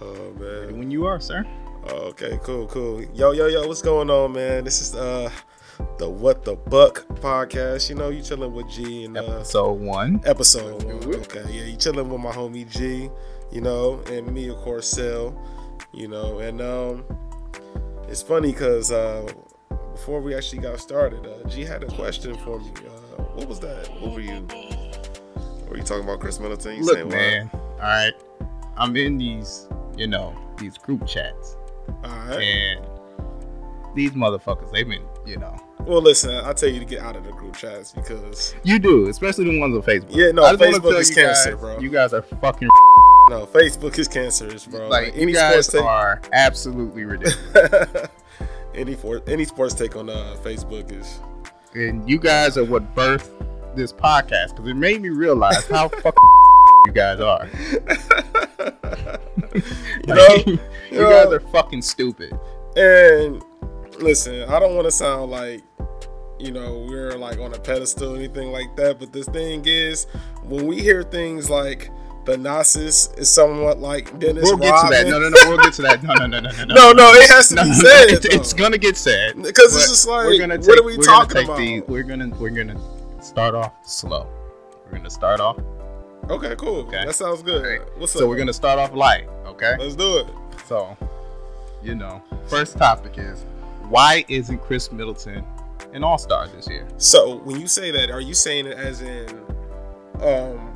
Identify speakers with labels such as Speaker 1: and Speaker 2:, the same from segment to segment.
Speaker 1: oh man. Oh,
Speaker 2: When you are, sir.
Speaker 1: Okay, cool, cool. Yo, yo, yo, what's going on, man? This is uh the What the Buck podcast. You know, you chilling with G and uh
Speaker 2: Episode one.
Speaker 1: episode one. Okay, yeah, you chilling with my homie G, you know, and me of course Cell, you know, and um it's funny because uh before we actually got started, uh, G had a question for me. Uh, what was that? What were you? Were you talking about Chris Middleton? You
Speaker 2: Look,
Speaker 1: saying,
Speaker 2: man. All right, I'm in these, you know, these group chats,
Speaker 1: All right.
Speaker 2: and these motherfuckers, they've been, you know,
Speaker 1: Well, listen, I tell you to get out of the group chats because
Speaker 2: you do, especially the ones on Facebook.
Speaker 1: Yeah, no,
Speaker 2: I just wanna
Speaker 1: Facebook
Speaker 2: tell
Speaker 1: is
Speaker 2: you guys,
Speaker 1: cancer, bro.
Speaker 2: You guys are fucking
Speaker 1: no, Facebook is cancerous, bro.
Speaker 2: like you guys are absolutely ridiculous,
Speaker 1: take, any for any sports take on uh, Facebook is
Speaker 2: and you guys are what birthed this podcast because it made me realize how fucking you guys are.
Speaker 1: you know.
Speaker 2: you
Speaker 1: know-
Speaker 2: guys are fucking stupid.
Speaker 1: And listen, I don't want to sound like you know we're like on a pedestal or anything like that, but the thing is, when we hear things like Thanasis is somewhat like Dennis
Speaker 2: We'll get to that.
Speaker 1: Rodman-
Speaker 2: No, no, no. We'll get to that. No, no, no, no, no.
Speaker 1: no, no, it has to
Speaker 2: no,
Speaker 1: be
Speaker 2: no, no,
Speaker 1: said.
Speaker 2: it's, it's
Speaker 1: though.
Speaker 2: gonna get sad
Speaker 1: 'Cause it's
Speaker 2: but
Speaker 1: just like,
Speaker 2: we're gonna
Speaker 1: what
Speaker 2: take,
Speaker 1: are we
Speaker 2: we're
Speaker 1: talking
Speaker 2: gonna take
Speaker 1: about?
Speaker 2: The, we're gonna we're gonna start off slow. We're gonna start off.
Speaker 1: okay, cool.
Speaker 2: Okay.
Speaker 1: That sounds good.
Speaker 2: Alright.
Speaker 1: What's
Speaker 2: so
Speaker 1: up?
Speaker 2: we're gonna start off light. Okay.
Speaker 1: let's do it.
Speaker 2: So, you know, first topic is why isn't Chris Middleton an All Star this year?
Speaker 1: So when you say that, are you saying it as in, um,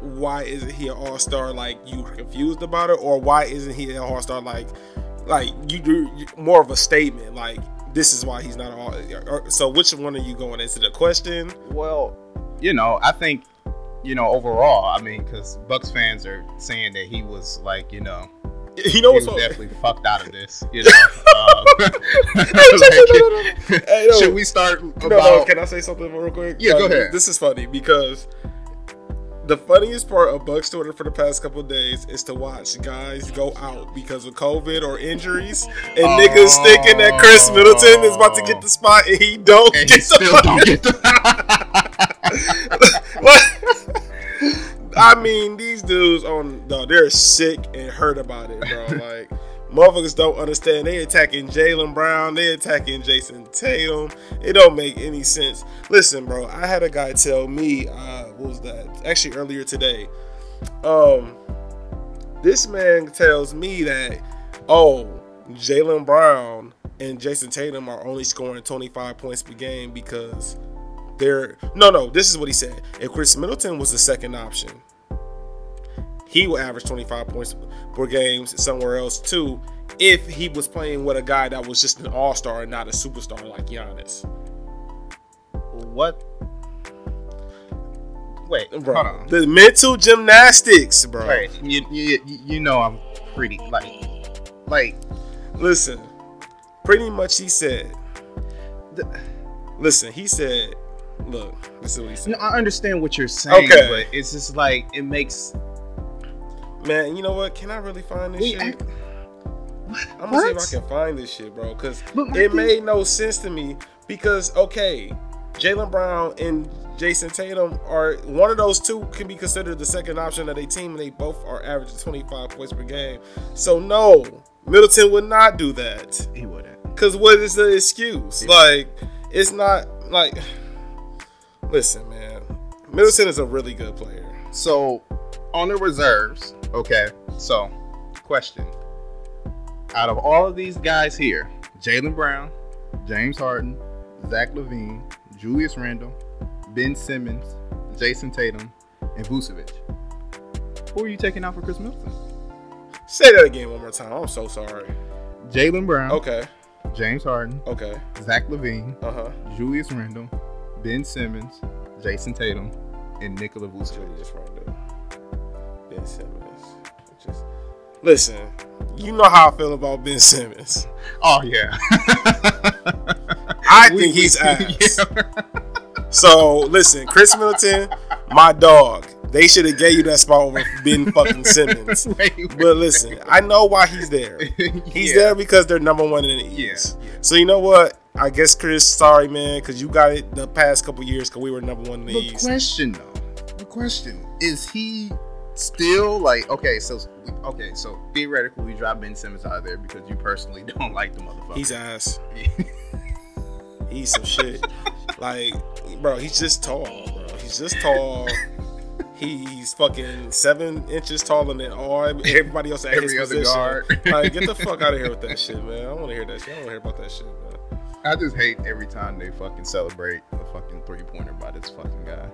Speaker 1: why isn't he an all star? Like you confused about it, or why isn't he an all star? Like, like you do you- more of a statement. Like this is why he's not an all. Or, so which one are you going into the question?
Speaker 2: Well, you know, I think you know overall. I mean, because Bucks fans are saying that he was like, you know,
Speaker 1: You know
Speaker 2: he
Speaker 1: what's
Speaker 2: was
Speaker 1: up?
Speaker 2: definitely fucked out of this. You know. Um, like,
Speaker 1: Hey, no.
Speaker 2: should we start
Speaker 1: No,
Speaker 2: about?
Speaker 1: no, can I say something real quick?
Speaker 2: Yeah, go
Speaker 1: Like,
Speaker 2: ahead.
Speaker 1: This is funny because the funniest part of Bucks Twitter for the past couple of days is to watch guys go out because of COVID or injuries, and niggas thinking that Chris Middleton is about to get the spot and he don't
Speaker 2: and
Speaker 1: get
Speaker 2: he still
Speaker 1: the
Speaker 2: don't get the.
Speaker 1: I mean, these dudes on no, they're sick and hurt about it, bro. Like motherfuckers don't understand. They attacking Jalen Brown. They attacking Jason Tatum. It don't make any sense. Listen, bro. I had a guy tell me, uh, what was that? Actually, earlier today. Um, this man tells me that, oh, Jalen Brown and Jason Tatum are only scoring 25 points per game because they're no, no. This is what he said. If Chris Middleton was the second option, he will average 25 points per game somewhere else too. If he was playing with a guy that was just an all star and not a superstar like Giannis,
Speaker 2: what? Wait,
Speaker 1: bro,
Speaker 2: hold on.
Speaker 1: the mental gymnastics, bro.
Speaker 2: Wait, you, you, you know I'm pretty like, like
Speaker 1: Listen, pretty much he said.
Speaker 2: The-
Speaker 1: listen, he said, look, this is what he said.
Speaker 2: no, I understand what you're saying,
Speaker 1: Okay.
Speaker 2: but it's just like it makes
Speaker 1: Man, you know what? Can I really find this
Speaker 2: we
Speaker 1: shit?
Speaker 2: act.
Speaker 1: I'm gonna
Speaker 2: What?
Speaker 1: see if I can find this shit, bro, because
Speaker 2: But my
Speaker 1: it
Speaker 2: thing-
Speaker 1: made no sense to me. Because okay, Jalen Brown and Jason Tatum are one of those two can be considered the second option of their team, and they both are averaging 25 points per game. So no, Middleton would not do that.
Speaker 2: He wouldn't.
Speaker 1: Cause what is the excuse? Like, it's not like. Listen, man, Middleton is a really good player.
Speaker 2: So, on the reserves, okay. So, question: Out of all of these guys here, Jalen Brown, James Harden, Zach Levine, Julius Randle, Ben Simmons, Jason Tatum, and Vucevic. Who are you taking out for Chris Middleton?
Speaker 1: Say that again one more time. I'm so sorry.
Speaker 2: Jalen Brown,
Speaker 1: Okay,
Speaker 2: James Harden,
Speaker 1: okay,
Speaker 2: Zach Levine,
Speaker 1: uh huh.
Speaker 2: Julius Randle, Ben Simmons, Jason Tatum, and Nikola Vucevic.
Speaker 1: Julius Randle, Ben Simmons. Just listen, you know how I feel about Ben Simmons.
Speaker 2: Oh yeah,
Speaker 1: I
Speaker 2: We-
Speaker 1: think he's
Speaker 2: we-
Speaker 1: ass.
Speaker 2: yeah.
Speaker 1: So listen, Chris Middleton, my dog. They should have gave you that spot over Ben fucking Simmons.
Speaker 2: Wait, wait.
Speaker 1: But listen, I know why he's there. He's
Speaker 2: Yeah.
Speaker 1: there because they're number one in the
Speaker 2: Yeah,
Speaker 1: East.
Speaker 2: yeah.
Speaker 1: So you know what? I guess Chris, sorry man, because you got it the past couple years because we were number one in the
Speaker 2: The
Speaker 1: East.
Speaker 2: question though, the question is he still like okay, so okay, so theoretically we drop Ben Simmons out of there because you personally don't like the motherfucker.
Speaker 1: He's ass. he's some shit. Like, bro, he's just tall, bro. He's just tall. He's fucking seven inches taller than all everybody else at his
Speaker 2: Every other
Speaker 1: position.
Speaker 2: guard.
Speaker 1: Like, get the fuck out of here with that shit, man. I don't want to hear that shit. I don't want to hear about that shit, man.
Speaker 2: I just hate every time they fucking celebrate a fucking three pointer by this fucking guy.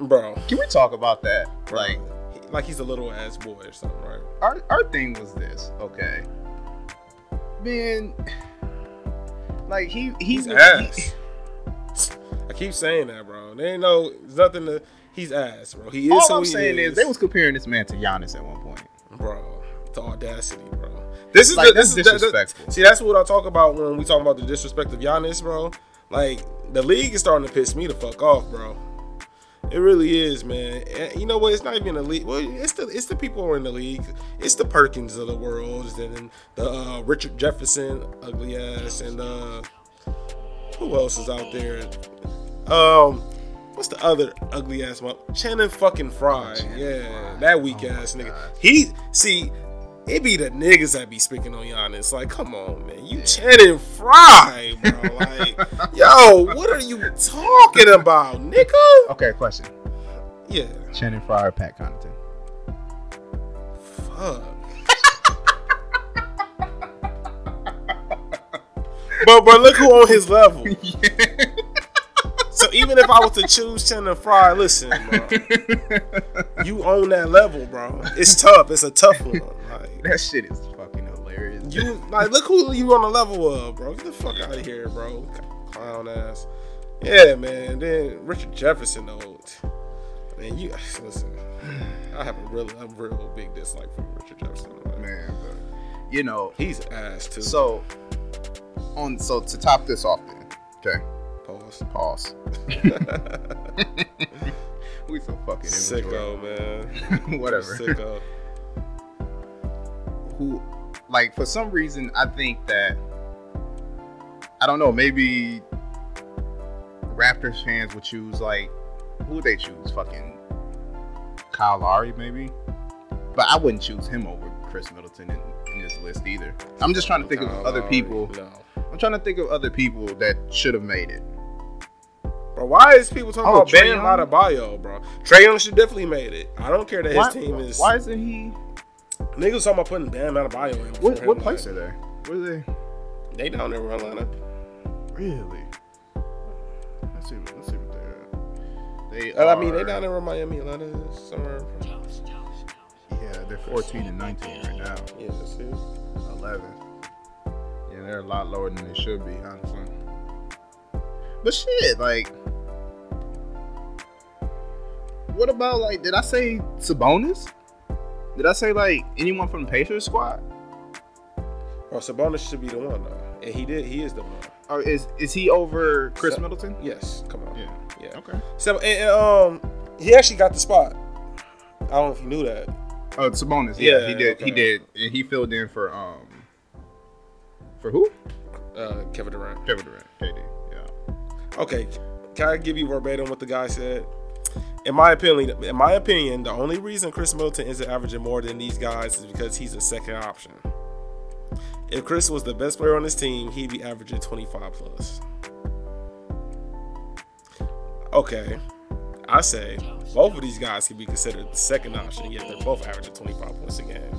Speaker 1: Bro,
Speaker 2: Can we talk about that? Like
Speaker 1: he- like he's a little ass boy or something, right?
Speaker 2: our our thing was this, okay. Ben like he he's
Speaker 1: He's ass. I keep saying that, bro. There ain't no there's nothing to. He's ass, bro. He is.
Speaker 2: all
Speaker 1: who
Speaker 2: I'm
Speaker 1: he
Speaker 2: saying
Speaker 1: is,
Speaker 2: is they was comparing this man to Giannis at one point.
Speaker 1: bro. The audacity, bro. This is
Speaker 2: Like,
Speaker 1: the, this
Speaker 2: that's
Speaker 1: is the- the-
Speaker 2: disrespectful.
Speaker 1: see, that's what I talk about when we talk about the disrespect of Giannis, bro. Like the league is starting to piss me the fuck off, bro. It really is, man. And you know what? It's not even the league. Well, it's the it's the people who are in the league. It's the Perkins of the world, and the uh, Richard Jefferson, ugly ass, and uh, who else is out there? Um, what's the other ugly ass one? Shannon fucking Fry.
Speaker 2: Oh, Shannon
Speaker 1: yeah,
Speaker 2: Fry.
Speaker 1: that weak
Speaker 2: Oh my
Speaker 1: ass nigga.
Speaker 2: God.
Speaker 1: He see, it be the niggas that be speaking on Giannis. Like, come on, man, you Shannon Fry, bro. Like, yo, what are you talking about, nigga?
Speaker 2: Okay, question.
Speaker 1: Yeah,
Speaker 2: Shannon Fry or Pat Connaughton?
Speaker 1: fuck. But but look who on his level. So even if I was to choose Shannon Fry, listen, bro, you own that level, bro. It's tough. It's a tough one. Like
Speaker 2: that shit is fucking hilarious.
Speaker 1: you, like look who you on the level of, bro. Get the fuck out of here, bro. Clown ass. Yeah, man. Then Richard Jefferson, though. Man, you listen. I have a real, a real big dislike for Richard Jefferson. Man,
Speaker 2: man, but, you know.
Speaker 1: he's ass too.
Speaker 2: So on so to top this off, then okay,
Speaker 1: Pause.
Speaker 2: pause. we so fucking immature.
Speaker 1: Sicko, man.
Speaker 2: Whatever.
Speaker 1: Sicko.
Speaker 2: Who, like for some reason, I think that I don't know. Maybe Raptors fans would choose like who would they choose? Fucking Kyle Lowry, maybe. But I wouldn't choose him over Chris Middleton in, in this list either. I'm just trying to think
Speaker 1: Kyle
Speaker 2: of other
Speaker 1: Lowry,
Speaker 2: people.
Speaker 1: No.
Speaker 2: I'm trying to think of other people that should have made it.
Speaker 1: Bro, why is people talking
Speaker 2: Oh,
Speaker 1: about
Speaker 2: Trae
Speaker 1: Bam
Speaker 2: Young?
Speaker 1: Adebayo, bro? Trae Young should definitely made it. I don't care that
Speaker 2: why,
Speaker 1: his team is.
Speaker 2: why isn't he?
Speaker 1: Niggas talking about putting Bam Adebayo in. before
Speaker 2: What,
Speaker 1: him,
Speaker 2: what
Speaker 1: like,
Speaker 2: place are they? What are they?
Speaker 1: They down there in Atlanta.
Speaker 2: Really? Let's see. Let's see what they're. At. They.
Speaker 1: Uh, I mean, they
Speaker 2: are-
Speaker 1: down there in Miami, Atlanta, somewhere.
Speaker 2: Yeah, they're 14 and 19 right now.
Speaker 1: Yeah, see.
Speaker 2: 11. Yeah, they're a lot lower than they should be, honestly. But shit, like, what about like? Did I say Sabonis? Did I say like anyone from the Pacers squad?
Speaker 1: Bro, Sabonis should be the one though, and he did. He is the one.
Speaker 2: Or is is he over Chris
Speaker 1: So-
Speaker 2: Middleton?
Speaker 1: Yes, come on.
Speaker 2: Yeah.
Speaker 1: yeah.
Speaker 2: Okay.
Speaker 1: So, and, and, um, he actually got the spot. I don't know if you knew that.
Speaker 2: Oh, it's Sabonis. Yeah,
Speaker 1: Yeah,
Speaker 2: he did.
Speaker 1: okay.
Speaker 2: He did, and he filled in for um for who?
Speaker 1: Uh, Kevin Durant.
Speaker 2: Kevin Durant, KD. Yeah.
Speaker 1: Okay, can I give you verbatim what the guy said? In my opinion, in my opinion, the only reason Chris Middleton isn't averaging more than these guys is because he's a second option. If Chris was the best player on his team, he'd be averaging 25 plus. Okay, I say both of these guys can be considered the second option, yet they're both averaging 25 points a game.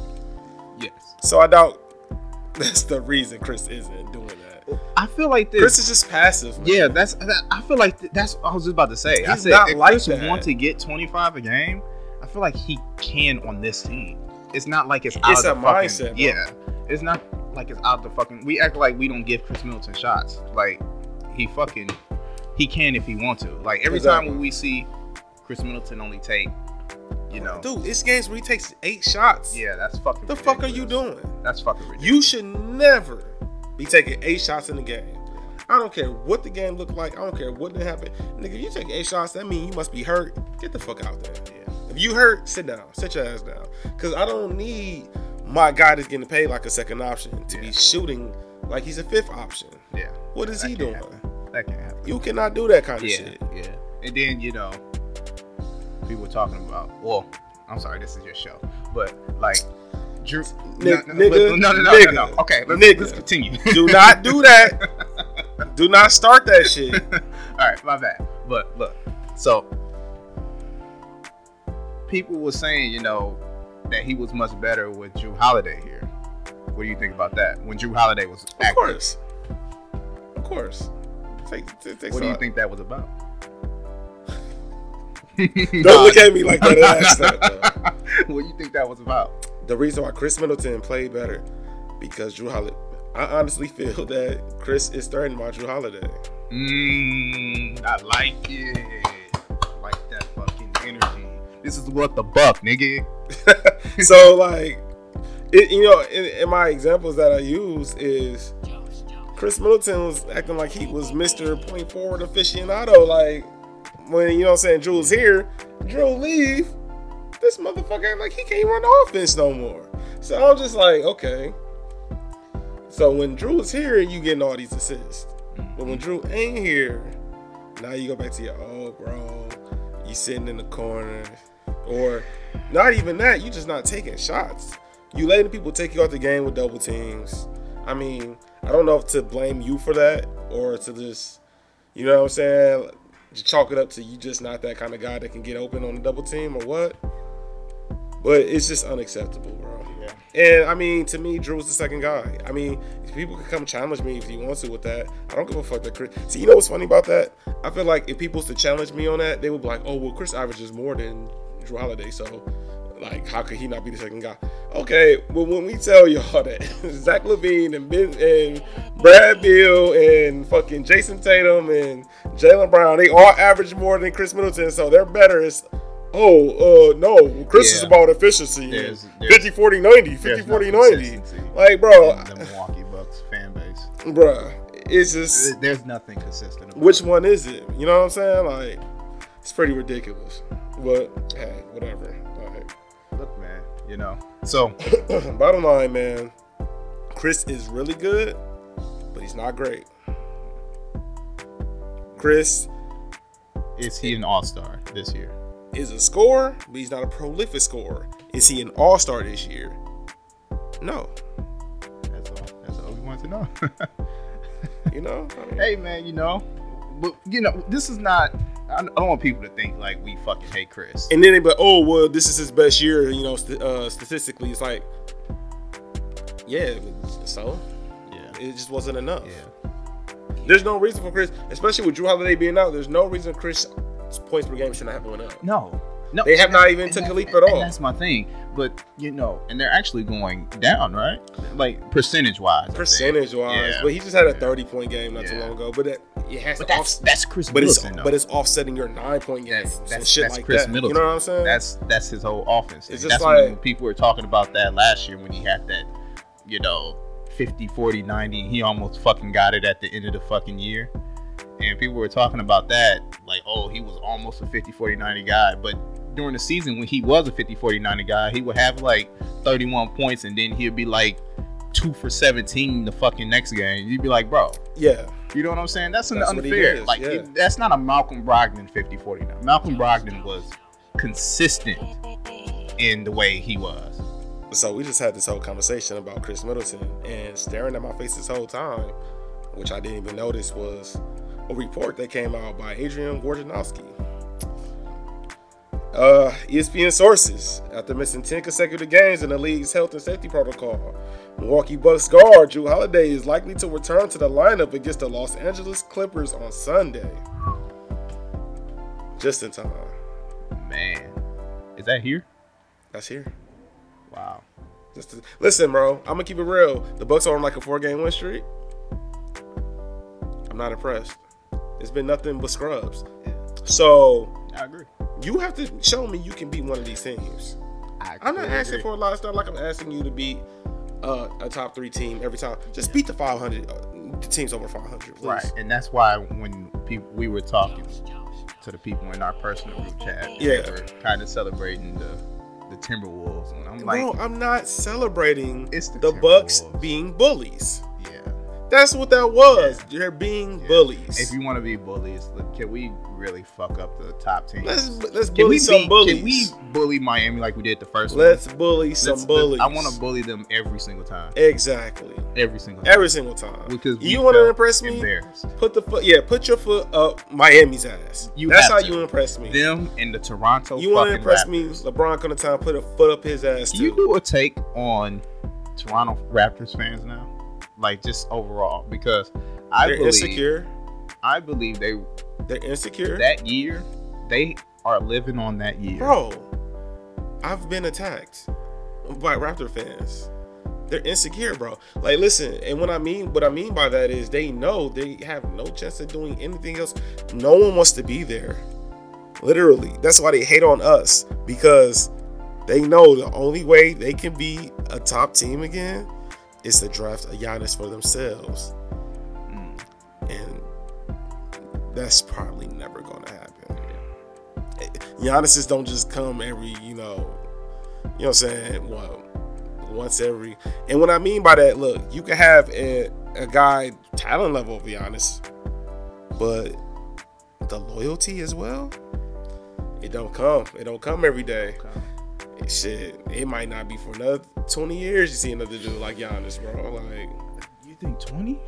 Speaker 2: Yes.
Speaker 1: So I doubt that's the reason Chris isn't doing that.
Speaker 2: I feel like this.
Speaker 1: Chris is just passive. man.
Speaker 2: yeah, that's. That, I feel like th- that's. I was just about to say. I
Speaker 1: He's
Speaker 2: said
Speaker 1: not
Speaker 2: if
Speaker 1: like
Speaker 2: Chris
Speaker 1: that.
Speaker 2: want to get twenty five a game, I feel like he can on this team. It's not like it's out
Speaker 1: It's
Speaker 2: of
Speaker 1: a
Speaker 2: the fucking-
Speaker 1: mindset, bro.
Speaker 2: Yeah. It's not like it's out the fucking. We act like we don't give Chris Middleton shots. Like he fucking he can if he want to. Like every
Speaker 1: Exactly.
Speaker 2: time when we see Chris Middleton only take, you know.
Speaker 1: Dude, it's games where he takes eight shots.
Speaker 2: Yeah, that's fucking.
Speaker 1: The fuck are you
Speaker 2: ridiculous.
Speaker 1: doing?
Speaker 2: That's fucking ridiculous.
Speaker 1: You should never be taking eight shots in the game. I don't care what the game looked like. I don't care what did happen. Nigga, you take eight shots, that means you must be hurt. Get the fuck out there.
Speaker 2: Yeah.
Speaker 1: If you hurt, sit down. Sit your ass down. Cause I don't need my guy that's getting paid like a second option to
Speaker 2: Yeah.
Speaker 1: be shooting like he's a fifth option.
Speaker 2: Yeah.
Speaker 1: What is
Speaker 2: That
Speaker 1: he
Speaker 2: can't
Speaker 1: doing?
Speaker 2: That can happen.
Speaker 1: You cannot do that kind of
Speaker 2: Yeah.
Speaker 1: shit.
Speaker 2: Yeah. And then you know, people talking about. Well, I'm sorry, this is your show, but like Drew,
Speaker 1: Ni-
Speaker 2: no, no,
Speaker 1: nigga,
Speaker 2: no, no, no,
Speaker 1: nigga,
Speaker 2: no, no. Okay, let's,
Speaker 1: nigga.
Speaker 2: let's continue.
Speaker 1: Do not do that. do not start that shit.
Speaker 2: All right, my bad. But look, so people were saying, you know, that he was much better with Drew Holiday here. What do you think about that? When Drew Holiday was
Speaker 1: Of
Speaker 2: active,
Speaker 1: course. Of course. Take, take, take
Speaker 2: what do you
Speaker 1: some-
Speaker 2: think that was about?
Speaker 1: Don't look at me like that. That's not, though.
Speaker 2: what do you think that was about?
Speaker 1: the reason why Chris Middleton played better because Drew Holiday. I honestly feel that Chris is starting my Drew Holiday.
Speaker 2: Mmm, I like it. I like that fucking energy. This is what the buck, nigga.
Speaker 1: so like, it, you know, in, in my examples that I use is Chris Middleton was acting like he was Mister Point Forward aficionado. Like when you know, what I'm saying Drew's here, Drew leave. This motherfucker act like he can't run the offense no more. So I'm just like, okay. So when Drew's here, you getting all these assists. But when Drew ain't here, now you go back to your old bro. You sitting in the corner, or not even that. You just not taking shots. You letting people take you out the game with double teams. I mean, I don't know if to blame you for that or to just, you know what I'm saying, just chalk it up to you just not that kind of guy that can get open on a double team or what. But it's just unacceptable, bro.
Speaker 2: Yeah.
Speaker 1: And I mean, to me, Drew was the second guy. I mean, people can come challenge me if you want to with that. I don't give a fuck that Chris. See, you know what's funny about that? I feel like if people was to challenge me on that, they would be like, "Oh, well, Chris averages more than Drew Holiday, so like, how could he not be the second guy?" Okay, well, when we tell y'all that Zach Levine and ben, and Brad Beal and fucking Jason Tatum and Jalen Brown, they all average more than Chris Middleton, so they're better. It's Oh, uh, no. Chris is
Speaker 2: Yeah.
Speaker 1: about efficiency.
Speaker 2: There's- there's-
Speaker 1: 50 40 90, 50
Speaker 2: There's no
Speaker 1: 40 90.
Speaker 2: consistency
Speaker 1: Like, bro,
Speaker 2: in the Milwaukee Bucks fan base.
Speaker 1: bruh, it's just,
Speaker 2: There- There's nothing consistent. About
Speaker 1: which
Speaker 2: it.
Speaker 1: one is it? You know what I'm saying? Like, it's pretty ridiculous. But, hey, whatever.
Speaker 2: Look, man, you know. So
Speaker 1: Like, bottom line, man, Chris is really good, but he's not great. Chris
Speaker 2: is he an All Star this year?
Speaker 1: is a scorer, but he's not a prolific scorer. Is he an all star this year? No.
Speaker 2: That's all. That's all we want to know.
Speaker 1: You know? I mean,
Speaker 2: hey, man, you know, but you know, this is not. I don't want people to think like we fucking hate Chris.
Speaker 1: And then they be like, oh, well, this is his best year, you know, st- uh, statistically. It's like, yeah, but so?
Speaker 2: yeah,
Speaker 1: It just wasn't enough.
Speaker 2: yeah.
Speaker 1: There's no reason for Chris, especially with Drew Holiday being out, there's no reason Chris points per game shouldn't have went up.
Speaker 2: No, no.
Speaker 1: They have
Speaker 2: and
Speaker 1: not
Speaker 2: that-
Speaker 1: even
Speaker 2: and
Speaker 1: took
Speaker 2: that-
Speaker 1: a leap at
Speaker 2: and
Speaker 1: all.
Speaker 2: That's my thing. But you know, and they're actually going down, right? Like percentage wise.
Speaker 1: Percentage wise.
Speaker 2: Yeah.
Speaker 1: But he just had a 30 point game not too
Speaker 2: Yeah.
Speaker 1: long ago. But it, it has
Speaker 2: But
Speaker 1: to
Speaker 2: that's
Speaker 1: offset.
Speaker 2: that's Chris
Speaker 1: But it's,
Speaker 2: Middleton. though.
Speaker 1: but it's offsetting your nine point game.
Speaker 2: That's-
Speaker 1: and
Speaker 2: that's-
Speaker 1: shit
Speaker 2: that's
Speaker 1: like
Speaker 2: Chris
Speaker 1: that.
Speaker 2: Middleton.
Speaker 1: You know what I'm saying?
Speaker 2: That's that's his whole offense. Thing.
Speaker 1: It's just
Speaker 2: that's when
Speaker 1: like-
Speaker 2: people were talking about that last year when he had that, you know, 50, 40, 90. He almost fucking got it at the end of the fucking year. And people were talking about that, like, oh, he was almost a 50, 40, 90 guy. But during the season, when he was a 50, 40, 90 guy, he would have like 31 points and then he'd be like two for 17 the fucking next game. You'd be like, bro,
Speaker 1: yeah.
Speaker 2: you know what I'm saying? That's, an
Speaker 1: That's what he
Speaker 2: unfair.
Speaker 1: is,
Speaker 2: like
Speaker 1: yeah.
Speaker 2: it- that's not a Malcolm Brogdon 50-49. Malcolm Brogdon was consistent in the way he was.
Speaker 1: So we just had this whole conversation about Chris Middleton and staring at my face this whole time, which I didn't even notice was a report that came out by Adrian Wojnarowski. Uh, ESPN sources after missing 10 consecutive games in the league's health and safety protocol, Milwaukee Bucks guard Drew Holiday is likely to return to the lineup against the Los Angeles Clippers on Sunday. Just in time.
Speaker 2: Man, is that here?
Speaker 1: That's here.
Speaker 2: Wow.
Speaker 1: Just to- listen, bro. I'm gonna keep it real. The Bucks are on like a four game win streak. I'm not impressed. It's been nothing but scrubs. So
Speaker 2: I agree.
Speaker 1: you have to show me you can beat one of these teams.
Speaker 2: I
Speaker 1: I'm not
Speaker 2: completely
Speaker 1: asking for
Speaker 2: agree.
Speaker 1: a lot of stuff. Like I'm asking you to beat uh, a top three team every time. Just beat the 500 uh, the teams over 500, please.
Speaker 2: right, and that's why when people we were talking to the people in our personal group chat, and
Speaker 1: Yeah.
Speaker 2: they were kind of celebrating the the Timberwolves, and I'm like,
Speaker 1: no, I'm not celebrating
Speaker 2: It's the
Speaker 1: the Bucks
Speaker 2: Timberwolves.
Speaker 1: being bullies.
Speaker 2: yeah,
Speaker 1: That's what that was. They're being
Speaker 2: Yeah.
Speaker 1: bullies.
Speaker 2: If you want to be bullies, look, can we really fuck up the top teams?
Speaker 1: let's let's
Speaker 2: can
Speaker 1: bully
Speaker 2: we
Speaker 1: some
Speaker 2: be-
Speaker 1: bullies.
Speaker 2: Can we bully Miami like we did the 1st
Speaker 1: Let's bully
Speaker 2: one?
Speaker 1: some
Speaker 2: Let's-
Speaker 1: bullies.
Speaker 2: I want to bully them every single time.
Speaker 1: exactly
Speaker 2: Every single time.
Speaker 1: every single time.
Speaker 2: because we
Speaker 1: you want to
Speaker 2: felt
Speaker 1: impress me?
Speaker 2: Embarrassed.
Speaker 1: Put the foot, yeah, put your foot up Miami's ass.
Speaker 2: You
Speaker 1: That's
Speaker 2: have
Speaker 1: how
Speaker 2: to.
Speaker 1: you impress me.
Speaker 2: Them and the Toronto.
Speaker 1: you want to
Speaker 2: fucking
Speaker 1: impress
Speaker 2: Raptors.
Speaker 1: me? LeBron couldn't time put a foot up his ass.
Speaker 2: Can you
Speaker 1: too.
Speaker 2: do a take on Toronto Raptors fans now? Like just overall, because I
Speaker 1: They're
Speaker 2: believe
Speaker 1: insecure.
Speaker 2: I believe they
Speaker 1: They're insecure.
Speaker 2: that year they are living on that year.
Speaker 1: Bro, I've been attacked by Raptor fans. They're insecure, bro. Like, listen, and what I mean, what I mean by that is they know they have no chance of doing anything else. No one wants to be there. Literally, that's why they hate on us because they know the only way they can be a top team again is to draft a Giannis for themselves,
Speaker 2: Mm.
Speaker 1: and that's probably never going to happen. Giannis's don't just come every, you know, you know what I'm saying? Well, once every. And what I mean by that, look, you can have a, a guy talent level of Giannis, but the loyalty as well, it don't come. It don't come every day. Shit, it might not be for another 20 years you see another dude like Giannis, bro. Like,
Speaker 2: You think twenty?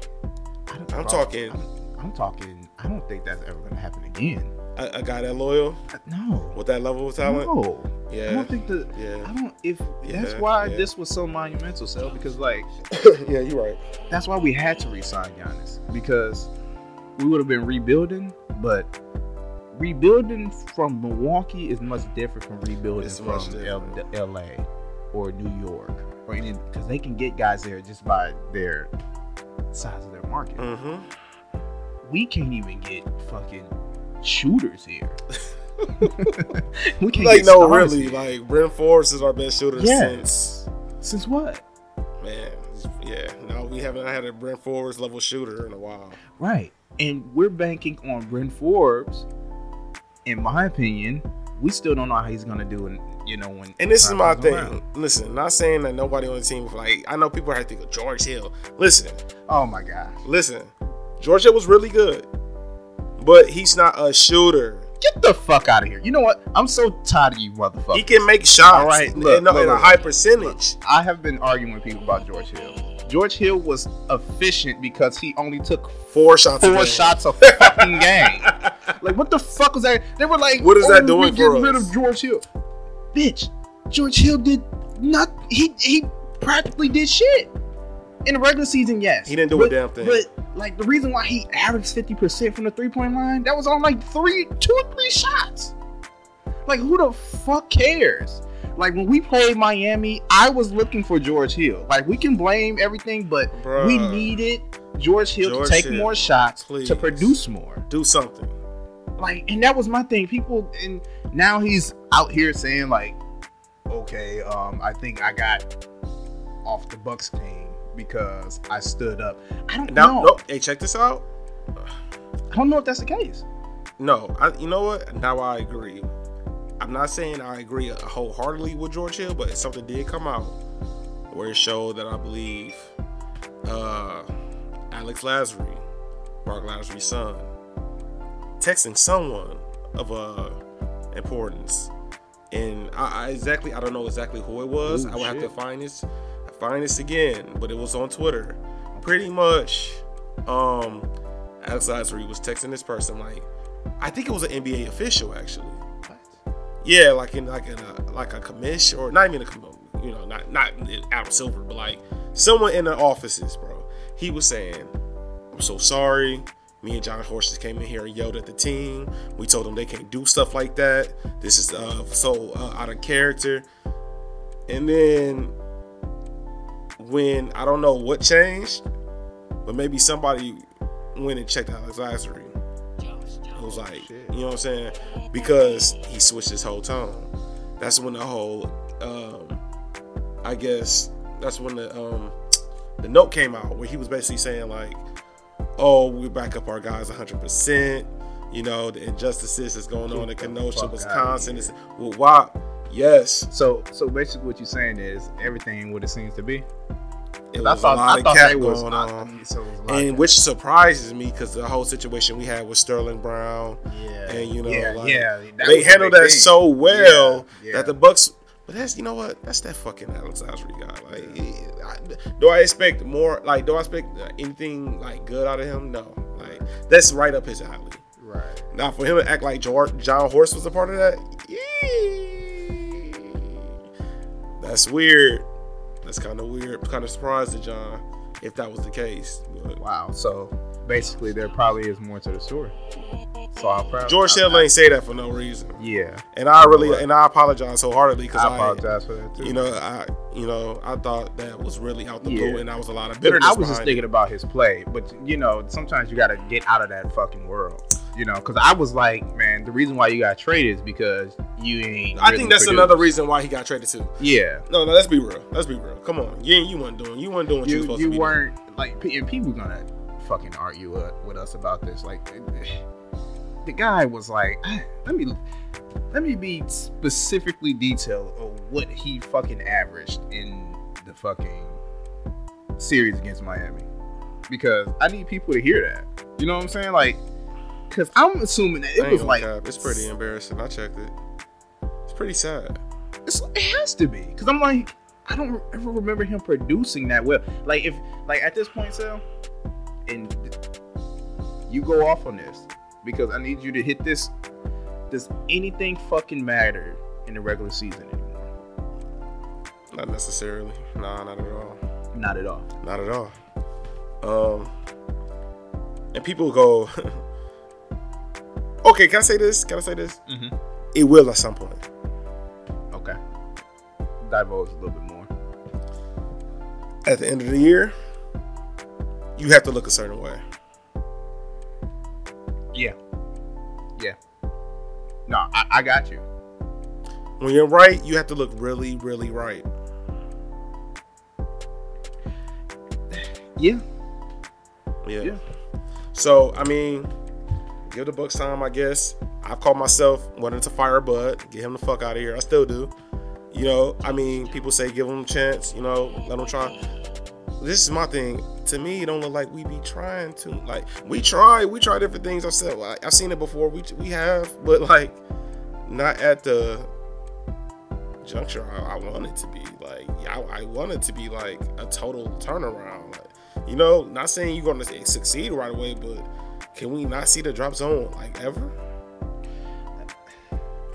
Speaker 2: I'm
Speaker 1: talking-
Speaker 2: I'm, I'm talking. I don't think that's ever gonna happen again.
Speaker 1: a, a guy that loyal
Speaker 2: No.
Speaker 1: with that level of talent?
Speaker 2: No. I
Speaker 1: Yeah.
Speaker 2: don't think the.
Speaker 1: Yeah.
Speaker 2: I don't. If that's
Speaker 1: Yeah,
Speaker 2: why
Speaker 1: yeah.
Speaker 2: this was so monumental, so because like
Speaker 1: yeah, you're right.
Speaker 2: that's why we had to resign Giannis because we would have been rebuilding, but rebuilding from Milwaukee is much different from rebuilding
Speaker 1: It's
Speaker 2: from
Speaker 1: much
Speaker 2: L- LA or New York or any because they can get guys there just by their size of their market.
Speaker 1: Mm-hmm.
Speaker 2: We can't even get fucking shooters here. we can't
Speaker 1: Like,
Speaker 2: get
Speaker 1: no,
Speaker 2: stars
Speaker 1: really.
Speaker 2: here.
Speaker 1: Like, Brent Forrest is our best shooter
Speaker 2: Yeah.
Speaker 1: since
Speaker 2: since what?
Speaker 1: Man, yeah, no, we haven't had a Brent Forrest level shooter in a while.
Speaker 2: Right. And we're banking on Bryn Forbes. In my opinion, we still don't know how he's gonna do. And you know when.
Speaker 1: And this is
Speaker 2: time
Speaker 1: my
Speaker 2: comes
Speaker 1: thing.
Speaker 2: around.
Speaker 1: Listen, not saying that nobody on the team was like, I know people have to go George Hill. Listen,
Speaker 2: Oh my gosh.
Speaker 1: listen, George Hill was really good, but he's not a shooter.
Speaker 2: Get the fuck out of here. You know what? I'm so tired of you, motherfucker.
Speaker 1: He can make shots,
Speaker 2: All right,
Speaker 1: and-
Speaker 2: look,
Speaker 1: and, no-
Speaker 2: look,
Speaker 1: and a
Speaker 2: look.
Speaker 1: high percentage.
Speaker 2: I have been arguing with people about George Hill. George Hill was efficient because he only took
Speaker 1: Four shots. a
Speaker 2: four
Speaker 1: game.
Speaker 2: shots a fucking game. Like what the fuck was that? They were like,
Speaker 1: What is that
Speaker 2: "Oh,
Speaker 1: doing
Speaker 2: we
Speaker 1: for
Speaker 2: get rid
Speaker 1: us?"
Speaker 2: of George Hill, bitch. George Hill did not. He he practically did shit in the regular season. Yes,
Speaker 1: He didn't do a
Speaker 2: but,
Speaker 1: damn thing.
Speaker 2: But like the reason why he averaged fifty percent from the three point line, that was on like three, two or three shots. Like who the fuck cares? Like when we played Miami, I was looking for George Hill. Like we can blame everything, but we
Speaker 1: Bruh.
Speaker 2: needed George Hill
Speaker 1: George
Speaker 2: to take
Speaker 1: Hill,
Speaker 2: more shots
Speaker 1: please.
Speaker 2: to produce more.
Speaker 1: Do something.
Speaker 2: Like, and that was my thing. People, and now he's out here saying like, okay, um, I think I got off the Bucks team because I stood up. I don't
Speaker 1: Now,
Speaker 2: know.
Speaker 1: no, hey, check this out.
Speaker 2: I don't know if that's the case.
Speaker 1: No, I, you know what? Now I agree. I'm not saying I agree wholeheartedly with George Hill, but something did come out where it showed that I believe uh, Alex Lazary, Mark Lazary's son, texting someone of uh, importance. And I, I exactly, I don't know exactly who it was.
Speaker 2: Ooh,
Speaker 1: I would have to
Speaker 2: shit.
Speaker 1: find this, find this again, but it was on Twitter. Pretty much, um, Alex Lazary was texting this person like, I think it was an NBA official actually. Yeah, like in like in a like a commission or not even a commission, you know, not not Adam Silver, but like someone in the offices, bro. He was saying, "I'm so sorry." Me and John Horses came in here and yelled at the team. We told them they can't do stuff like that. This is uh, so uh, out of character. And then when I don't know what changed, but maybe somebody went and checked out his advisory. It was like,
Speaker 2: shit.
Speaker 1: you know what I'm saying? Because he switched his whole tone. That's when the whole, um, I guess, that's when the um, the note came out where he was basically saying like, "Oh, we back up our guys 100 percent." You know, the injustices that's going on in
Speaker 2: Get the
Speaker 1: Kenosha,
Speaker 2: fuck outta
Speaker 1: Wisconsin.
Speaker 2: here.
Speaker 1: It's, well, WAP, yes,
Speaker 2: So, so basically, what you're saying is everything what it seems to be.
Speaker 1: It
Speaker 2: I
Speaker 1: was
Speaker 2: thought,
Speaker 1: a lot
Speaker 2: I
Speaker 1: of
Speaker 2: thought
Speaker 1: cap
Speaker 2: they was.
Speaker 1: going
Speaker 2: I-
Speaker 1: on.
Speaker 2: so it was a lot
Speaker 1: And
Speaker 2: of-
Speaker 1: which surprises me because the whole situation we had with Sterling Brown,
Speaker 2: yeah,
Speaker 1: and, you know,
Speaker 2: yeah,
Speaker 1: like,
Speaker 2: yeah, that
Speaker 1: they
Speaker 2: was a
Speaker 1: handled
Speaker 2: big
Speaker 1: that
Speaker 2: thing.
Speaker 1: so well
Speaker 2: Yeah, yeah.
Speaker 1: that the Bucks. But that's you know what that's that fucking Alex Osprey guy. Like, I- do I expect more? Like, do I expect anything like good out of him? No. Like, that's right up his alley.
Speaker 2: right.
Speaker 1: Now for him to act like Jor- John Horse was a part of that, yeah. that's weird. That's kind of weird. Kind of surprised to John if that was the case. But
Speaker 2: Wow. So basically, there probably is more to the story. So I'll probably
Speaker 1: George
Speaker 2: I-
Speaker 1: Hill ain't say that for no reason,
Speaker 2: I- Yeah,
Speaker 1: and I really and I apologize wholeheartedly because
Speaker 2: I
Speaker 1: I,
Speaker 2: apologize for that too.
Speaker 1: you know, I you know I thought that was really out the
Speaker 2: Yeah.
Speaker 1: blue, and that was a lot of
Speaker 2: But
Speaker 1: bitterness.
Speaker 2: I was just
Speaker 1: behind it.
Speaker 2: thinking about his play, but you know, sometimes you got to get out of that fucking world, you know. Because I was like, man, the reason why you got traded is because you ain't.
Speaker 1: I
Speaker 2: really
Speaker 1: think that's
Speaker 2: produced.
Speaker 1: another reason why he got traded too.
Speaker 2: Yeah,
Speaker 1: No, no, let's be real. Let's be real. Come on, you ain't- you weren't doing you weren't doing what you, were
Speaker 2: you
Speaker 1: supposed
Speaker 2: you
Speaker 1: to be. doing.
Speaker 2: weren't like, pe- and people gonna fucking argue uh, with us about this. Like, the guy was like, "Ah, let me let me be specifically detailed on what he fucking averaged in the fucking series against Miami, because I need people to hear that. You know what I'm saying? Like, because I'm assuming that
Speaker 1: I
Speaker 2: it
Speaker 1: ain't
Speaker 2: was
Speaker 1: gonna
Speaker 2: like
Speaker 1: cap. it's pretty embarrassing. I checked it. It's pretty sad.
Speaker 2: it's, it has to be because I'm like I don't ever remember him producing that well. Like if like at this point, Sal, and th- you go off on this because I need you to hit this. Does anything fucking matter in the regular season anymore?
Speaker 1: Not necessarily. Nah, not at all.
Speaker 2: Not at all.
Speaker 1: Not at all. Um, and people go, okay. Can I say this? Can I say this?
Speaker 2: Mhm.
Speaker 1: It will at some point.
Speaker 2: Okay. Divulge a little bit more.
Speaker 1: At the end of the year, you have to look a certain way.
Speaker 2: Yeah. Yeah. No, I, I got you.
Speaker 1: When you're right, you have to look really, really right.
Speaker 2: Yeah.
Speaker 1: Yeah.
Speaker 2: Yeah.
Speaker 1: So I mean, give the Bucks time, I guess. I've called myself wanting to fire Bud, get him the fuck out of here. I still do. You know, I mean, people say give him a chance. You know, let him try. This is my thing. To me, it don't look like we be trying to. Like we try, we try different things ourselves. I, I've seen it before. We we have, but like not at the juncture I, I want it to be. Like I, I want it to be like a total turnaround. Like you know, not saying you're going to succeed right away, but can we not see the drop zone like ever?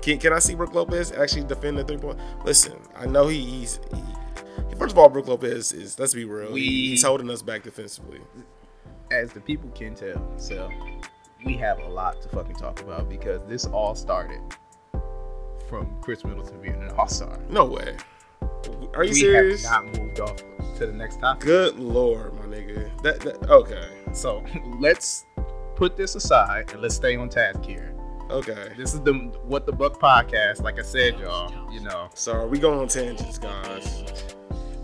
Speaker 1: Can, can I see Brooke Lopez actually defend the three point? Listen, I know he, he's he, first of all, Brooke Lopez is let's be real, he-
Speaker 2: We-
Speaker 1: he's holding us back defensively.
Speaker 2: as the people can tell, so we have a lot to fucking talk about because this all started from Chris Middleton being an All Star.
Speaker 1: No way. Are you
Speaker 2: we
Speaker 1: serious?
Speaker 2: have not moved off to the next topic.
Speaker 1: Good lord, my nigga. That, that okay,
Speaker 2: So let's put this aside and let's stay on task here.
Speaker 1: okay.
Speaker 2: This is the What the Buck podcast. Like I said, y'all, you know,
Speaker 1: Sorry, we go on tangents, guys.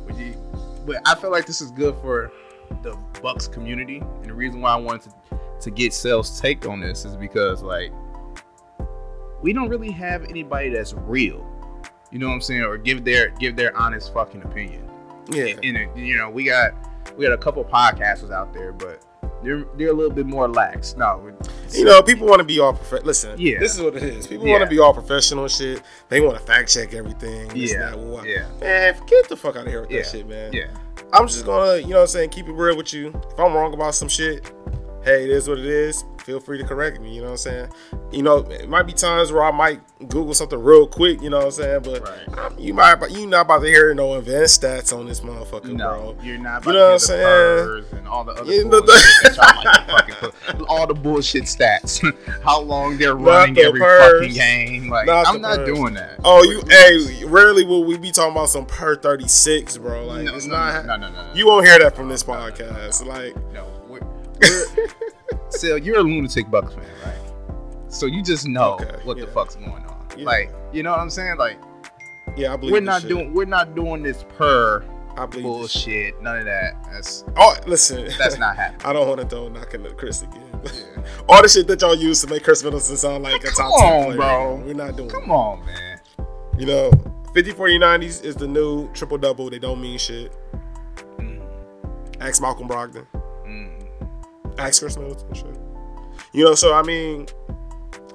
Speaker 2: when you, but I feel like this is good for the Bucks community, and the reason why I wanted to, to get Sales' take on this is because like we don't really have anybody that's real, you know what I'm saying, or give their give their honest fucking opinion.
Speaker 1: Yeah.
Speaker 2: And it- you know, we got we got a couple podcasters out there, but they're they're a little bit more lax. No, we-
Speaker 1: You know, people want to be all prof. Listen,
Speaker 2: Yeah.
Speaker 1: this is what it is. People
Speaker 2: Yeah.
Speaker 1: want to be all professional and shit. They want to fact check everything. This,
Speaker 2: yeah,
Speaker 1: that, what.
Speaker 2: yeah,
Speaker 1: Man, get the fuck out of here with
Speaker 2: Yeah.
Speaker 1: that shit, man.
Speaker 2: yeah,
Speaker 1: I'm just gonna, you know what I'm saying, keep it real with you. If I'm wrong about some shit, hey, it is what it is. Feel free to correct me, you know what I'm saying? You know, it might be times where I might Google something real quick, you know what I'm saying? But
Speaker 2: Right.
Speaker 1: I'm- you might you not about to hear no advanced stats on this motherfucker, bro.
Speaker 2: No, you're not. About
Speaker 1: You know
Speaker 2: to get
Speaker 1: what I'm
Speaker 2: the
Speaker 1: saying?
Speaker 2: purrs And all the other
Speaker 1: You know
Speaker 2: bullshit that y'all like to fucking put- all the bullshit stats. How long they're running
Speaker 1: the
Speaker 2: every
Speaker 1: purrs.
Speaker 2: fucking game. Like
Speaker 1: Not
Speaker 2: I'm
Speaker 1: the
Speaker 2: not
Speaker 1: purrs.
Speaker 2: doing that.
Speaker 1: Oh, you hey, rarely will we be talking about some per 36, bro. Like
Speaker 2: no,
Speaker 1: it's
Speaker 2: no,
Speaker 1: not
Speaker 2: no, no, no, no.
Speaker 1: You won't hear that from this podcast. Like
Speaker 2: no. We're, we're, so you're a lunatic Bucks fan, right? So you just know
Speaker 1: Okay,
Speaker 2: what the
Speaker 1: yeah.
Speaker 2: fuck's going on.
Speaker 1: Yeah.
Speaker 2: Like you know what I'm saying? Like
Speaker 1: yeah, I believe
Speaker 2: we're
Speaker 1: this
Speaker 2: not
Speaker 1: shit.
Speaker 2: doing we're not doing this per
Speaker 1: I believe this shit.
Speaker 2: bullshit. None of that. That's
Speaker 1: Oh, listen,
Speaker 2: that's not happening.
Speaker 1: I don't want to throw knocking at Chris again.
Speaker 2: Yeah.
Speaker 1: All the shit that y'all use to make Chris Middleton sound like a
Speaker 2: Come
Speaker 1: top ten
Speaker 2: on,
Speaker 1: player,
Speaker 2: bro.
Speaker 1: We're not doing.
Speaker 2: Come on, man.
Speaker 1: it. You know, 50 40 90s is the new triple double. They don't mean shit.
Speaker 2: Mm.
Speaker 1: Ask Malcolm Brogdon.
Speaker 2: Mm.
Speaker 1: Ask Chris Middleton. Shit. You know, so I mean,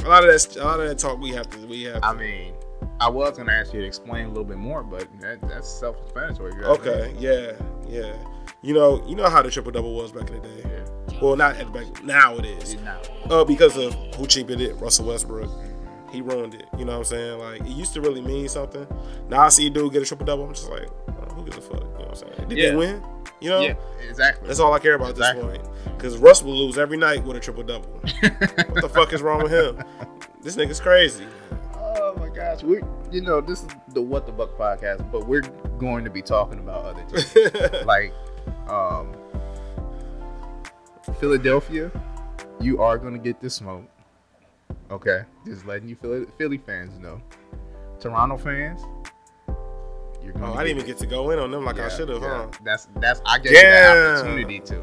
Speaker 1: a lot of that, a lot of that talk we have to, we have.
Speaker 2: I mean, I was gonna ask you to explain a little bit more, but that, that's self-explanatory. you know what I
Speaker 1: okay,
Speaker 2: mean?
Speaker 1: yeah, yeah. You know, you know how the triple double was back in the day.
Speaker 2: Yeah.
Speaker 1: Well, not at the back. Now it is.
Speaker 2: It's not-
Speaker 1: Uh, because of who cheapened it, Russell Westbrook. He ruined it. You know what I'm saying? Like it used to really mean something. Now I see a dude get a triple double. I'm just like, oh, who gives a fuck? You know what I'm saying? Did
Speaker 2: Yeah.
Speaker 1: they win? You know?
Speaker 2: Yeah, exactly.
Speaker 1: That's all I care about
Speaker 2: Exactly.
Speaker 1: at this point. Because Russ will lose every night with a triple double. what the fuck is wrong with him? This nigga's crazy.
Speaker 2: Oh my gosh, we you know this is the What the Buck podcast, but we're going to be talking about other teams like um, Philadelphia. You are gonna get this smoke. Okay, just letting you Philly, Philly fans know. Toronto fans, you're
Speaker 1: oh, I didn't even get to go in on them like I
Speaker 2: yeah,
Speaker 1: should have,
Speaker 2: yeah.
Speaker 1: huh?
Speaker 2: That's that's I gave you
Speaker 1: Damn.
Speaker 2: the opportunity to,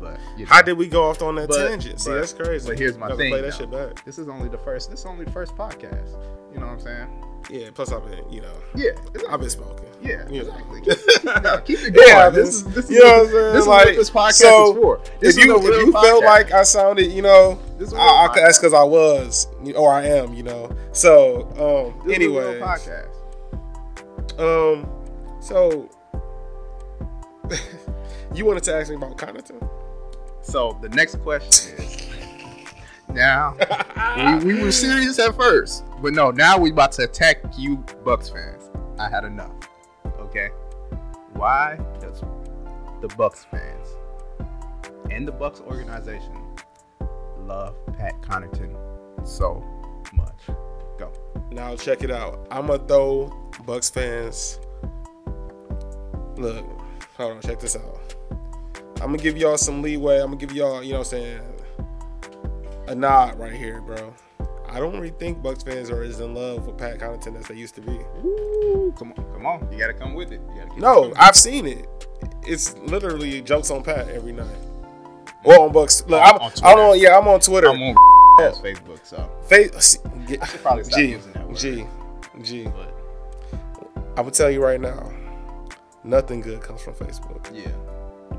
Speaker 2: but you know,
Speaker 1: How did we go off on that
Speaker 2: But-
Speaker 1: tangent? See,
Speaker 2: but-
Speaker 1: that's crazy.
Speaker 2: but here's my
Speaker 1: Gotta
Speaker 2: thing,
Speaker 1: Play that
Speaker 2: though.
Speaker 1: shit back.
Speaker 2: this is only the first. This is only the first podcast. You know what I'm saying?
Speaker 1: Yeah. Plus, I've been, you know,
Speaker 2: Yeah, it's-
Speaker 1: I've been smoking.
Speaker 2: Yeah,
Speaker 1: Yeah.
Speaker 2: exactly. Keep, no, keep it going.
Speaker 1: Yeah,
Speaker 2: this
Speaker 1: this-
Speaker 2: is this is,
Speaker 1: you know what I'm saying?
Speaker 2: this is
Speaker 1: Like,
Speaker 2: what this podcast
Speaker 1: so,
Speaker 2: is for. This
Speaker 1: if you
Speaker 2: is a real
Speaker 1: if you
Speaker 2: podcast.
Speaker 1: felt like I sounded, you know,
Speaker 2: This is a real
Speaker 1: I, I, that's
Speaker 2: podcast.
Speaker 1: because I was or I am, you know. So, um,
Speaker 2: This is a real
Speaker 1: anyway,
Speaker 2: podcast.
Speaker 1: um, so you wanted to ask me about Connaughton?
Speaker 2: So the next question is now we, we were serious at first, but no, now we about to attack you, Bucks fans. I had enough. Okay, why does the Bucks fans and the Bucks organization love Pat Connaughton so much? Go.
Speaker 1: Now check it out. I'ma throw Bucks fans. Look, hold on, check this out. I'm gonna give y'all some leeway. I'm gonna give y'all, you know what I'm saying, a nod right here, bro. I don't really think Bucks fans are as in love with Pat Connaughton as they used to be.
Speaker 2: Ooh, come on, come on! You gotta come with it. You gotta keep
Speaker 1: No,
Speaker 2: it coming.
Speaker 1: I've seen it. It's literally jokes on Pat every night. Or on Bucks. Look, I'm,
Speaker 2: On
Speaker 1: on
Speaker 2: Twitter.
Speaker 1: I'm on. Yeah, I'm on Twitter.
Speaker 2: I'm on ass Facebook, so
Speaker 1: Face.
Speaker 2: should probably stop
Speaker 1: G,
Speaker 2: using that word.
Speaker 1: G, G.
Speaker 2: but
Speaker 1: I'm gonna tell you right now, nothing good comes from Facebook.
Speaker 2: yeah,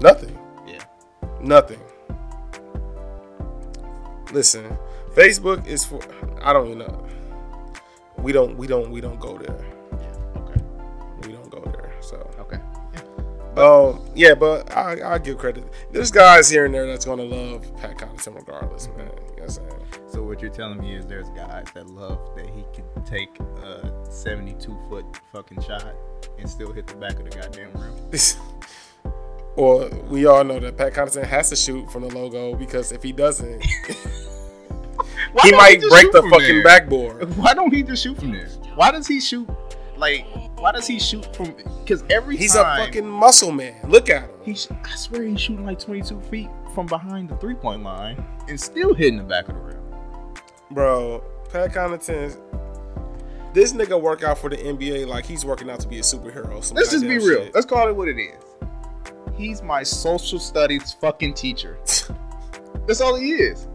Speaker 1: Nothing.
Speaker 2: yeah.
Speaker 1: Nothing. Listen, Facebook is for I don't even know. We don't we don't we don't go there.
Speaker 2: Yeah. Okay.
Speaker 1: We don't go there. So
Speaker 2: Okay.
Speaker 1: um yeah, but I I give credit. There's guys here and there that's gonna love Pat Connaughton regardless, man. You know what I'm saying?
Speaker 2: So what you're telling me is there's guys that love that he can take a 72 foot fucking shot and still hit the back of the goddamn rim.
Speaker 1: Or we all know that Pat Connaughton has to shoot from the logo because if he doesn't, he might break the fucking backboard.
Speaker 2: Why don't he just shoot from there? Why does he shoot? Like, why does he shoot from? Because every
Speaker 1: He's a
Speaker 2: time
Speaker 1: fucking muscle man. Look at him.
Speaker 2: He, sh- I swear he's shooting like 22 feet from behind the three point line and still hitting the back of the rim.
Speaker 1: Bro, Pat Connaughton, this nigga work out for the NBA like he's working out to be a superhero. Some
Speaker 2: Let's just be
Speaker 1: goddamn
Speaker 2: real.
Speaker 1: shit.
Speaker 2: Let's call it what it is. He's my social studies fucking teacher. That's all he is.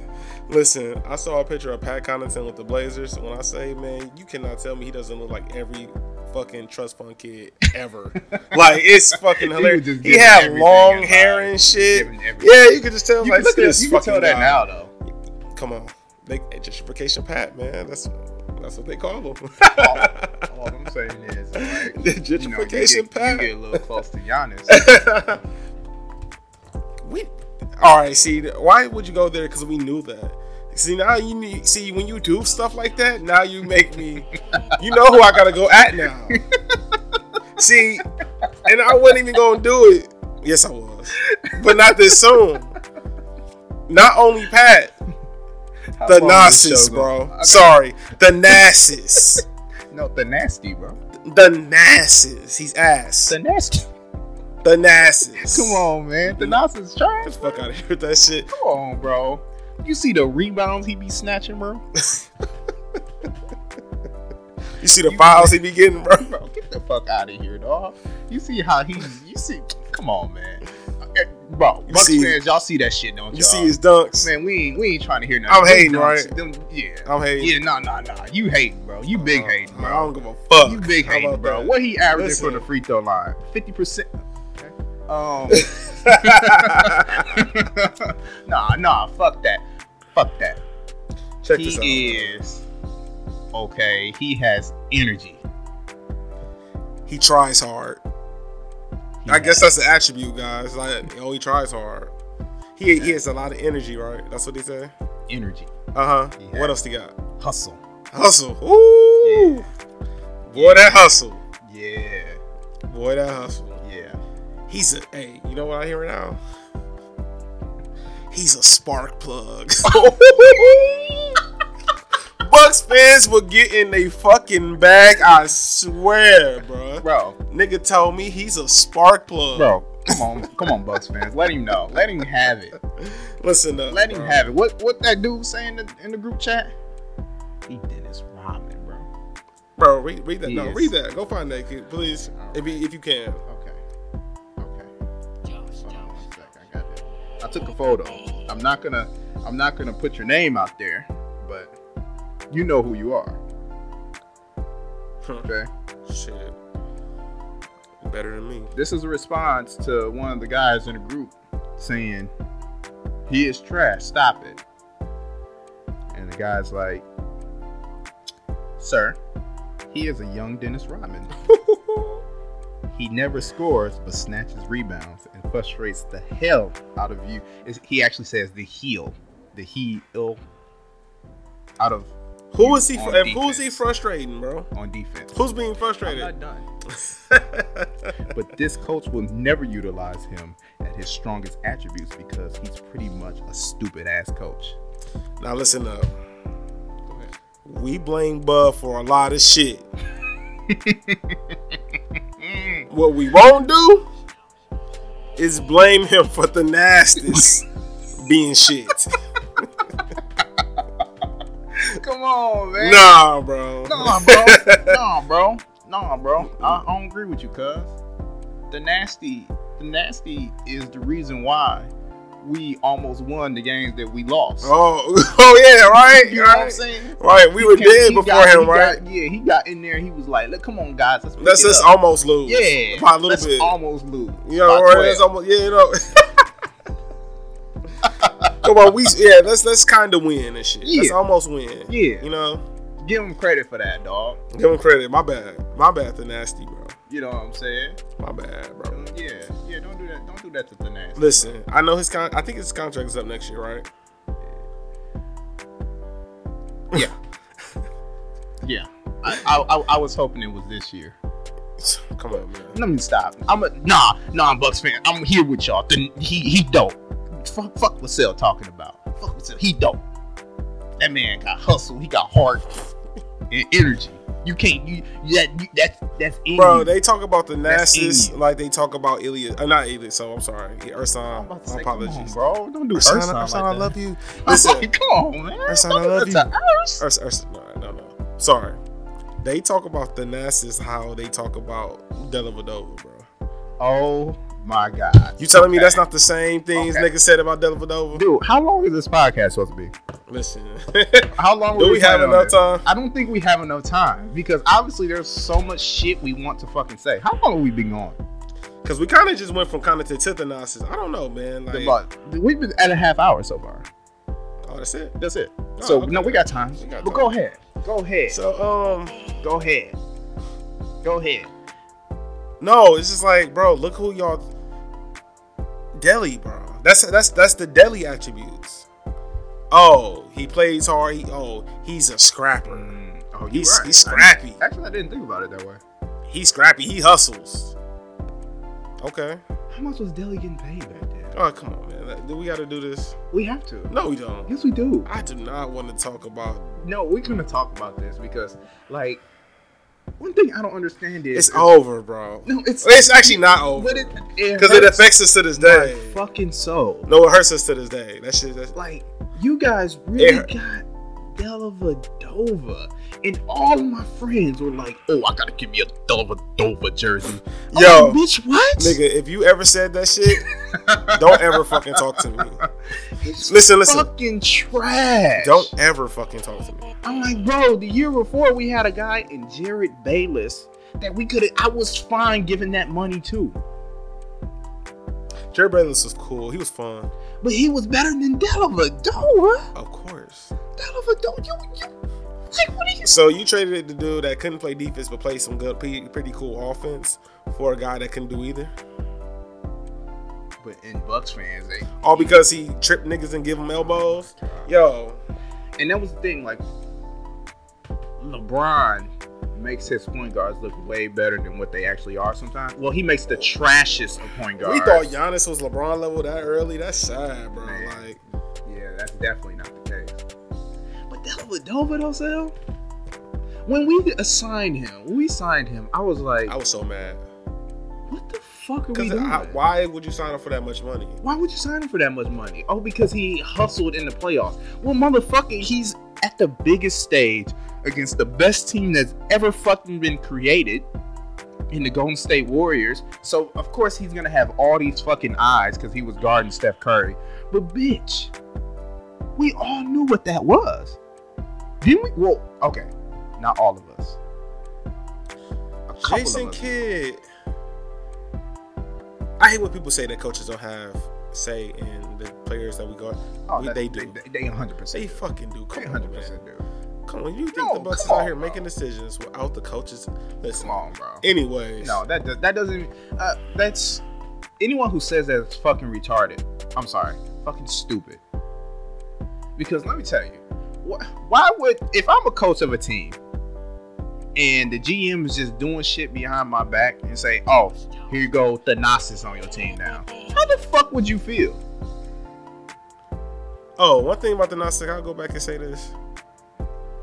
Speaker 1: Listen, I saw a picture of Pat Connaughton with the Blazers. When I say, man, you cannot tell me he doesn't look like every fucking trust fund kid ever. like it's fucking
Speaker 2: He
Speaker 1: hilarious.
Speaker 2: was just
Speaker 1: He,
Speaker 2: giving
Speaker 1: had
Speaker 2: everything
Speaker 1: long
Speaker 2: in
Speaker 1: hair
Speaker 2: life.
Speaker 1: and shit.
Speaker 2: Giving everything.
Speaker 1: Yeah, you could just tell.
Speaker 2: You
Speaker 1: like,
Speaker 2: can, look at
Speaker 1: this
Speaker 2: this. You can tell
Speaker 1: fucking
Speaker 2: that
Speaker 1: guy.
Speaker 2: now, though.
Speaker 1: Come on, they gentrification Pat, man. That's that's what they call him.
Speaker 2: All, all I'm saying is, like,
Speaker 1: The
Speaker 2: you, know, you, get,
Speaker 1: gentrification
Speaker 2: you
Speaker 1: Pat.
Speaker 2: get a little close to Giannis.
Speaker 1: we all right. See, why would you go there? Because we knew that. See now you need, see when you do stuff like that. Now you make me. You know who I gotta go at now. see, and I wasn't even gonna do it. Yes, I was, but not this soon. Not only Pat,
Speaker 2: How
Speaker 1: the
Speaker 2: long was the
Speaker 1: Nasus,
Speaker 2: show
Speaker 1: bro.
Speaker 2: going?
Speaker 1: Sorry, the Nasus,
Speaker 2: No, the nasty, bro.
Speaker 1: the Nasus. He's ass.
Speaker 2: The nasty.
Speaker 1: The Nasus.
Speaker 2: Come on, man. The nasty's trash.
Speaker 1: Get the fuck out of here with that shit.
Speaker 2: Come on, bro. You see the rebounds he be snatching, bro?
Speaker 1: You see the files he be getting, bro.
Speaker 2: Bro, get the fuck out of here, dog. You see how he? You see? Come on, man. Eh, Bro,
Speaker 1: You
Speaker 2: Bucks
Speaker 1: see-
Speaker 2: fans, y'all see that shit, don't y'all?
Speaker 1: You see his dunks.
Speaker 2: man. We ain't, we ain't trying to hear nothing.
Speaker 1: I'm hating,
Speaker 2: Them
Speaker 1: right?
Speaker 2: dunks, them- yeah,
Speaker 1: I'm hating. Uh,
Speaker 2: yeah. Nah, nah, nah. You hating, bro. You big hating,
Speaker 1: I
Speaker 2: bro.
Speaker 1: don't give a fuck.
Speaker 2: You big
Speaker 1: How
Speaker 2: hating,
Speaker 1: about
Speaker 2: bro.
Speaker 1: that?
Speaker 2: What he averaging
Speaker 1: Listen.
Speaker 2: from the free throw line? Fifty percent. Um, nah, nah, fuck that, fuck that.
Speaker 1: Check this out.
Speaker 2: he is okay. He has energy.
Speaker 1: He tries hard.
Speaker 2: He
Speaker 1: I guess
Speaker 2: has-
Speaker 1: that's an attribute, guys. Like, oh, he tries hard. He, he has a lot of energy, right? That's what they say.
Speaker 2: energy,
Speaker 1: Uh huh.
Speaker 2: He
Speaker 1: What
Speaker 2: has-
Speaker 1: else he got?
Speaker 2: hustle.
Speaker 1: Hustle. Ooh, boy, that hustle.
Speaker 2: Yeah,
Speaker 1: Boy, that hustle.
Speaker 2: yeah.
Speaker 1: He's a hey. You know what I hear now? He's a spark plug. Bucks fans will get in they fucking bag. I swear, bro.
Speaker 2: bro,
Speaker 1: Nigga told me he's a spark plug.
Speaker 2: bro. Come on, come on, Bucks fans. Let him know. Let him have it.
Speaker 1: Listen up.
Speaker 2: Let him
Speaker 1: bro.
Speaker 2: have it. What what that dude saying in the, in the group chat? He Dennis Rodman, bro.
Speaker 1: Bro, read, read that. No,
Speaker 2: Yes.
Speaker 1: read that. Go find that kid, please. If you, if you can.
Speaker 2: Okay. Okay.
Speaker 3: Jones,
Speaker 2: Hold on
Speaker 3: Jones.
Speaker 2: one sec. I got that. I took a photo. I'm not gonna I'm not gonna put your name out there, but you know who you are.
Speaker 1: Huh.
Speaker 2: Okay.
Speaker 1: Shit. Better than me.
Speaker 2: This is a response to one of the guys in the group saying, He is trash, stop it. And the guy's like, Sir, he is a young Dennis Rodman. He never scores, but snatches rebounds and frustrates the hell out of you. Is- He actually says the heel, the he ill out of
Speaker 1: Who is he?
Speaker 2: on
Speaker 1: Fr- and who is he
Speaker 2: defense.
Speaker 1: frustrating, bro?
Speaker 2: on defense.
Speaker 1: Who's being
Speaker 2: I'm
Speaker 1: frustrated?
Speaker 2: not done. But this coach will never utilize him at his strongest attributes because he's pretty much a stupid ass coach.
Speaker 1: now listen up. We blame Bud for a lot of shit. what we won't do is blame him for the nastiest being shit.
Speaker 2: Come on, man.
Speaker 1: Nah, bro.
Speaker 2: Nah, bro. nah, bro. Nah, bro. I, I don't agree with you, cuz. The nasty, the nasty is the reason why we almost won the games that we lost.
Speaker 1: Oh, oh yeah, right,
Speaker 2: You know what I'm
Speaker 1: right,
Speaker 2: saying?
Speaker 1: right. We were
Speaker 2: He came-
Speaker 1: dead
Speaker 2: he
Speaker 1: before
Speaker 2: got-
Speaker 1: him,
Speaker 2: he
Speaker 1: right?
Speaker 2: got- yeah, he got in there. and He was like, "Look, come on, guys, let's
Speaker 1: Let's
Speaker 2: pick it
Speaker 1: just
Speaker 2: up."
Speaker 1: almost lose,
Speaker 2: yeah,
Speaker 1: by a little
Speaker 2: let's
Speaker 1: bit.
Speaker 2: almost lose.
Speaker 1: You know,
Speaker 2: By
Speaker 1: right? That's
Speaker 2: 12.
Speaker 1: almost yeah, you know. Come on, we yeah, let's let's kind of win and shit. Let's
Speaker 2: Yeah.
Speaker 1: almost win.
Speaker 2: Yeah.
Speaker 1: you know,
Speaker 2: give him credit for that, dog.
Speaker 1: give him credit. My bad, my bad, the nasty bro.
Speaker 2: You know what I'm saying?
Speaker 1: My bad, bro.
Speaker 2: Yeah, yeah. Don't do that. Don't do that to the nasty.
Speaker 1: Listen, I know his con. I think his contract is up next year, right?
Speaker 2: Yeah. yeah. I, I, I, I was hoping it was this year.
Speaker 1: Come on, man.
Speaker 2: Let me stop. I'm a nah, nah, I'm Bucks fan. I'm here with y'all. Then he he dope. Fuck, fuck what Sel talking about. Fuck what Sel. He dope. That man got hustle. He got heart and energy. You can't. You that you, that's that's in
Speaker 1: Bro,
Speaker 2: you.
Speaker 1: they talk about the
Speaker 2: That's
Speaker 1: nastiest,
Speaker 2: idiot.
Speaker 1: like they talk about Ilya. Uh, not Ilya, so I'm sorry. Yeah, Ursan,
Speaker 2: I'm about
Speaker 1: my
Speaker 2: to say, come on,
Speaker 1: apologies.
Speaker 2: bro. Don't do
Speaker 1: Ursan,
Speaker 2: Ursan,
Speaker 1: Ursan,
Speaker 2: like
Speaker 1: I
Speaker 2: that.
Speaker 1: love you.
Speaker 2: I'm
Speaker 1: Listen,
Speaker 2: like, come on, man.
Speaker 1: Ursan,
Speaker 2: Don't
Speaker 1: I
Speaker 2: do
Speaker 1: love
Speaker 2: that to Urs.
Speaker 1: Urs, Urs, no, no, no. Sorry. They talk about the Nassus how they talk about Della Vadova, bro.
Speaker 2: Oh my god.
Speaker 1: You telling me
Speaker 2: Okay.
Speaker 1: that's not the same things
Speaker 2: Okay.
Speaker 1: niggas said about Della Vadova?
Speaker 2: Dude, how long is this podcast supposed to be?
Speaker 1: Listen.
Speaker 2: How long
Speaker 1: Do we have
Speaker 2: planning on
Speaker 1: enough
Speaker 2: this?
Speaker 1: time?
Speaker 2: I don't think we have enough time because obviously there's so much shit we want to fucking say. How long have we been going?
Speaker 1: Because we kind of just went from Connaughton to the Nassus. I don't know, man. Like,
Speaker 2: Like, we've been at a half hour so far.
Speaker 1: oh, that's it.
Speaker 2: That's it. so
Speaker 1: okay.
Speaker 2: no, we got time.
Speaker 1: We got
Speaker 2: but
Speaker 1: time.
Speaker 2: go ahead. Go ahead.
Speaker 1: So, um,
Speaker 2: go ahead. Go ahead.
Speaker 1: no, it's just like, bro, look who y'all. Delhi, bro. That's that's that's the Delhi attributes. Oh, he plays hard. He, oh, he's a scrapper.
Speaker 2: Oh, you
Speaker 1: He's,
Speaker 2: right.
Speaker 1: he's scrappy.
Speaker 2: I- actually, I didn't think about it that way.
Speaker 1: He's scrappy. He hustles. Okay.
Speaker 2: How much was Deli getting paid back then?
Speaker 1: Oh, come on, man. Like, Do we got to do this?
Speaker 2: We have to.
Speaker 1: No, we don't.
Speaker 2: Yes, we do.
Speaker 1: I do not want to talk about.
Speaker 2: No, we're gonna talk about this because, like, one thing I don't understand is
Speaker 1: It's over, bro.
Speaker 2: No, it's
Speaker 1: It's actually not over
Speaker 2: But it it
Speaker 1: because it
Speaker 2: hurts
Speaker 1: affects us to this
Speaker 2: my
Speaker 1: day.
Speaker 2: fucking soul.
Speaker 1: No, it hurts us to this day. That shit. That's,
Speaker 2: Like you guys really
Speaker 1: hurt-
Speaker 2: got Delavadova, and all of my friends were like, "Oh, I gotta give me a Delavadova jersey." I'm
Speaker 1: Yo.
Speaker 2: like, bitch, what?
Speaker 1: nigga, if you ever said that shit, don't ever fucking talk to me.
Speaker 2: It's
Speaker 1: listen, listen.
Speaker 2: fucking trash.
Speaker 1: Don't ever fucking talk to me.
Speaker 2: I'm like, bro. The year before, we had a guy in Jared Bayless that we could. I was fine giving that money to.
Speaker 1: Jerry Bayless was cool. He was fun.
Speaker 2: But he was better than Delavadova.
Speaker 1: Of course.
Speaker 2: Delavadova, you, you, like, what are you?
Speaker 1: So you traded the dude that couldn't play defense but played some good, pretty, pretty cool offense for a guy that couldn't do either.
Speaker 2: But in Bucks fans, they
Speaker 1: All because he tripped niggas and give them elbows. Yo,
Speaker 2: and that was the thing. Like LeBron makes his point guards look way better than what they actually are sometimes. Well, he makes the trashiest of point guards.
Speaker 1: we thought Giannis was LeBron level that early. That's sad, bro.
Speaker 2: Man.
Speaker 1: Like,
Speaker 2: Yeah, that's definitely not the case. But Delavadova though, Sal. When we assigned him, when we signed him, I was like,
Speaker 1: I was so mad.
Speaker 2: what the fuck are we
Speaker 1: Because
Speaker 2: doing?
Speaker 1: why would you sign up for that much money?
Speaker 2: Why would you sign him for that much money? Oh, because he hustled in the playoffs. Well, motherfucker, he's at the biggest stage against the best team that's ever fucking been created in the Golden State Warriors. So, of course, he's going to have all these fucking eyes because he was guarding Steph Curry. But, bitch, we all knew what that was. Didn't we? Well, okay. Not all of us. A couple
Speaker 1: Jason
Speaker 2: of us.
Speaker 1: Kidd. I hate when people say that coaches don't have say in the players that we guard.
Speaker 2: Oh,
Speaker 1: we-
Speaker 2: that-
Speaker 1: they do.
Speaker 2: They, they 100%.
Speaker 1: They fucking do.
Speaker 2: they
Speaker 1: Come on,
Speaker 2: 100%
Speaker 1: man.
Speaker 2: do.
Speaker 1: Come on. You think
Speaker 2: No,
Speaker 1: the Bucks is
Speaker 2: come
Speaker 1: out
Speaker 2: on,
Speaker 1: here
Speaker 2: bro.
Speaker 1: making decisions without the coaches? Listen.
Speaker 2: Come on, bro.
Speaker 1: Anyways,
Speaker 2: No, that does, that doesn't. Uh, that's anyone who says that is fucking retarded. I'm sorry, fucking stupid. Because let me tell you, wh- why would if I'm a coach of a team and the GM is just doing shit behind my back and say, "Oh, here you go, Thanasis on your team now," how the fuck would you feel?
Speaker 1: Oh, one thing about the Nasdaq, I'll go back and say this.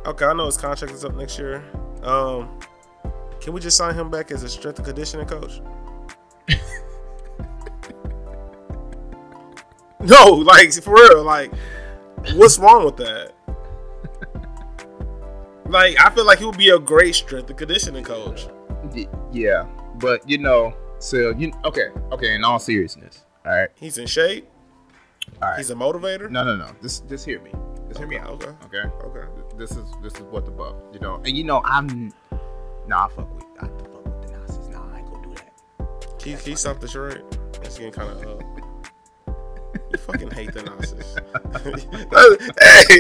Speaker 1: Okay, I know his contract is up next year. Um, can we just sign him back as a strength and conditioning coach? no, like for real, like what's wrong with that? Like I feel like he would be a great strength and conditioning coach.
Speaker 2: Y- Yeah, but you know, so you okay, okay. In all seriousness, all right,
Speaker 1: He's in shape.
Speaker 2: all right.
Speaker 1: He's a motivator.
Speaker 2: no, no, no. Just, just hear me. Just hear me
Speaker 1: Okay,
Speaker 2: out.
Speaker 1: okay.
Speaker 2: Okay.
Speaker 1: Okay.
Speaker 2: this is this is what the buff, you know. And you know, I'm nah, I fuck with I fuck with the Nazis. Nah, I ain't gonna do that.
Speaker 1: Can you, can you stop the charade? It's getting kind of. Uh, you fucking hate the Nazis. hey,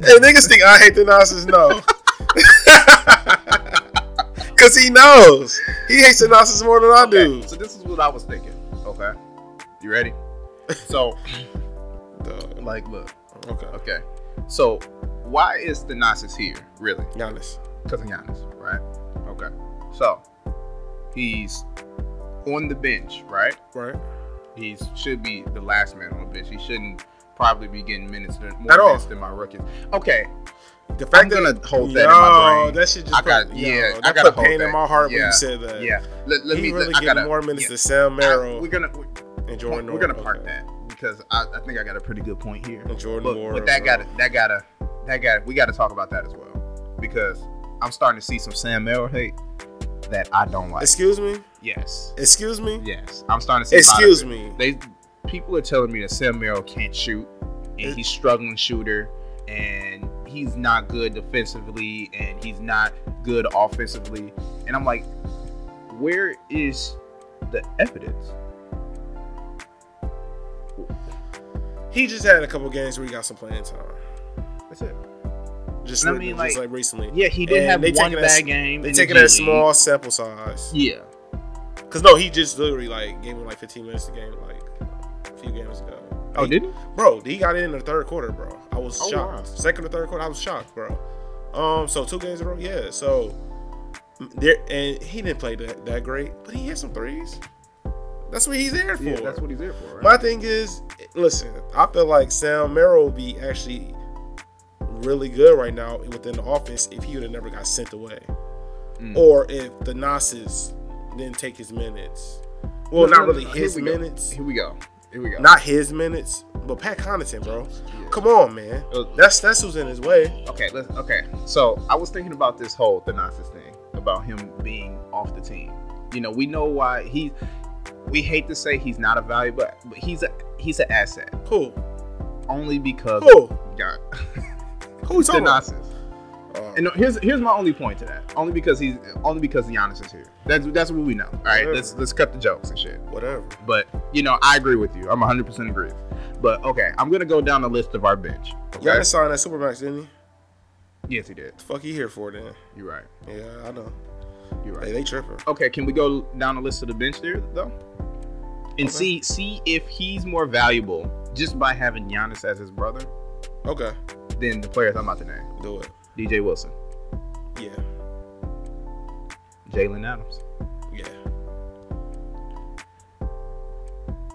Speaker 1: hey, niggas think I hate the Nazis. No, cause he knows he hates the Nazis more than I do.
Speaker 2: Okay, so this is what I was thinking. Okay, you ready? So
Speaker 1: Duh.
Speaker 2: like, look,
Speaker 1: Okay,
Speaker 2: okay. So why is the Nazis here really?
Speaker 1: Giannis.
Speaker 2: Because of Giannis, right? Okay. So he's on the bench, right?
Speaker 1: Right.
Speaker 2: He should be the last man on the bench. He shouldn't probably be getting minutes than, more
Speaker 1: At all.
Speaker 2: minutes than my rookies. Okay,
Speaker 1: The
Speaker 2: I'm gonna hold that in my
Speaker 1: Yo,
Speaker 2: brain.
Speaker 1: that shit just
Speaker 2: I got-
Speaker 1: put,
Speaker 2: yeah,
Speaker 1: yo,
Speaker 2: I
Speaker 1: that
Speaker 2: gotta
Speaker 1: put pain
Speaker 2: hold
Speaker 1: in my
Speaker 2: that.
Speaker 1: heart when
Speaker 2: Yeah,
Speaker 1: you said that.
Speaker 2: Yeah. Let, let
Speaker 1: he
Speaker 2: me.
Speaker 1: really
Speaker 2: I
Speaker 1: getting
Speaker 2: gotta,
Speaker 1: more minutes
Speaker 2: yeah.
Speaker 1: to Sam
Speaker 2: I-
Speaker 1: Merrill
Speaker 2: we're gonna we're,
Speaker 1: and Jordan.
Speaker 2: we're
Speaker 1: Moore.
Speaker 2: gonna park
Speaker 1: Okay.
Speaker 2: that because I, I think I got a pretty good point here.
Speaker 1: And Jordan
Speaker 2: but,
Speaker 1: Moore,
Speaker 2: but that
Speaker 1: bro.
Speaker 2: got that got to that got we got to talk about that as well because I'm starting to see some Sam Merrill hate that I don't like.
Speaker 1: Excuse me.
Speaker 2: yes,
Speaker 1: Excuse me.
Speaker 2: yes, I'm starting to see. a lot of
Speaker 1: Excuse
Speaker 2: it.
Speaker 1: me.
Speaker 2: They people are telling me that Sam Merrill can't shoot and he's struggling shooter and he's not good defensively and he's not good offensively and I'm like, where is the evidence?
Speaker 1: He just had a couple games where he got some playing time.
Speaker 2: That's it.
Speaker 1: Just,
Speaker 2: And I
Speaker 1: re-
Speaker 2: mean,
Speaker 1: just
Speaker 2: like-
Speaker 1: like recently.
Speaker 2: Yeah, he did
Speaker 1: And
Speaker 2: have
Speaker 1: they
Speaker 2: one
Speaker 1: taking
Speaker 2: bad
Speaker 1: that s-
Speaker 2: game.
Speaker 1: They
Speaker 2: in the
Speaker 1: taking
Speaker 2: G
Speaker 1: that
Speaker 2: League.
Speaker 1: small sample size.
Speaker 2: Yeah,
Speaker 1: Cause no, he just literally like gave him like 15 minutes to game like a few games ago.
Speaker 2: Oh,
Speaker 1: Like,
Speaker 2: did he?
Speaker 1: bro, he got in, in the third quarter, bro. I was
Speaker 2: Oh,
Speaker 1: shocked.
Speaker 2: wow.
Speaker 1: Second or third quarter, I was shocked, bro. Um, so two games in a row, yeah. So there, and he didn't play that, that great, but he hit some threes. That's what he's there for.
Speaker 2: what he's there for.
Speaker 1: My thing is, listen, I feel like Sam Merrill would be actually really good right now within the offense if he would have never got sent away,
Speaker 2: Mm.
Speaker 1: or if the Nasses didn't take his minutes. Well, not really his minutes,
Speaker 2: Here we go. Here we go.
Speaker 1: not his minutes, but Pat Connaughton, bro.
Speaker 2: Yeah.
Speaker 1: Come on, man.
Speaker 2: Uh,
Speaker 1: That's that's who's in his way.
Speaker 2: Okay, let's. Okay, so I was thinking about this whole Thanasis thing about him being off the team. You know, we know why he. We hate to say he's not a value, but but he's a he's an asset
Speaker 1: Who?
Speaker 2: only because
Speaker 1: Who?
Speaker 2: yeah,
Speaker 1: Who we talking about?
Speaker 2: Thanasis.
Speaker 1: Uh,
Speaker 2: And no, here's here's my only point to that. Only because he's only because Giannis is here. That's that's what we know. All right, let's let's cut the jokes and shit.
Speaker 1: Oh, whatever.
Speaker 2: But you know, I agree with you. I'm 100 percent agree. But okay, I'm gonna go down the list of our bench. Okay?
Speaker 1: Y'all signed that Supermax, didn't he?
Speaker 2: Yes, he did.
Speaker 1: The fuck he here for then?
Speaker 2: You're right.
Speaker 1: Yeah, I know.
Speaker 2: You're right.
Speaker 1: Hey, they tripping.
Speaker 2: Okay, can we go down the list of the bench there though,
Speaker 1: Okay.
Speaker 2: and see see if he's more valuable just by having Giannis as his brother
Speaker 1: Okay,
Speaker 2: than the players I'm about to name:
Speaker 1: do it.
Speaker 2: DJ Wilson,
Speaker 1: Yeah,
Speaker 2: Jalen Adams,
Speaker 1: yeah.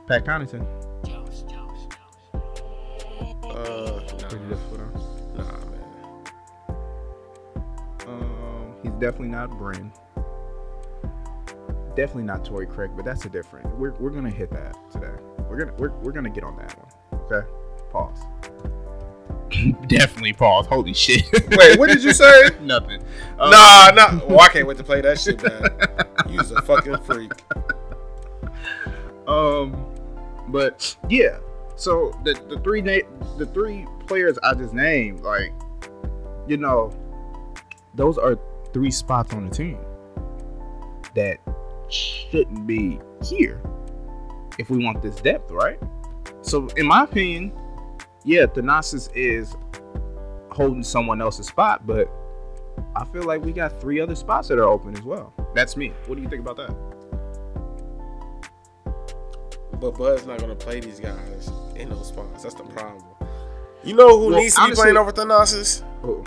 Speaker 2: Pat Connaughton.
Speaker 3: Jones, Jones, Jones.
Speaker 1: Uh,
Speaker 2: Pretty difficult,
Speaker 1: nah,
Speaker 2: huh?
Speaker 1: nah, man.
Speaker 2: Um, he's definitely not Bryn. Definitely not Tory Craig, but that's a different. We're, we're gonna hit that today. We're gonna we're, we're gonna get on that one. Okay, pause. definitely pause. Holy shit!
Speaker 1: Wait, what did you say?
Speaker 2: Nothing.
Speaker 1: nah, nah. Well, I can't wait to play that shit, man. You's a fucking freak.
Speaker 2: Um, but yeah. So the the three na- the three players I just named, like, you know, those are three spots on the team that shouldn't be here if we want this depth, right? So in my opinion, yeah, Thanasis is holding someone else's spot, but I feel like we got three other spots that are open as well. That's me. What do you think about that?
Speaker 1: But Bud's not gonna play these guys in those spots. That's the problem. You know who
Speaker 2: Well,
Speaker 1: needs to
Speaker 2: honestly-
Speaker 1: be playing over Thanasis?
Speaker 2: Oh,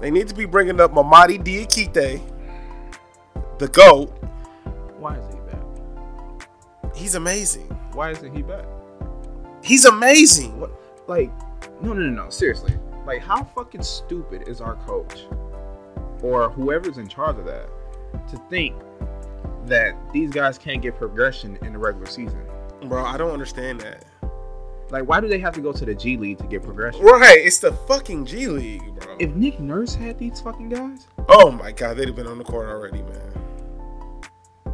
Speaker 1: They need to be bringing up Mamadi Diakite, the goat.
Speaker 2: why is he back?
Speaker 1: He's amazing.
Speaker 2: Why isn't he back?
Speaker 1: He's amazing.
Speaker 2: What? Like, no, no, no, no. Seriously. Like, how fucking stupid is our coach or whoever's in charge of that to think that these guys can't get progression in the regular season?
Speaker 1: Bro, I don't understand that.
Speaker 2: Like, why do they have to go to the G League to get progression?
Speaker 1: Right, it's the fucking G League, bro.
Speaker 2: If Nick Nurse had these fucking guys,
Speaker 1: oh my god, they'd have been on the court already, man.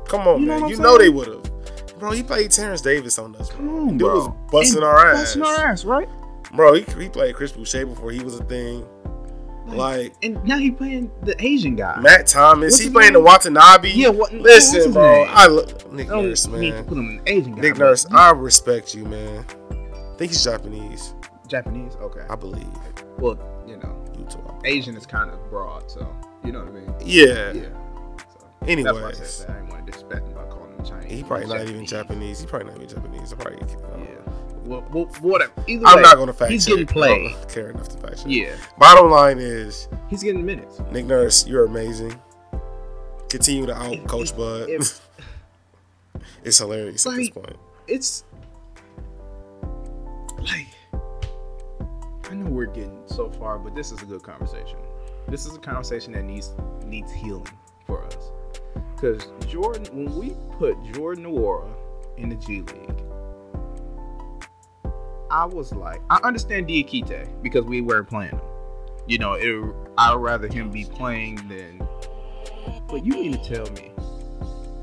Speaker 1: Come on,
Speaker 2: You know
Speaker 1: man.
Speaker 2: what I'm
Speaker 1: you know they
Speaker 2: saying?
Speaker 1: would have. Bro, he played Terrence Davis on us, bro.
Speaker 2: come on,
Speaker 1: Dude
Speaker 2: bro.
Speaker 1: was busting
Speaker 2: And
Speaker 1: our ass.
Speaker 2: Busting our ass, right?
Speaker 1: Bro, he, he played Chris Boucher before he was a thing. Like
Speaker 2: and now he playing the Asian guy.
Speaker 1: Matt Thomas,
Speaker 2: What's
Speaker 1: he
Speaker 2: his
Speaker 1: playing the
Speaker 2: name?
Speaker 1: Watanabe.
Speaker 2: Yeah, what- what's
Speaker 1: Listen,
Speaker 2: his
Speaker 1: bro.
Speaker 2: name? Oh,
Speaker 1: I look Nick
Speaker 2: I don't
Speaker 1: Nurse,
Speaker 2: mean to
Speaker 1: man.
Speaker 2: put him in the Asian guy.
Speaker 1: Nick
Speaker 2: but
Speaker 1: Nurse, I respect you, man. I think he's Japanese,
Speaker 2: Japanese, okay.
Speaker 1: I believe.
Speaker 2: Well, you know,
Speaker 1: You too.
Speaker 2: Asian is kind of broad, so you know what I mean.
Speaker 1: Yeah.
Speaker 2: Yeah. So, That's why I
Speaker 1: Anyways,
Speaker 2: said that. I didn't want to disrespect him by calling him Chinese.
Speaker 1: he probably not even Japanese. He probably not even Japanese. I'm probably.
Speaker 2: Yeah. Well, well whatever. Either
Speaker 1: I'm
Speaker 2: way,
Speaker 1: not gonna fact
Speaker 2: He's
Speaker 1: check.
Speaker 2: getting played.
Speaker 1: I don't care enough to fact check.
Speaker 2: Yeah.
Speaker 1: Bottom line is,
Speaker 2: He's getting minutes.
Speaker 1: Nick Nurse, you're amazing. Continue to out coach Bud.
Speaker 2: If-
Speaker 1: it's hilarious at this
Speaker 2: Like-
Speaker 1: point.
Speaker 2: it's like I know we're getting so far, but this is a good conversation. This is a conversation that needs needs healing for us. Cause Jordan, when we put Jordan Nwora in the G League, I was like, I understand Diakite because we weren't playing him. You know, it, I'd rather him be playing than. But you mean to tell me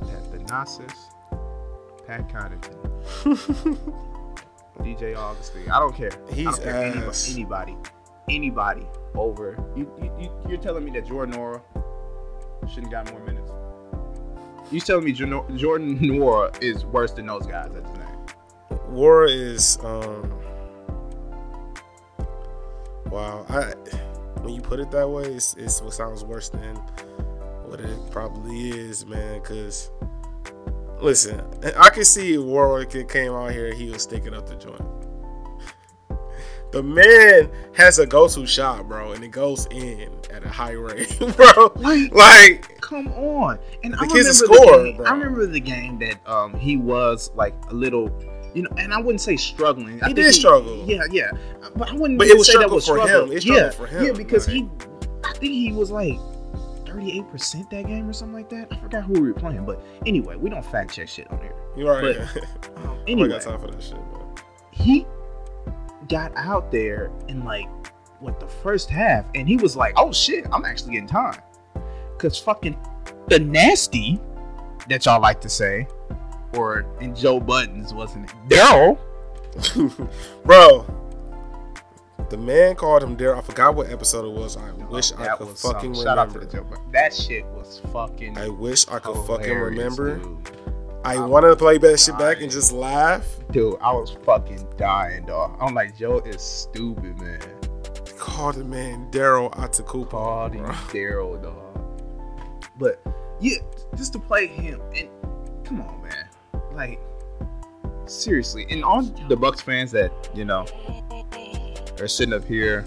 Speaker 2: that the Nasus, Pat Connaughton, DJ Augustine. I don't care. I
Speaker 1: He's
Speaker 2: don't care anybody,
Speaker 1: ass.
Speaker 2: anybody, anybody over. You, you, you, you're telling me that Jordan Nora shouldn't got more minutes. You telling me Jordan, Jordan Nora is worse than those guys at the name?
Speaker 1: Wara is um Wow, I when you put it that way, it's, it's what sounds worse than what it probably is, man. Cause listen, I could see Warwick came out here, he was sticking up the joint. The man has a go-to shot, bro, and it goes in at a high rate, bro.
Speaker 2: Like,
Speaker 1: Like
Speaker 2: come on! And I
Speaker 1: The
Speaker 2: remember
Speaker 1: kid's a
Speaker 2: the
Speaker 1: scorer,
Speaker 2: game,
Speaker 1: bro.
Speaker 2: I remember the game that um he was like a little, you know, and I wouldn't say struggling. I
Speaker 1: He
Speaker 2: think
Speaker 1: did struggle.
Speaker 2: Yeah, yeah, but I wouldn't.
Speaker 1: But it
Speaker 2: even
Speaker 1: was
Speaker 2: say that
Speaker 1: struggle
Speaker 2: was
Speaker 1: for him.
Speaker 2: struggle.
Speaker 1: It
Speaker 2: yeah,
Speaker 1: struggled for him,
Speaker 2: yeah, because
Speaker 1: like-
Speaker 2: he, I think he was like. 38% that game or something like that. I forgot who we were playing, but anyway, we don't fact check shit on here.
Speaker 1: you are right.
Speaker 2: Um,
Speaker 1: I don't
Speaker 2: anyway,
Speaker 1: got time for that shit, man.
Speaker 2: he got out there in like what the first half, and he was like, "Oh shit, I'm actually getting time," because fucking the nasty that y'all like to say, or in Joe Buttons wasn't it? Daryl.
Speaker 1: bro. The man called him Daryl. I forgot what episode it was. I wish I
Speaker 2: That
Speaker 1: could
Speaker 2: was
Speaker 1: fucking
Speaker 2: some- Shout out to
Speaker 1: remember.
Speaker 2: the Joker. That shit was fucking.
Speaker 1: I wish I could fucking
Speaker 2: hilarious,
Speaker 1: remember.
Speaker 2: dude.
Speaker 1: I
Speaker 2: I'm
Speaker 1: wanted to play that shit back
Speaker 2: dying.
Speaker 1: and just laugh.
Speaker 2: Dude, I was fucking dying, dog. I'm like, Joe is stupid, man.
Speaker 1: Called the man Daryl Atakupa.
Speaker 2: Called him
Speaker 1: bro.
Speaker 2: Daryl, dog. But yeah, just to play him and come on, man. Like seriously, and all the Bucks fans that you know are sitting up here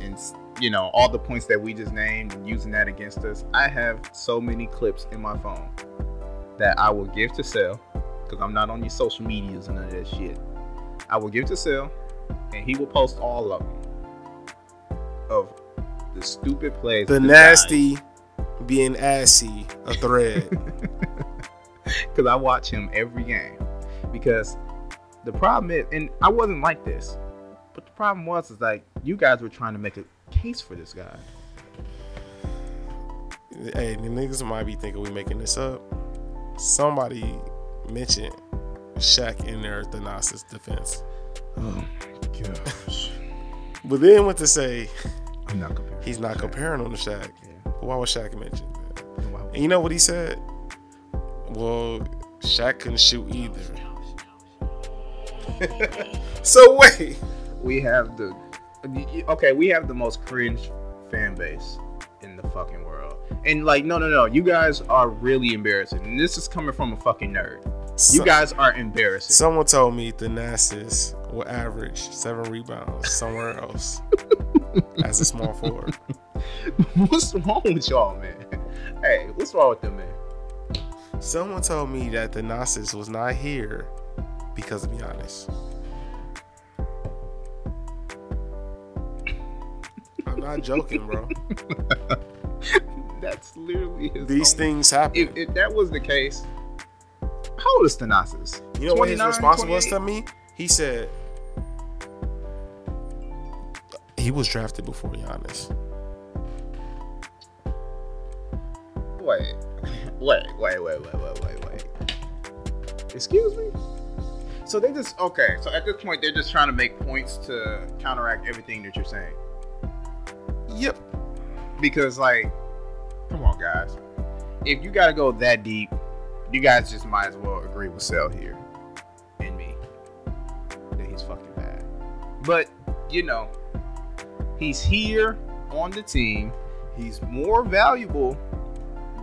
Speaker 2: and you know all the points that we just named and using that against us. I have so many clips in my phone that I will give to sell because I'm not on your social medias and none of that shit. I will give to sell, and he will post all of them of the stupid plays,
Speaker 1: The nasty being assy, a thread.
Speaker 2: because I watch him every game. Because the problem is, and I wasn't like this, but the problem was is like you guys were trying to make a case for this guy.
Speaker 1: hey, the niggas might be thinking we making this up. Somebody mentioned Shaq in their Thanasis defense.
Speaker 2: Oh my gosh,
Speaker 1: But then went to say
Speaker 2: I'm not comparing.
Speaker 1: he's not comparing him to Shaq.
Speaker 2: Yeah.
Speaker 1: Why was Shaq mentioned? that?
Speaker 2: Wow.
Speaker 1: And you know what he said? Well, Shaq couldn't shoot either. So wait.
Speaker 2: We have the okay. We have the most cringe fan base in the fucking world. And like, no, no, no. You guys are really embarrassing. And this is coming from a fucking nerd. You
Speaker 1: So-
Speaker 2: guys are embarrassing.
Speaker 1: Someone told me the Nassus will average seven rebounds somewhere else as a small forward.
Speaker 2: what's wrong with y'all, man? Hey, what's wrong with them, man?
Speaker 1: Someone told me that the Nassus was not here because of Giannis. I'm not joking, bro.
Speaker 2: That's literally his
Speaker 1: These
Speaker 2: own-
Speaker 1: things happen.
Speaker 2: If, if that was the case, how old is Thanasis?
Speaker 1: you know what his
Speaker 2: 29,
Speaker 1: response was
Speaker 2: 28?
Speaker 1: to me? He said he was drafted before Giannis.
Speaker 2: Wait, wait, wait, wait, wait, wait, wait, wait. Excuse me. So they just okay. So at this point, they're just trying to make points to counteract everything that you're saying.
Speaker 1: Yep.
Speaker 2: Because like, come on, guys. If you gotta go that deep, you guys just might as well agree with Sel here and me that he's fucking bad. But you know, he's here on the team. He's more valuable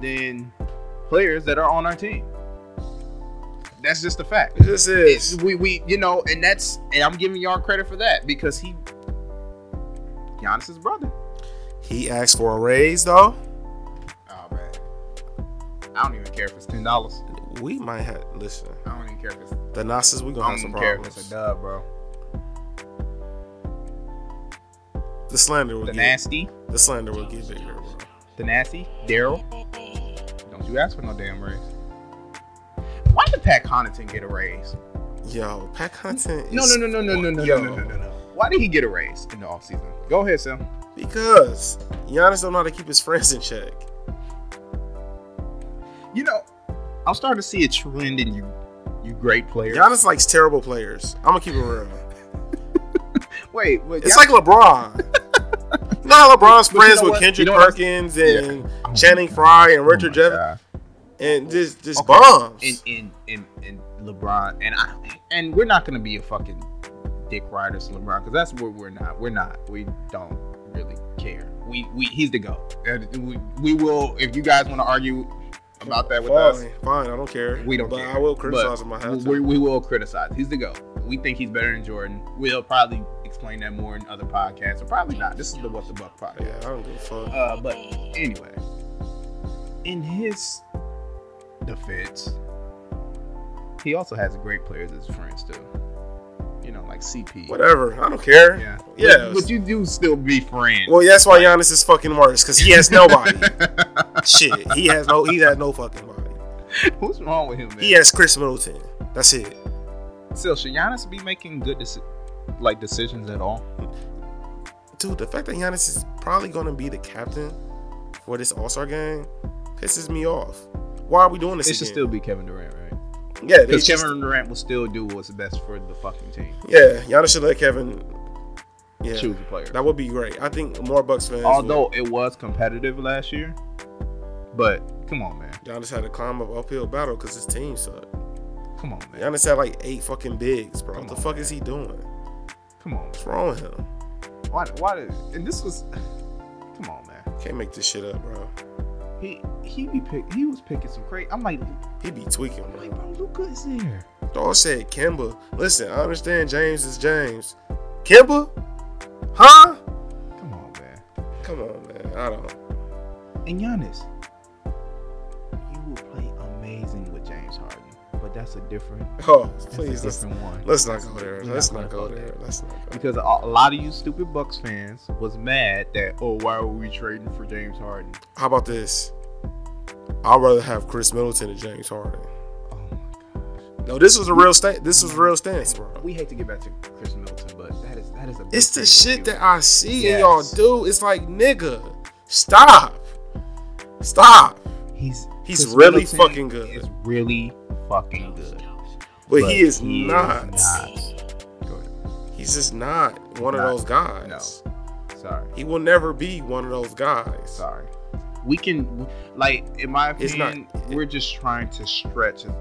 Speaker 2: than players that are on our team. That's just a fact.
Speaker 1: This
Speaker 2: It's-
Speaker 1: is
Speaker 2: we we you know, and that's and I'm giving y'all credit for that because he Giannis's brother.
Speaker 1: he asked for a raise though.
Speaker 2: Oh man. I don't even care if it's ten dollars.
Speaker 1: We might have listen.
Speaker 2: I don't even care if it's
Speaker 1: The Nassus, we gonna
Speaker 2: I
Speaker 1: have
Speaker 2: don't
Speaker 1: some
Speaker 2: even care if it's a
Speaker 1: problems.
Speaker 2: dub, bro.
Speaker 1: The slander will
Speaker 2: The
Speaker 1: get
Speaker 2: nasty,
Speaker 1: the slander will get bigger, bro.
Speaker 2: the nasty, Daryl. Don't you ask for no damn raise. Why did Pat Connaughton get a raise?
Speaker 1: Yo, Pat Content.
Speaker 2: No, no,
Speaker 1: is-
Speaker 2: no, no, no, no, no,
Speaker 1: Yo.
Speaker 2: no, no, no, no, no. Why did he get a raise in the offseason? Go ahead, Sam.
Speaker 1: Because Giannis don't know how to keep his friends in check.
Speaker 2: You know, I'm starting to see a trend in you, you great players.
Speaker 1: Giannis likes terrible players. I'm gonna keep it real.
Speaker 2: Wait, wait
Speaker 1: It's like LeBron. you know how LeBron's
Speaker 2: But you
Speaker 1: friends
Speaker 2: know
Speaker 1: with
Speaker 2: what?
Speaker 1: Kendrick
Speaker 2: You know what?
Speaker 1: Perkins and Channing Fry
Speaker 2: Oh
Speaker 1: and Richard Jefferson and just just
Speaker 2: Okay.
Speaker 1: bombs.
Speaker 2: in in in, in LeBron and I and we're not gonna be a fucking dick riders to LeBron because that's where we're not. We're not. We don't really care. We we he's the go. We, we will if you guys want to argue about that with us.
Speaker 1: fine, fine, I don't care.
Speaker 2: We don't
Speaker 1: But
Speaker 2: care.
Speaker 1: I will criticize
Speaker 2: But
Speaker 1: him. I
Speaker 2: we-
Speaker 1: have
Speaker 2: We,
Speaker 1: to.
Speaker 2: we will criticize. He's the GOAT. We think he's better than Jordan. We'll probably explain that more in other podcasts, or probably not. This is the What the Buck podcast.
Speaker 1: Yeah, I don't give a fuck.
Speaker 2: Uh, but anyway, in his defense, he also has great players as friends too. You know, like CP.
Speaker 1: Whatever. I don't care.
Speaker 2: Yeah.
Speaker 1: Yeah.
Speaker 2: But, but you do still be friends.
Speaker 1: Well, that's why Giannis is fucking worse because he has nobody. Shit, he has no, he has no fucking body.
Speaker 2: What's wrong with him, man?
Speaker 1: He has Chris Middleton. That's it.
Speaker 2: Still, should Giannis be making good deci- like decisions at all?
Speaker 1: Dude, the fact that Giannis is probably going to be the captain for this All Star game pisses me off. Why are we doing this?
Speaker 2: It should still
Speaker 1: again?
Speaker 2: be Kevin Durant, right?
Speaker 1: yeah, they
Speaker 2: Because
Speaker 1: just,
Speaker 2: Kevin Durant will still do what's best for the fucking team.
Speaker 1: yeah. Giannis should let Kevin. Yeah.
Speaker 2: choose a player.
Speaker 1: That would be great. I think more Bucks fans.
Speaker 2: Although it was competitive last year, but come on, man.
Speaker 1: would. Giannis had to climb up uphill battle because his team sucked.
Speaker 2: Come on, man.
Speaker 1: Giannis had like eight fucking bigs, bro.
Speaker 2: Come
Speaker 1: what the
Speaker 2: on,
Speaker 1: fuck
Speaker 2: man.
Speaker 1: is he doing?
Speaker 2: Come on.
Speaker 1: What's wrong with him?
Speaker 2: Why? Why? Did, and this was. Come on, man.
Speaker 1: Can't make this shit up, bro.
Speaker 2: He he be pick. He was picking some crazy. I'm like,
Speaker 1: He be tweaking,
Speaker 2: I'm like,
Speaker 1: bro.
Speaker 2: bro, Luca is there.
Speaker 1: Dawg said Kimba. Listen, I understand James is James. Kimba? Huh?
Speaker 2: Come on, man.
Speaker 1: Come on, man. I don't.
Speaker 2: And Giannis, you will play amazing with James Harden, but that's a different,
Speaker 1: Oh,
Speaker 2: that's
Speaker 1: please.
Speaker 2: a
Speaker 1: Let's,
Speaker 2: different one.
Speaker 1: let's not go there.
Speaker 2: We're
Speaker 1: Let's
Speaker 2: gonna
Speaker 1: not go there. Let's not go
Speaker 2: Because a, a lot of you stupid Bucks fans was mad that oh why are we trading for James Harden?
Speaker 1: How about this? I'd rather have Chris Middleton than James Harden.
Speaker 2: Oh my gosh.
Speaker 1: No, this was a real stand. This was a real stance, bro.
Speaker 2: We hate to get back to Chris Middleton, but that is that is a. big
Speaker 1: It's the
Speaker 2: thing
Speaker 1: shit
Speaker 2: with you.
Speaker 1: that I see
Speaker 2: Yes.
Speaker 1: and y'all do. It's like, nigga, stop, stop.
Speaker 2: he's
Speaker 1: He's really fucking good.
Speaker 2: He's really fucking good.
Speaker 1: But, he is not.
Speaker 2: Go ahead.
Speaker 1: He's just not one
Speaker 2: Not.
Speaker 1: of those guys.
Speaker 2: Sorry,
Speaker 1: He will never be one of those guys.
Speaker 2: sorry. We can, like, in my
Speaker 1: It's
Speaker 2: opinion, we're just trying to stretch. it.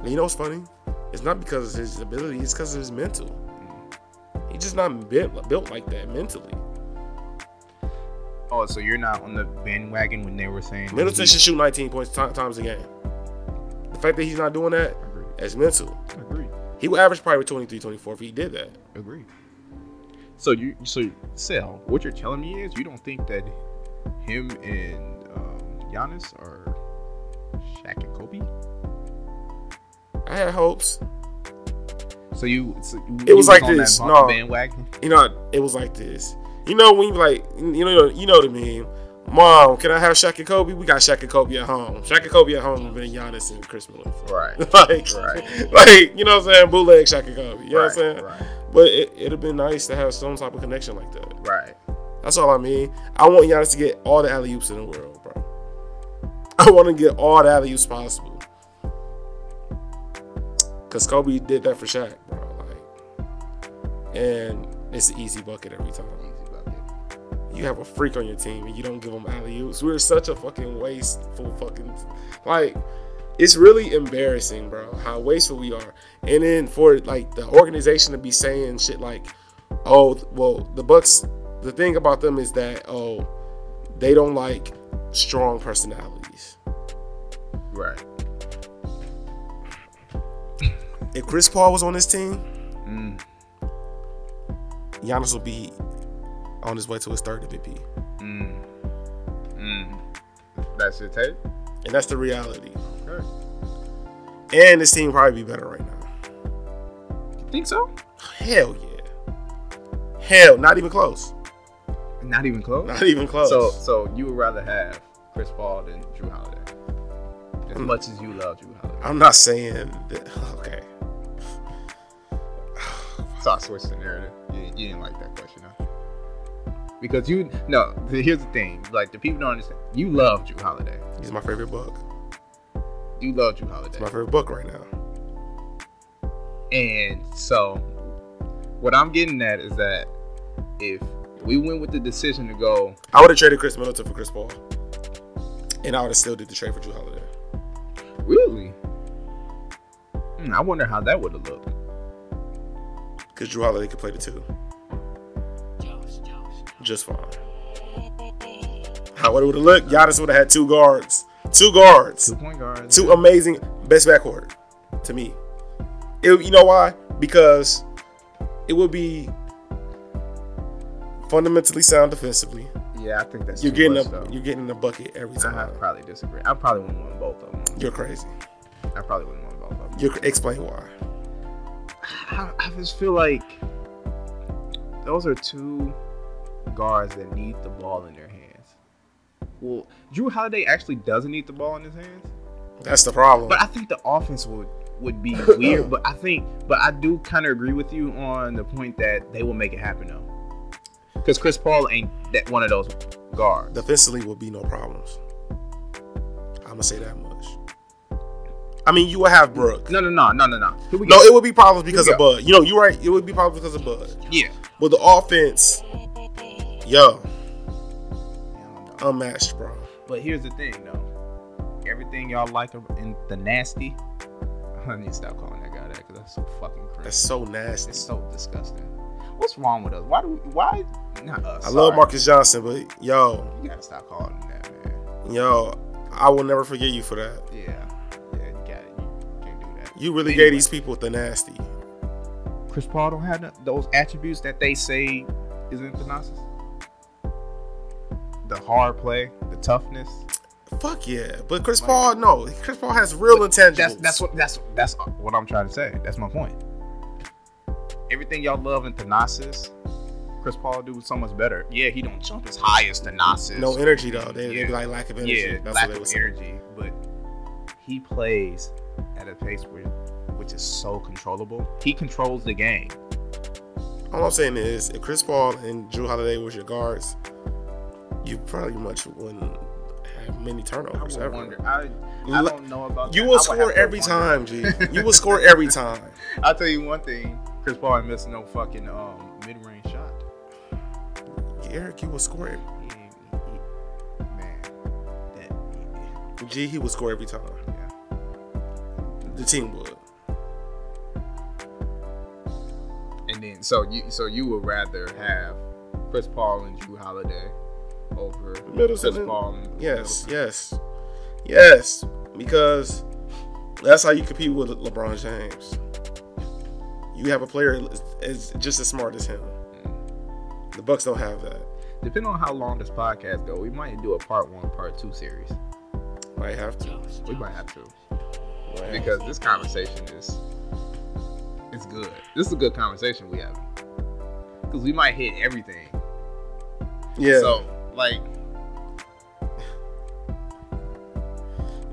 Speaker 1: And you know what's funny? It's not because of his ability. It's because of his mental. He's just not built built like that mentally.
Speaker 2: Oh, so you're not on the bandwagon when they were saying that
Speaker 1: Middleton
Speaker 2: he-
Speaker 1: should shoot 19 points ti- times a game. The fact that he's not doing that,
Speaker 2: Agreed.
Speaker 1: that's mental.
Speaker 2: Agreed.
Speaker 1: He would average probably 23, 24 if he did that.
Speaker 2: Agreed. So you, so Sal, what you're telling me is you don't think that him and um, Giannis are Shaq and Kobe.
Speaker 1: I had hopes.
Speaker 2: So you, so you
Speaker 1: It was
Speaker 2: you
Speaker 1: like
Speaker 2: on that
Speaker 1: this,
Speaker 2: bu-
Speaker 1: no.
Speaker 2: bandwagon.
Speaker 1: You know, it was like this. You know when you like, you know, you know the meme. Mom, can I have Shaq and Kobe? We got Shaq and Kobe at home. Shaq and Kobe at home have been Giannis and Chris Miller.
Speaker 2: Right.
Speaker 1: like,
Speaker 2: Right.
Speaker 1: like, you know what I'm saying? Bootleg Shaq and Kobe. You know what I'm
Speaker 2: right,
Speaker 1: saying?
Speaker 2: Right.
Speaker 1: But it, it'd have been nice to have some type of connection like that.
Speaker 2: Right.
Speaker 1: That's all I mean. I want Giannis to get all the alley oops in the world, bro. I want to get all the alley oops possible. Cause Kobe did that for Shaq, bro. Like, and it's an easy bucket every time.
Speaker 2: Easy bucket.
Speaker 1: You have a freak on your team and you don't give them alley oops. We're such a fucking wasteful fucking like. It's really embarrassing, bro, how wasteful we are. And then for like the organization to be saying shit like, "Oh, well, the Bucks." The thing about them is that oh, they don't like strong personalities.
Speaker 2: Right.
Speaker 1: If Chris Paul was on this team,
Speaker 2: Mm.
Speaker 1: Giannis would be on his way to his third MVP,
Speaker 2: Mm. Mm. That's your take.
Speaker 1: and that's the reality.
Speaker 2: Okay.
Speaker 1: And this team would probably be better right now.
Speaker 2: You think so?
Speaker 1: Hell yeah. Hell, not even close.
Speaker 2: Not even close.
Speaker 1: Not even close.
Speaker 2: So, so you would rather have Chris Paul than Drew Holiday, as much as you love Drew Holiday.
Speaker 1: I'm not saying that. Okay.
Speaker 2: So I switched the narrative. You, you didn't like that question, huh? Because you no. Here's the thing: like the people don't understand. You love Drew Holiday.
Speaker 1: He's my favorite book.
Speaker 2: You love Drew
Speaker 1: It's
Speaker 2: Holiday.
Speaker 1: my favorite book right now.
Speaker 2: And so, what I'm getting at is that if we went with the decision to go,
Speaker 1: I would have traded Chris Middleton for Chris Paul. And I would have still did the trade for Drew Holiday.
Speaker 2: really, Hmm, I wonder how that would have looked.
Speaker 1: Because Drew Holiday could play the two
Speaker 3: Jones, Jones,
Speaker 1: just fine. How would it would have looked? Giannis would have had two guards. Two guards.
Speaker 2: Two oh. point guards.
Speaker 1: Two amazing best backcourt to me. It- you know why? Because it would be fundamentally sound defensively.
Speaker 2: Yeah, I think that's
Speaker 1: You're
Speaker 2: too
Speaker 1: getting
Speaker 2: much,
Speaker 1: a
Speaker 2: though.
Speaker 1: you're getting a bucket every time.
Speaker 2: I probably disagree. I probably wouldn't want both of them.
Speaker 1: You're crazy.
Speaker 2: I probably wouldn't want both of them.
Speaker 1: You explain why.
Speaker 2: I, I just feel like those are two guards that need the ball in their hands. Well, Drew Holiday actually doesn't need the ball in his hands,
Speaker 1: That's the problem.
Speaker 2: but I think the offense would would be weird. But I think, but I do kind of agree with you on the point that they will make it happen though, because Chris Paul ain't that one of those guards.
Speaker 1: Defensively will be no problems. I'm gonna say that much. I mean, you will have Brooke.
Speaker 2: No, no, no, no, no, no. Here we
Speaker 1: No,
Speaker 2: go.
Speaker 1: it would be problems because
Speaker 2: Here
Speaker 1: of
Speaker 2: we go.
Speaker 1: Bud. You know, you're right. It would be problems because of Bud.
Speaker 2: yeah,
Speaker 1: But the offense, yo, unmatched, bro.
Speaker 2: But here's the thing, though. Everything y'all like in the nasty, I need to stop calling that guy that because that's so fucking crazy.
Speaker 1: That's so nasty.
Speaker 2: It's so disgusting. What's wrong with us? Why do we, why not us?
Speaker 1: I love
Speaker 2: sorry.
Speaker 1: Marcus Johnson, but yo,
Speaker 2: You gotta stop calling him that, man.
Speaker 1: yo, I will never forgive you for that.
Speaker 2: Yeah, yeah, you got it. You can't do that.
Speaker 1: You really
Speaker 2: Anyway.
Speaker 1: gave these people the nasty.
Speaker 2: Chris Paul don't have no- those attributes that they say is in Thanasis. The hard play, the toughness.
Speaker 1: Fuck yeah. But Chris Paul, no. Chris Paul has real intangibles.
Speaker 2: That's that's what that's that's what I'm trying to say. That's my point. Everything y'all love in Thanasis, Chris Paul do so much better. Yeah, he don't jump as high as Thanasis.
Speaker 1: no energy though. They, they
Speaker 2: Yeah.
Speaker 1: be like lack of energy.
Speaker 2: Yeah,
Speaker 1: that's
Speaker 2: lack
Speaker 1: what they
Speaker 2: of
Speaker 1: would say.
Speaker 2: energy, but he plays at a pace where, which is so controllable. He controls the game.
Speaker 1: All I'm saying is if Chris Paul and Drew Holiday was your guards, you probably much wouldn't have many turnovers
Speaker 2: I
Speaker 1: ever.
Speaker 2: wonder. I, I
Speaker 1: Oh, L-
Speaker 2: don't know about.
Speaker 1: You
Speaker 2: that. I
Speaker 1: will
Speaker 2: would have
Speaker 1: score
Speaker 2: to
Speaker 1: every
Speaker 2: wonder.
Speaker 1: time, G. You will score every time.
Speaker 2: I'll tell you one thing: Chris Paul ain't missing no fucking um, mid-range shot.
Speaker 1: Eric, you will score every
Speaker 2: He ain't- he- man, that
Speaker 1: G, he would score every time.
Speaker 2: yeah.
Speaker 1: The team would.
Speaker 2: And then so you so you would rather have Chris Paul and Drew Holiday over
Speaker 1: Middleton
Speaker 2: Chris
Speaker 1: and-
Speaker 2: Paul. And
Speaker 1: Yes,
Speaker 2: Middleton.
Speaker 1: yes, yes. Because that's how you compete with Le- LeBron James. You have a player as- as just as smart as him. The Bucks don't have that.
Speaker 2: Depending on how long this podcast go, we might do a part one, part two series.
Speaker 1: Might have to.
Speaker 3: Josh,
Speaker 2: We might have to
Speaker 1: Might have
Speaker 2: because this conversation is it's good. This is a good conversation we have because we might hit everything.
Speaker 1: to. Yeah.
Speaker 2: So like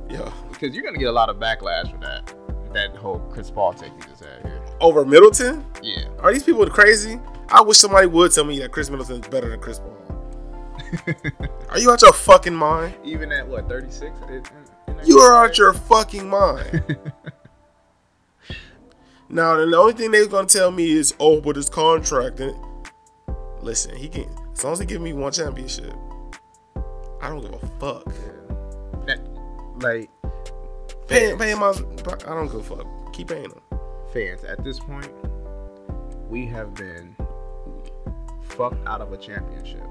Speaker 1: yeah.
Speaker 2: because you're gonna get a lot of backlash for that that whole Chris Paul take you just had here.
Speaker 1: Over Middleton?
Speaker 2: Yeah.
Speaker 1: Are these people crazy? I wish somebody would tell me that Chris Middleton is better than Chris Paul. Are you out your fucking mind?
Speaker 2: Even at what 36? It- it- it-
Speaker 1: You are out your fucking mind. now the only thing they're gonna tell me is, oh, but his contract. And listen, he can as long as he give me one championship. I don't give a fuck.
Speaker 2: That, like
Speaker 1: Pay, pay him. out- I don't give a fuck. Keep paying him.
Speaker 2: fans at this point, we have been fucked out of a championship.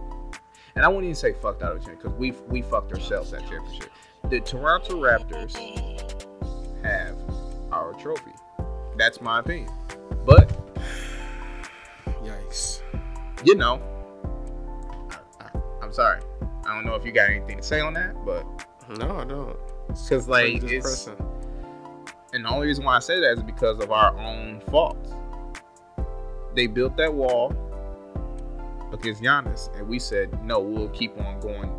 Speaker 2: And I wouldn't even say fucked out of a championship because we we fucked ourselves that championship. The Toronto Raptors have our trophy. That's my opinion. But
Speaker 1: Yikes.
Speaker 2: you know, I, I, I'm sorry. I don't know if you got anything to say on that, but
Speaker 1: No, I don't.
Speaker 2: because like
Speaker 1: Just
Speaker 2: it's
Speaker 1: pressing.
Speaker 2: And the only reason why I say that is because of our own faults. They built that wall against Giannis, and we said, no, we'll keep on going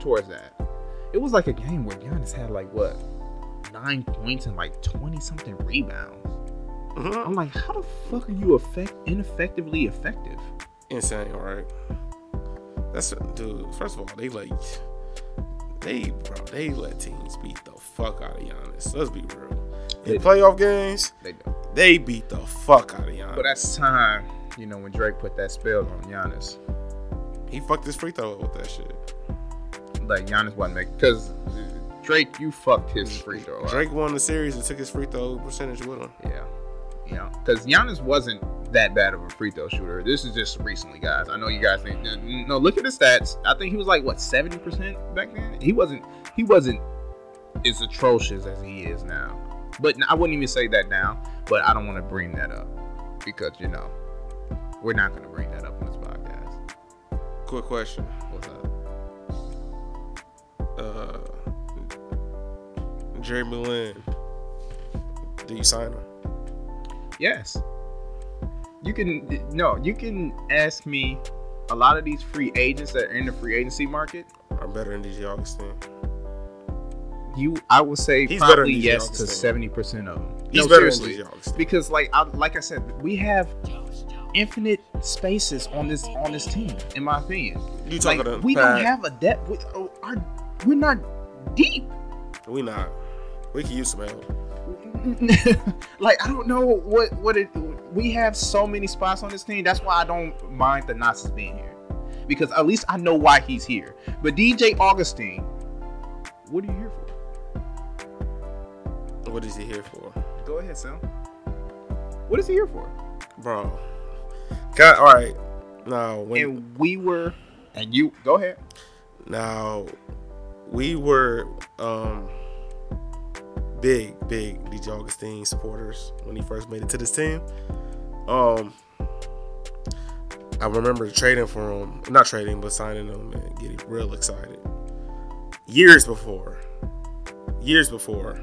Speaker 2: towards that. It was like a game where Giannis had like what? Nine points and like 20 something rebounds.
Speaker 1: Mhm.
Speaker 2: I'm like, how the fuck are you effect- ineffectively effective?
Speaker 1: insane, all right. That's dude. First of all, they like they bro, they let teams beat the fuck out of Giannis. Let's be real.
Speaker 2: They
Speaker 1: In
Speaker 2: do.
Speaker 1: playoff games,
Speaker 2: They don't.
Speaker 1: they beat the fuck out of Giannis.
Speaker 2: But that's time, you know, when Drake put that spell on Giannis.
Speaker 1: he fucked his free throw up with that shit.
Speaker 2: Like, Giannis wasn't making, because Drake, you fucked his free throw. up.
Speaker 1: Drake won the series and took his free throw percentage with him.
Speaker 2: Yeah. You know, because Giannis wasn't that bad of a free throw shooter. This is just recently, guys. I know you guys think. No, look at the stats. I think he was like what seventy percent back then. He wasn't. He wasn't as atrocious as he is now. But I wouldn't even say that now. But I don't want to bring that up because you know we're not going to bring that up on this podcast.
Speaker 1: Quick question:
Speaker 2: What's up?
Speaker 1: uh, Jerry Lin, do you sign him?
Speaker 2: Yes. You can no. You can ask me. A lot of these free agents that are in the free agency market,
Speaker 1: I'm better than DJ Augustine.
Speaker 2: you I would say
Speaker 1: He's better
Speaker 2: probably
Speaker 1: than DJ
Speaker 2: yes to
Speaker 1: Augustine.
Speaker 2: seventy percent of them.
Speaker 1: He's
Speaker 2: no,
Speaker 1: better
Speaker 2: seriously.
Speaker 1: than DJ Augustine.
Speaker 2: because like I like I said, we have
Speaker 3: Josh, Josh.
Speaker 2: infinite spaces on this on this team, in my opinion.
Speaker 1: You talking
Speaker 2: Like
Speaker 1: to
Speaker 2: we
Speaker 1: Pat?
Speaker 2: don't have a depth. We, oh, our, we're not deep.
Speaker 1: We not. We can use some help.
Speaker 2: like I don't know what what it we have so many spots on this team. That's why I don't mind the Nazis being here. Because at least I know why he's here. But DJ Augustine, what are you here for?
Speaker 1: What is he here for,
Speaker 2: Go ahead, Sam. What is he here for?
Speaker 1: bro? God, all right. Now, when
Speaker 2: And we were and you go ahead.
Speaker 1: Now, we were um, big, big DJ Augustine supporters when he first made it to this team. Um, I remember trading for him, not trading, but signing him and getting real excited. Years before, years before,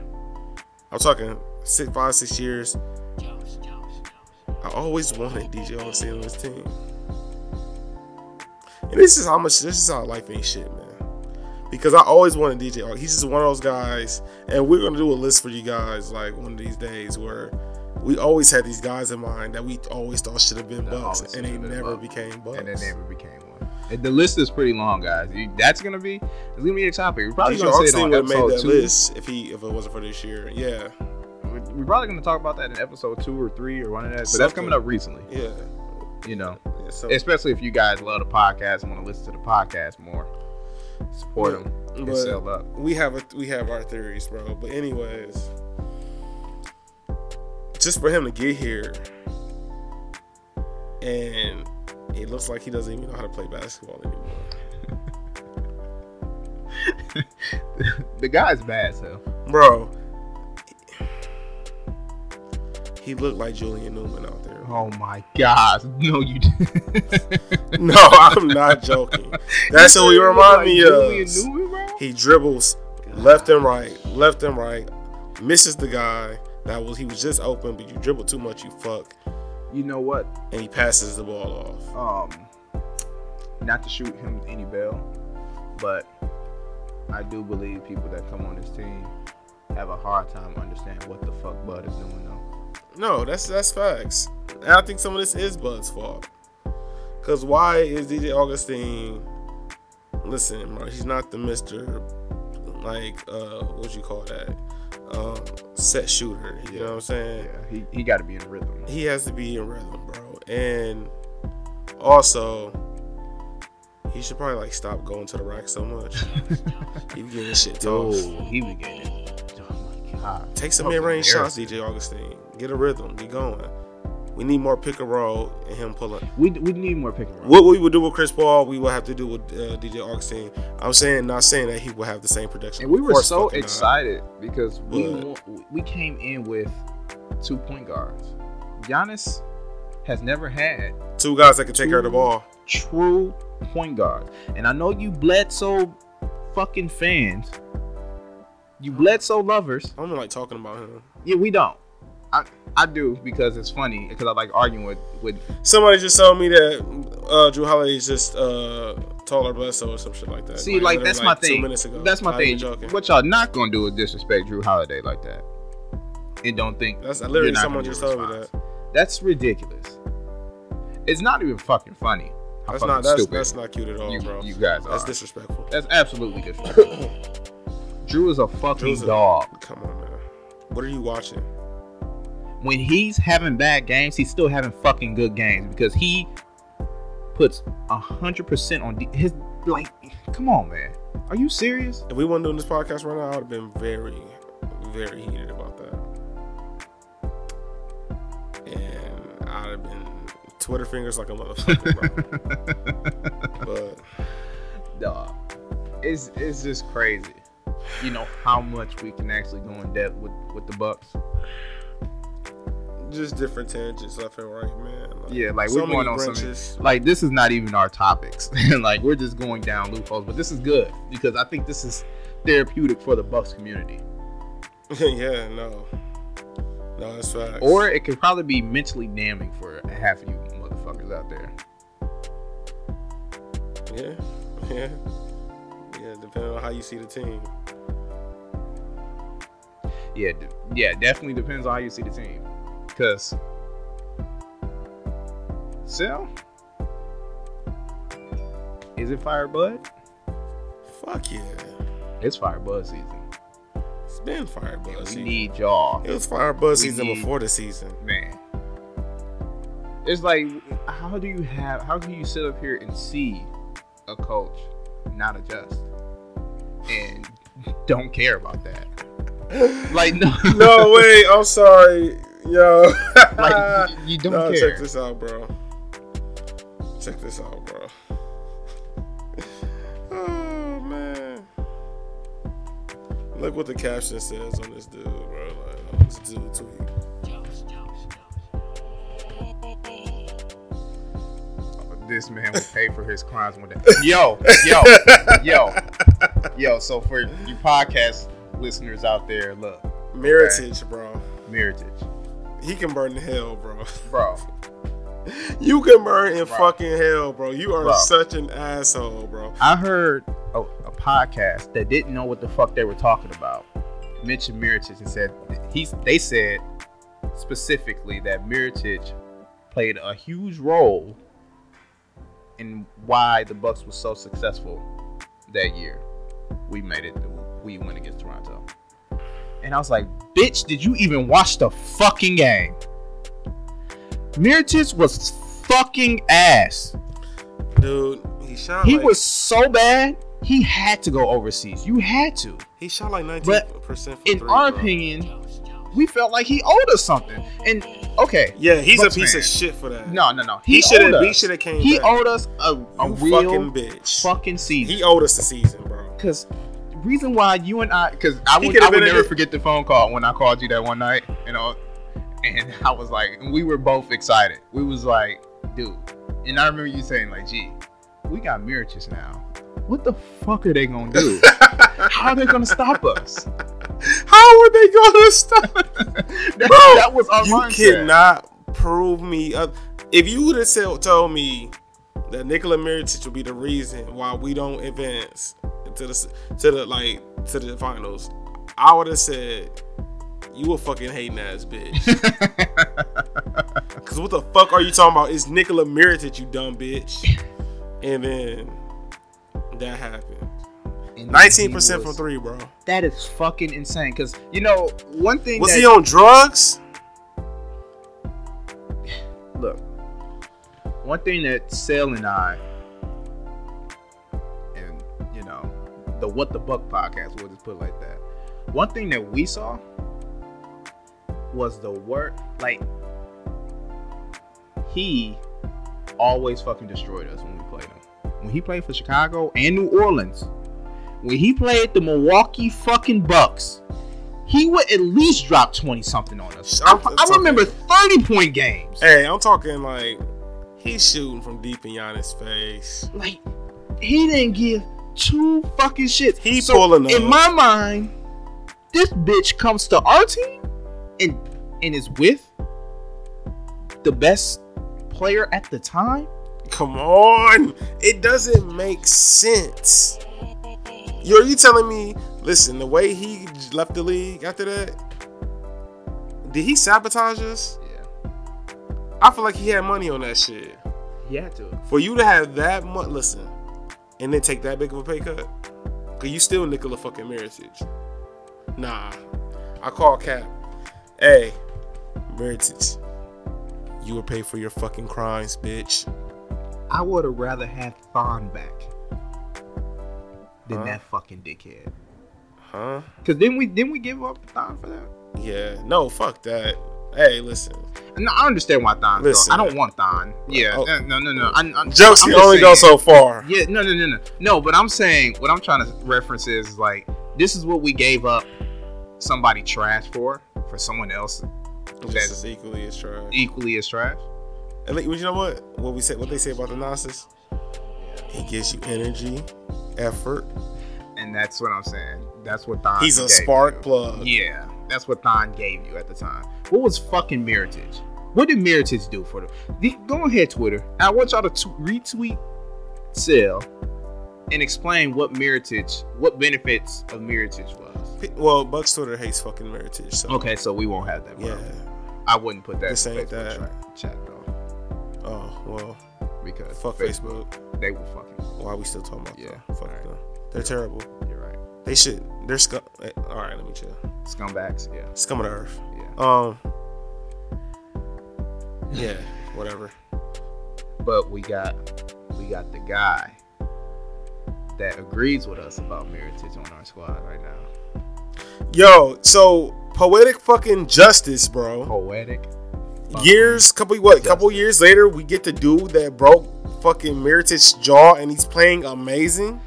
Speaker 1: I'm talking six, five, six years.
Speaker 3: Jones, Jones, Jones.
Speaker 1: I always wanted DJ Augustine on this team. And this is how much this is how life ain't shit, man. Because I always wanted DJ Augustine. He's just one of those guys, and we're gonna do a list for you guys like one of these days where we always had these guys in mind that we always thought should have been
Speaker 2: That
Speaker 1: bucks,
Speaker 2: always
Speaker 1: and they
Speaker 2: should've been
Speaker 1: never
Speaker 2: Bucks.
Speaker 1: became bucks.
Speaker 2: And then never became one. And The list is pretty long, guys. You, that's gonna be it's gonna be a topic. We're probably
Speaker 1: DJ
Speaker 2: gonna say it
Speaker 1: Augustine
Speaker 2: on
Speaker 1: would have made
Speaker 2: episode
Speaker 1: that
Speaker 2: two.
Speaker 1: list if he if it wasn't for this year. Yeah,
Speaker 2: We- We're probably gonna talk about that in episode two or three or one of that. But that's
Speaker 1: Something.
Speaker 2: coming up recently.
Speaker 1: yeah.
Speaker 2: You know.
Speaker 1: yeah so,
Speaker 2: especially if you guys love the podcast and want to listen to the podcast more. Support them and
Speaker 1: but-
Speaker 2: sell up.
Speaker 1: we have a, we have our theories, bro. But anyways, just for him to get here, and it looks like he doesn't even know how to play basketball anymore.
Speaker 2: The guy's bad, so
Speaker 1: Bro, he looked like Julian Newman out there.
Speaker 2: oh my gosh, no, you
Speaker 1: No, I'm not joking. That's what he remind me
Speaker 2: Julian
Speaker 1: of.
Speaker 2: Newman, bro?
Speaker 1: He dribbles left and right, left and right, misses the guy that was he was just open, but you dribble too much, you fuck,
Speaker 2: You know what?
Speaker 1: and he passes the ball off.
Speaker 2: Um, not to shoot him any bell, but I do believe people that come on this team have a hard time understanding what the fuck Bud is doing though.
Speaker 1: No, that's that's facts. And I think some of this is Bud's fault. Cause why is DJ Augustine? Listen, bro, he's not the Mister, like uh, what you call that, um, set shooter. You know what I'm saying?
Speaker 2: Yeah, he, he got to be in rhythm.
Speaker 1: He has to be in rhythm, bro. And also, he should probably like stop going to the rack so much. he be getting shit tossed.
Speaker 2: he was getting it. Oh my god.
Speaker 1: Take some
Speaker 2: Oh,
Speaker 1: mid range
Speaker 2: there.
Speaker 1: shots, DJ Augustine. Get a rhythm. Get going. We need more pick and roll and him pulling.
Speaker 2: We, we need more pick and roll.
Speaker 1: What we would do with Chris Paul, we will have to do with uh, DJ Augustine. I'm saying, not saying that he will have the same production.
Speaker 2: And we
Speaker 1: Of
Speaker 2: were
Speaker 1: course
Speaker 2: so
Speaker 1: fucking not.
Speaker 2: excited because we
Speaker 1: But-
Speaker 2: wa- we came in with two point guards. Giannis has never had
Speaker 1: Two guys that can take care of the ball.
Speaker 2: true point guards, and I know you Bledsoe fucking fans, you Bledsoe lovers.
Speaker 1: I don't like talking about him.
Speaker 2: Yeah, we don't. I I do because it's funny because I like arguing with with
Speaker 1: Somebody just told me that uh, Drew Holiday is just uh, taller, Bledsoe, or some shit like that.
Speaker 2: see like
Speaker 1: literally,
Speaker 2: that's my
Speaker 1: two
Speaker 2: thing.
Speaker 1: minutes ago.
Speaker 2: That's my
Speaker 1: Not
Speaker 2: thing.
Speaker 1: even joking.
Speaker 2: What y'all not gonna do is disrespect Drew Holiday like that, and don't think
Speaker 1: That's
Speaker 2: you're
Speaker 1: literally
Speaker 2: not
Speaker 1: someone
Speaker 2: gonna
Speaker 1: just
Speaker 2: be
Speaker 1: told me that.
Speaker 2: responsible. That's ridiculous. It's not even fucking funny. How
Speaker 1: That's
Speaker 2: fucking
Speaker 1: not that's,
Speaker 2: stupid
Speaker 1: that's not cute at all,
Speaker 2: you,
Speaker 1: bro.
Speaker 2: you guys are.
Speaker 1: that's
Speaker 2: That's,
Speaker 1: disrespectful.
Speaker 2: absolutely disrespectful. Drew is a fucking
Speaker 1: Drew's a-
Speaker 2: dog.
Speaker 1: Come on, man. What are you watching?
Speaker 2: When he's having bad games, he's still having fucking good games because he puts hundred percent on de- his. Like, come on, man. Are you serious?
Speaker 1: If we weren't doing this podcast right now, I would have been very, very heated about that. And I'd have been Twitter fingers like a motherfucker, bro.
Speaker 2: Dog. It's it's just crazy. You know how much we can actually go in depth with with the Bucks.
Speaker 1: But just different tangents left and right, man.
Speaker 2: Yeah, like, we're going
Speaker 1: many
Speaker 2: on some-
Speaker 1: branches.
Speaker 2: like this is not even our topics like we're just going down loopholes but this is good because i think this is therapeutic for the bucks community
Speaker 1: yeah, no, no, that's facts.
Speaker 2: or it could probably be mentally damning for half of you motherfuckers out there
Speaker 1: yeah, yeah, yeah. Depending on how you see the team.
Speaker 2: yeah d- yeah definitely depends on how you see the team because so is it fire bud
Speaker 1: Fuck yeah,
Speaker 2: it's fire bud season
Speaker 1: it's been fire buzz.
Speaker 2: we
Speaker 1: season.
Speaker 2: need y'all
Speaker 1: It was fire buzz
Speaker 2: we
Speaker 1: season
Speaker 2: need-
Speaker 1: before the season.
Speaker 2: man It's like, how do you have? How can you sit up here and see a coach not adjust and don't care about that? Like no,
Speaker 1: No, wait, I'm sorry. Yo.
Speaker 2: like you, you don't
Speaker 1: no,
Speaker 2: care.
Speaker 1: check this out, bro. Check this out, bro. oh man. Look what the caption says on this dude, bro. Like on this dude tweet.
Speaker 3: Jones, Jones, Jones.
Speaker 2: This man will pay for his crimes one day. Yo, yo, yo, yo. So for you podcast listeners out there, look,
Speaker 1: Meritage, bro.
Speaker 2: Meritage,
Speaker 1: He can burn in hell, bro.
Speaker 2: bro.
Speaker 1: You can burn in
Speaker 2: Bro.
Speaker 1: fucking hell, bro. You are
Speaker 2: Bro.
Speaker 1: such an asshole, bro.
Speaker 2: I heard a, a podcast that didn't know what the fuck they were talking about mentioned Miritich and said he's. They said specifically that Miritich played a huge role in why the Bucks was so successful that year. We made it. We went against Toronto, and I was like, "Bitch, did you even watch the fucking game?" Miritich was fucking ass.
Speaker 1: Dude, he shot
Speaker 2: He
Speaker 1: like,
Speaker 2: was so bad, he had to go overseas. You had to.
Speaker 1: he shot like 19% from
Speaker 2: In
Speaker 1: three,
Speaker 2: our
Speaker 1: bro.
Speaker 2: opinion,
Speaker 3: Jones, Jones.
Speaker 2: we felt like he owed us something. And okay,
Speaker 1: Yeah, he's
Speaker 2: Bucks
Speaker 1: a piece
Speaker 2: fan.
Speaker 1: of shit for that.
Speaker 2: no, no, no. He,
Speaker 1: He shoulda-
Speaker 2: owed us.
Speaker 1: he shoulda came
Speaker 2: He
Speaker 1: back.
Speaker 2: owed us a, a
Speaker 1: You
Speaker 2: real
Speaker 1: fucking
Speaker 2: fucking,
Speaker 1: bitch.
Speaker 2: season.
Speaker 1: He owed us a season, bro.
Speaker 2: Because reason why you and I, because I
Speaker 1: He
Speaker 2: would,
Speaker 1: coulda
Speaker 2: I would
Speaker 1: been a
Speaker 2: never
Speaker 1: good-
Speaker 2: forget the phone call when I called you that one night, you know, and I was like, and we were both excited. We was like, dude, and I remember you saying like, gee, we got Mirages now. What the fuck are they gonna do? How are they gonna stop us?
Speaker 1: How are they gonna stop?
Speaker 2: that,
Speaker 1: Bro,
Speaker 2: that was our
Speaker 1: you
Speaker 2: mindset.
Speaker 1: cannot prove me. oth- if you would have told, told me that Nikola Mirotic would be the reason why we don't advance to the s- to the like to the finals, I would have said you a fucking hating ass bitch. Cause what the fuck are you talking about? It's Nikola Mirotic, you dumb bitch. And then that happened.
Speaker 2: And
Speaker 1: Nineteen
Speaker 2: he
Speaker 1: percent from
Speaker 2: was-
Speaker 1: three, bro.
Speaker 2: That is fucking insane. Cause you know one thing.
Speaker 1: Was
Speaker 2: that,
Speaker 1: he on drugs?
Speaker 2: look, one thing that Sale and I, and you know, the What the Buck podcast, we'll just put it like that. One thing that we saw was the work, like, he always fucking destroyed us when we played him. When he played for Chicago and New Orleans, when he played the Milwaukee fucking Bucks, he would at least drop 20 something on us. I, I
Speaker 1: Something.
Speaker 2: remember 30 point games.
Speaker 1: Hey, I'm talking like he's shooting from deep in Giannis' face.
Speaker 2: Like he didn't give two fucking shits.
Speaker 1: He pulling up.
Speaker 2: In my mind, this bitch comes to our team and and is with the best player at the time.
Speaker 1: Come on, it doesn't make sense. Yo, are you telling me? Listen, the way he left the league after that, did he sabotage us?
Speaker 2: Yeah,
Speaker 1: I feel like he had money on that shit.
Speaker 2: he had to.
Speaker 1: For you to have that much, listen, and then take that big of a pay cut, cause you still Nikola fucking Mirotic. Nah, I call Cap. Hey, Mirotic, you were paid for your fucking crimes, bitch.
Speaker 2: I would have rather had Thon back than
Speaker 1: Huh?
Speaker 2: that fucking dickhead.
Speaker 1: Huh?
Speaker 2: Cause then we then we give up Thon for that.
Speaker 1: Yeah, no, fuck that. Hey, listen.
Speaker 2: No, I understand why Thon.
Speaker 1: Listen.
Speaker 2: I don't want Thon. Yeah,
Speaker 1: Oh.
Speaker 2: no, no, no. I, I,
Speaker 1: Jokes can
Speaker 2: I'm just
Speaker 1: only go so
Speaker 2: saying.
Speaker 1: far.
Speaker 2: Yeah, no, no, no, no, no. But I'm saying what I'm trying to reference is like this is what we gave up somebody trash for for someone else
Speaker 1: This is equally as trash.
Speaker 2: equally as trash.
Speaker 1: And like, you know what? What we said, what they say about the Gnosis? He gives you energy, effort.
Speaker 2: And that's what I'm saying. That's what Thon.
Speaker 1: He's a
Speaker 2: gave
Speaker 1: spark
Speaker 2: you.
Speaker 1: plug.
Speaker 2: Yeah, that's what Thon gave you at the time. What was fucking Meritage? What did Meritage do for them? The- Go ahead, Twitter. I want y'all to t- retweet Sell and explain what Meritage, what benefits of Meritage was.
Speaker 1: P- Well, Bucks Twitter hates fucking Meritage. So
Speaker 2: Okay, so we won't have that. bro.
Speaker 1: yeah.
Speaker 2: I wouldn't put that
Speaker 1: This
Speaker 2: in
Speaker 1: ain't
Speaker 2: Facebook
Speaker 1: that.
Speaker 2: tra- chat though,
Speaker 1: Oh well,
Speaker 2: because
Speaker 1: fuck
Speaker 2: Facebook,
Speaker 1: Facebook.
Speaker 2: they will fucking.
Speaker 1: Why we still talking about
Speaker 2: Yeah,
Speaker 1: them? Fuck
Speaker 2: alright.
Speaker 1: them. They're terrible.
Speaker 2: You're right.
Speaker 1: They should. They're scum. All right, let me chill.
Speaker 2: Scumbags. Yeah,
Speaker 1: Scum of the earth.
Speaker 2: yeah.
Speaker 1: Um. Yeah. whatever.
Speaker 2: But we got we got the guy that agrees with us about Meritage on our squad right now.
Speaker 1: Yo, so poetic fucking justice,
Speaker 2: Oh,
Speaker 1: bro.
Speaker 2: Poetic. fucking
Speaker 1: Years, couple what? Couple years later, we get the dude that broke fucking Meritage's jaw, and he's playing amazing.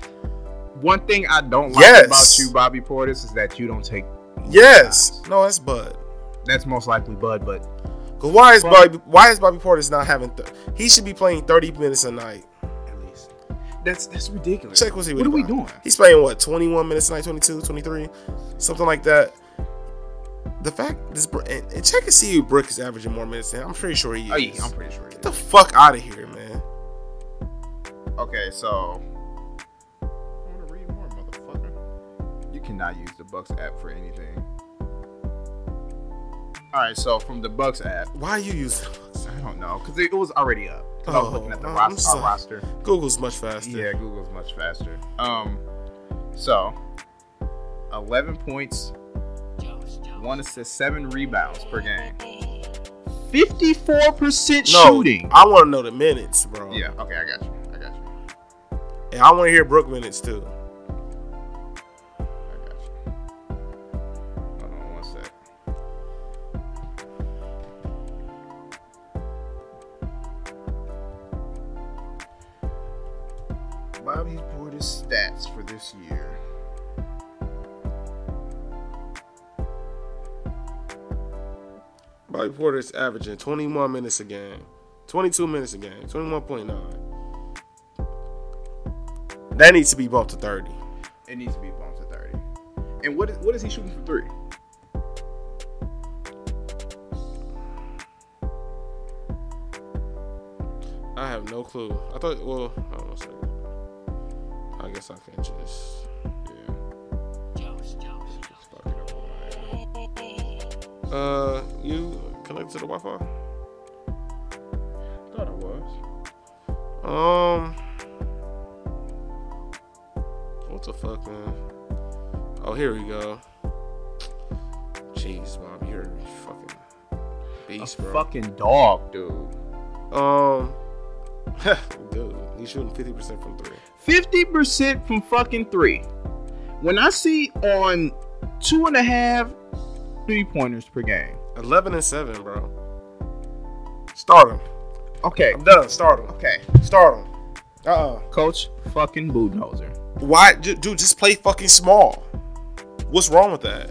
Speaker 2: One thing I don't like
Speaker 1: Yes.
Speaker 2: about you, Bobby Portis, is that you don't take.
Speaker 1: Yes. No, that's Bud.
Speaker 2: That's most likely Bud, but
Speaker 1: Cause why is
Speaker 2: Bud.
Speaker 1: Bobby? Why is Bobby Portis not having? Th- he should be playing thirty minutes a night.
Speaker 2: at least that's that's ridiculous.
Speaker 1: Check what's he
Speaker 2: what are we
Speaker 1: about.
Speaker 2: doing?
Speaker 1: He's playing what 21 minutes a night, 22, 23, something like that. The fact this Br- and, and check and see who Brook is averaging more minutes than. I'm pretty sure he is.
Speaker 2: Oh yeah, I'm pretty sure. it
Speaker 1: Get
Speaker 2: is.
Speaker 1: the fuck out of here, man.
Speaker 2: Okay, so. I want to read more, motherfucker. You cannot use the Bucks app for anything. All right, so from the Bucks app,
Speaker 1: Why you use
Speaker 2: I don't know because it, it was already up. 'Cause I was
Speaker 1: Oh,
Speaker 2: looking at the
Speaker 1: I'm
Speaker 2: roster,
Speaker 1: sorry.
Speaker 2: our roster.
Speaker 1: Google's much faster?
Speaker 2: Yeah, Google's much faster. Um, so eleven points,
Speaker 3: Jones, Jones.
Speaker 2: one assist, seven rebounds per game, fifty-four percent
Speaker 1: No,
Speaker 2: shooting.
Speaker 1: I want to know the minutes, bro.
Speaker 2: Yeah. Okay, I got you. I got you.
Speaker 1: and I want to hear Brook minutes too.
Speaker 2: I got you. Hold on one sec. Bobby Portis stats for this year.
Speaker 1: Bobby Porter's averaging 21 minutes a game, 22 minutes a game, 21.9. That needs to be bumped to 30.
Speaker 2: It needs to be bumped to 30. And what is what is he shooting from three?
Speaker 1: I have no clue. I thought, well, I don't know. Second. I guess I can just, yeah,
Speaker 3: Jones, Jones, Jones.
Speaker 1: fuck it up. on my end. Uh, you connected to the Wi-Fi?
Speaker 2: Thought it was.
Speaker 1: Um. What the fuck, man? Oh, here we go. Jeez, Bob, you're a fucking beast,
Speaker 2: A
Speaker 1: bro.
Speaker 2: fucking dog, dude.
Speaker 1: Um. dude, he's shooting 50% from three.
Speaker 2: 50% from fucking three. When I see on two and a half three pointers per game.
Speaker 1: 11 and 7, bro. Start him.
Speaker 2: Okay.
Speaker 1: I'm done. Start him.
Speaker 2: Okay.
Speaker 1: Start him. Uh uh
Speaker 2: Coach fucking Budenholzer.
Speaker 1: Why? ju- Dude, just play fucking small. What's wrong with that?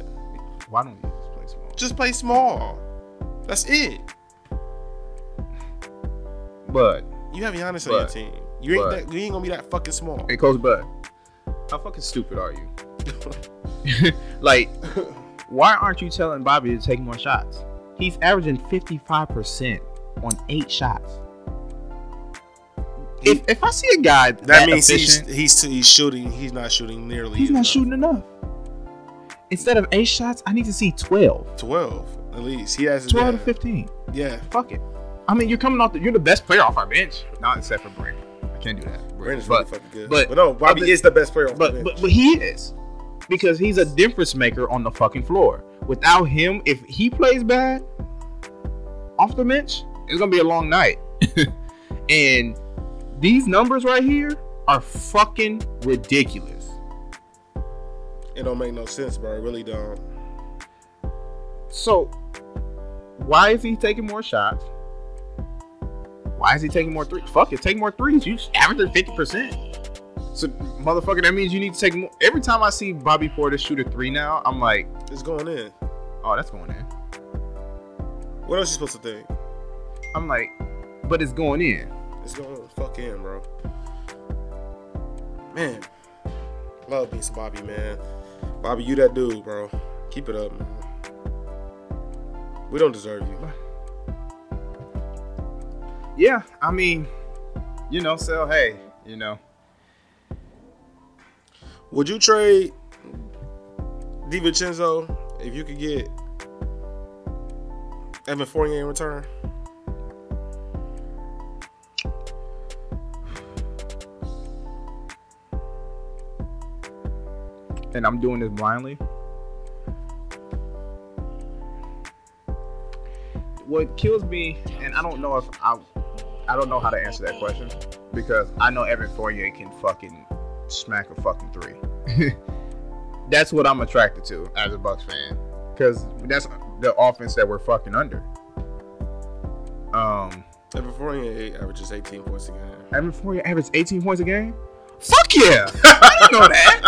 Speaker 2: Why don't you just play small?
Speaker 1: Just play small. That's it.
Speaker 2: Bud.
Speaker 1: You have Giannis on your
Speaker 2: But-
Speaker 1: team. You ain't
Speaker 2: but-
Speaker 1: that, you ain't gonna be that fucking small.
Speaker 2: Hey, Coach Bud. How fucking stupid are you? like, why aren't you telling Bobby to take more shots? He's averaging 55% on eight shots. If, if I see a guy that,
Speaker 1: That means he's
Speaker 2: efficient,
Speaker 1: he's he's shooting. He's not shooting nearly.
Speaker 2: He's not
Speaker 1: enough.
Speaker 2: shooting enough. Instead of eight shots, I need to see 12.
Speaker 1: twelve at least. He has
Speaker 2: 12
Speaker 1: yeah.
Speaker 2: to 15.
Speaker 1: Yeah,
Speaker 2: Fuck it. I mean, you're coming off the, you're the best player off our bench. Not except for Brandon. I can't do that.
Speaker 1: Brandon's really
Speaker 2: but,
Speaker 1: fucking good. But,
Speaker 2: but-
Speaker 1: no, Bobby
Speaker 2: but-
Speaker 1: is the best player. On the
Speaker 2: but,
Speaker 1: bench.
Speaker 2: but, but he is. Because he's a difference maker on the fucking floor. Without him, if he plays bad off the bench, it's going to be a long night. and these numbers right here are fucking ridiculous.
Speaker 1: it don't make no sense, bro. It really don't.
Speaker 2: So, why is he taking more shots? Why is he taking more threes? Fuck it, take more threes. You averaging fifty percent. So, motherfucker, that means you need to take more. Every time I see Bobby Porter shoot a three now, I'm like,
Speaker 1: It's going in.
Speaker 2: oh, that's going in.
Speaker 1: What else you supposed to think?
Speaker 2: I'm like, but it's going in.
Speaker 1: It's going fuck in, bro. Man, love being some Bobby, man. Bobby, you that dude, bro. Keep it up, man. We don't deserve you.
Speaker 2: Yeah, I mean, you know, so hey, you know,
Speaker 1: Would you trade DiVincenzo if you could get Evan Fournier in return?
Speaker 2: and I'm doing this blindly. what kills me, and I don't know if I, I don't know how to answer that question because I know Evan Fournier can fucking smack a fucking three. that's what I'm attracted to as a Bucks fan because that's the offense that we're fucking under. Um,
Speaker 1: And before he eight, averages 18 points a game.
Speaker 2: Evan Fournier averaged 18 points a game. Fuck yeah! I didn't know that.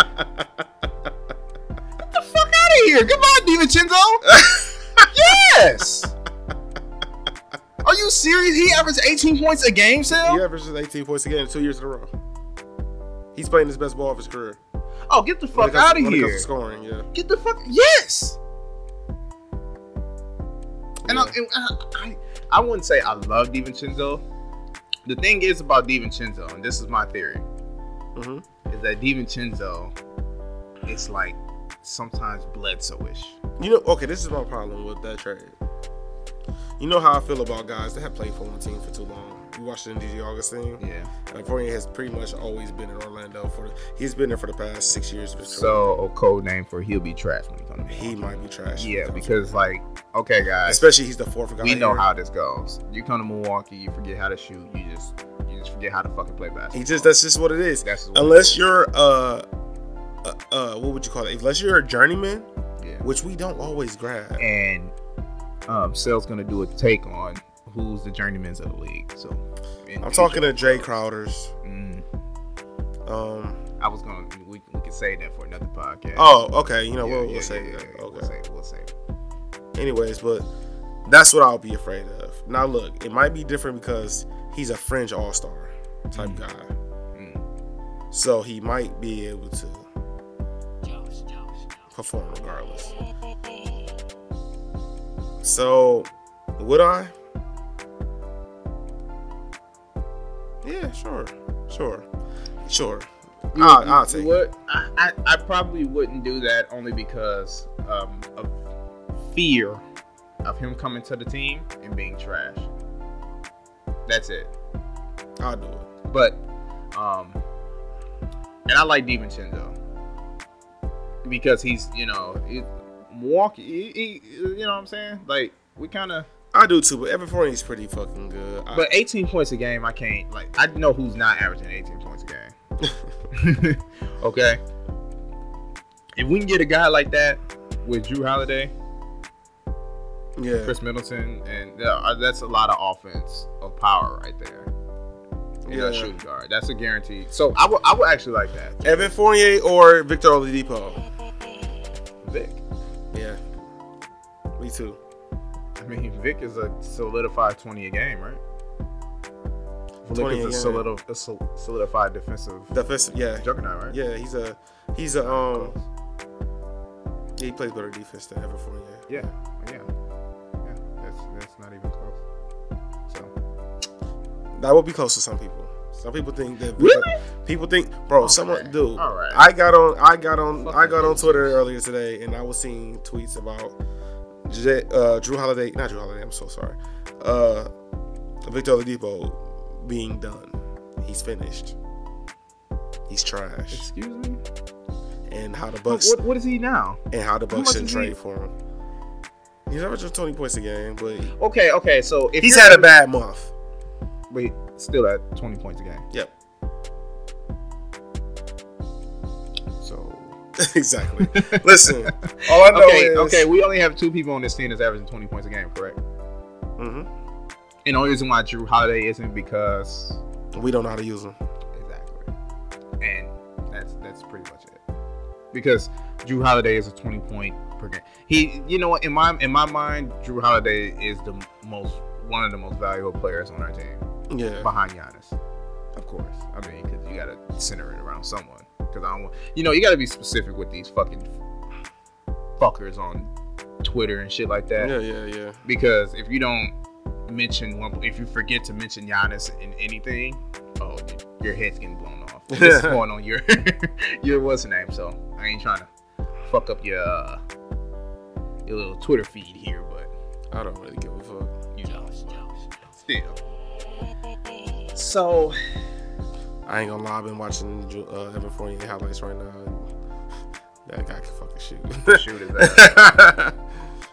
Speaker 2: Get the fuck out of here! Goodbye, DiVincenzo. yes. Are you serious? He averaged 18 points a game, Sal.
Speaker 1: He averages 18 points a game two years in a row. He's playing his best ball of his career.
Speaker 2: Oh, get the
Speaker 1: When it
Speaker 2: fuck
Speaker 1: comes-
Speaker 2: out of
Speaker 1: when it comes
Speaker 2: here!
Speaker 1: to scoring, yeah.
Speaker 2: Get the fuck. Yes. And, I,
Speaker 1: Yeah.
Speaker 2: and I, I, I wouldn't say I love DiVincenzo. The thing is about DiVincenzo, and this is my theory,
Speaker 1: hmm
Speaker 2: is that DiVincenzo is like sometimes Bledsoe-ish.
Speaker 1: You know, okay, this is my problem with that trade. You know how I feel about guys that have played for one team for too long. You watched it in DJ Augustine.
Speaker 2: Yeah.
Speaker 1: Like Fournier has pretty much always been in Orlando for. He's been there for the past six years. of his career.
Speaker 2: So a code name for he'll be trash when he comes. back.
Speaker 1: he might be trash.
Speaker 2: Yeah, because like, okay, guys,
Speaker 1: especially he's the fourth guy.
Speaker 2: we know
Speaker 1: here.
Speaker 2: how this goes. You come to Milwaukee, you forget how to shoot, you just you just forget how to fucking play basketball.
Speaker 1: He just that's just what it is.
Speaker 2: That's what it
Speaker 1: unless
Speaker 2: is.
Speaker 1: you're uh, uh uh what would you call it? Unless you're a journeyman,
Speaker 2: yeah.
Speaker 1: which we don't always grab.
Speaker 2: and um, Cell's gonna do a take on who's the journeymans of the league. So in
Speaker 1: I'm
Speaker 2: future-
Speaker 1: talking to Jay Crowders.
Speaker 2: Mm,
Speaker 1: Um
Speaker 2: I was gonna we, we could say that for another podcast.
Speaker 1: oh okay, you know
Speaker 2: Yeah,
Speaker 1: we'll,
Speaker 2: yeah,
Speaker 1: we'll say
Speaker 2: yeah,
Speaker 1: that.
Speaker 2: yeah, yeah,
Speaker 1: okay.
Speaker 2: We'll say, we'll say.
Speaker 1: Anyways, but that's what I'll be afraid of. Now look, it might be different because he's a fringe all star type
Speaker 2: Mm.
Speaker 1: guy.
Speaker 2: Mm.
Speaker 1: So he might be able to
Speaker 3: Jones, Jones, Jones.
Speaker 1: perform regardless. So, would I? Yeah, sure, sure, sure.
Speaker 2: Ah,
Speaker 1: I'll, I'll take it.
Speaker 2: What I, I, I probably wouldn't do that only because um, of fear of him coming to the team and being trash. That's it.
Speaker 1: I'll do it.
Speaker 2: But um and I like DiVincenzo because he's, you know, it, Milwaukee, he, he- you know what I'm saying? Like we kind of
Speaker 1: I do too, but Evan Fournier's pretty fucking good. I,
Speaker 2: but 18 points a game, I can't like I know who's not averaging 18 points a game. okay. If we can get a guy like that with Drew Holiday,
Speaker 1: yeah,
Speaker 2: Chris Middleton, and uh, that's a lot of offense of power right there. You know,
Speaker 1: Yeah.
Speaker 2: shooting guard. That's a guarantee. So I would I would actually like that.
Speaker 1: Evan Fournier or Victor Oladipo.
Speaker 2: Vic.
Speaker 1: Yeah, me too.
Speaker 2: I mean, Vic is a solidified 20 a game, right? Vic
Speaker 1: 20 a
Speaker 2: is a,
Speaker 1: game.
Speaker 2: solid, a sol- solidified defensive
Speaker 1: Defensive, yeah,
Speaker 2: juggernaut, right?
Speaker 1: yeah. He's a he's a um. He plays better defense than Evan Fournier.
Speaker 2: Yeah. Yeah. Yeah. That's, that's not even close. So,
Speaker 1: That would be close to some people. Some people think that
Speaker 2: Really?
Speaker 1: people think bro,
Speaker 2: Okay.
Speaker 1: someone dude.
Speaker 2: All right.
Speaker 1: I got on I got on I
Speaker 2: Fucking
Speaker 1: got on
Speaker 2: bitches.
Speaker 1: Twitter earlier today and I was seeing tweets about J, uh, Drew Holiday, not Drew Holiday, I'm so sorry. Uh Victor Oladipo being done. He's finished. He's trash.
Speaker 2: excuse me?
Speaker 1: And how the Bucks
Speaker 2: What, what is he now?
Speaker 1: and how the
Speaker 2: much
Speaker 1: Bucks should
Speaker 2: is he-
Speaker 1: trade for him. He's averaging 20 points a game, but
Speaker 2: Okay, okay. So, if
Speaker 1: he's
Speaker 2: you're
Speaker 1: had a
Speaker 2: gonna-
Speaker 1: bad month.
Speaker 2: Wait, still at 20 points a game.
Speaker 1: Yep.
Speaker 2: So.
Speaker 1: exactly. Listen. All I know
Speaker 2: Okay,
Speaker 1: is
Speaker 2: okay. We only have two people on this team that's averaging 20 points a game, correct?
Speaker 1: hmm
Speaker 2: And the only reason why Drew Holiday isn't because
Speaker 1: We don't know how to use them.
Speaker 2: Exactly. And that's that's pretty much it. Because Drew Holiday is a twenty point per game. He, you know, what in my in my mind, Drew Holiday is the most one of the most valuable players on our team
Speaker 1: Yeah.
Speaker 2: behind Giannis. Of course, I mean, because you gotta center it around someone. Because I don't want, you know, you gotta be specific with these fucking fuckers on Twitter and shit like that
Speaker 1: Yeah, yeah, yeah.
Speaker 2: because if you don't mention one, if you forget to mention Giannis in anything, oh, your head's getting blown off. This is going on your your what's the name? So I ain't trying to fuck up your uh, your little Twitter feed here, but
Speaker 1: I don't really give a fuck.
Speaker 2: you know,
Speaker 3: Jones, Jones, Jones.
Speaker 2: still. So
Speaker 1: I ain't gonna lie. I've been watching Ju- uh, Evan Fournier highlights right now. That guy can fucking shoot.
Speaker 2: shoot his ass.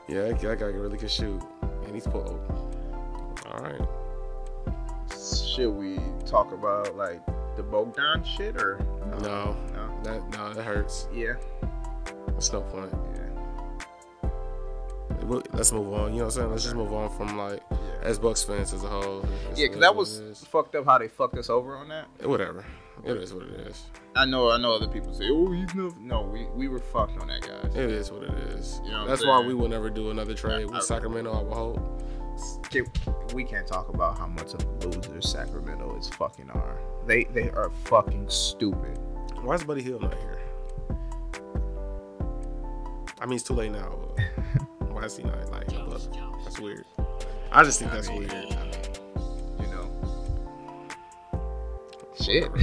Speaker 1: yeah, that guy that guy really can shoot. and he's pulled. All right.
Speaker 2: Uh, Should we talk about like the Bogdan shit or
Speaker 1: No,
Speaker 2: no?
Speaker 1: that no, that hurts.
Speaker 2: Yeah.
Speaker 1: It's no point.
Speaker 2: Yeah.
Speaker 1: We- Let's move on. You know what I'm saying? Let's just move on from like
Speaker 2: Yeah.
Speaker 1: as Bucks fans as a whole. it's
Speaker 2: Yeah, 'cause
Speaker 1: what
Speaker 2: that
Speaker 1: it
Speaker 2: was
Speaker 1: is. Eh,
Speaker 2: fucked up how they fucked us over on that.
Speaker 1: whatever. It is what it is.
Speaker 2: I know, I know. Other people say, "Oh, he's no." No, we we were fucked on that, guys.
Speaker 1: It is what it is.
Speaker 2: You know what I'm
Speaker 1: That's why
Speaker 2: saying?
Speaker 1: we will never do another trade
Speaker 2: I-
Speaker 1: with Sacramento. I would hope.
Speaker 2: Can- We can't talk about how much of a loser Sacramento is fucking are. They they are fucking stupid.
Speaker 1: Why is Buddy Hill not here? I mean, it's too late now. but Why is he not like?
Speaker 3: Jones,
Speaker 1: But
Speaker 3: Jones.
Speaker 1: that's weird. I just think
Speaker 2: I
Speaker 1: that's
Speaker 2: mean,
Speaker 1: weird.
Speaker 2: You know. Shit.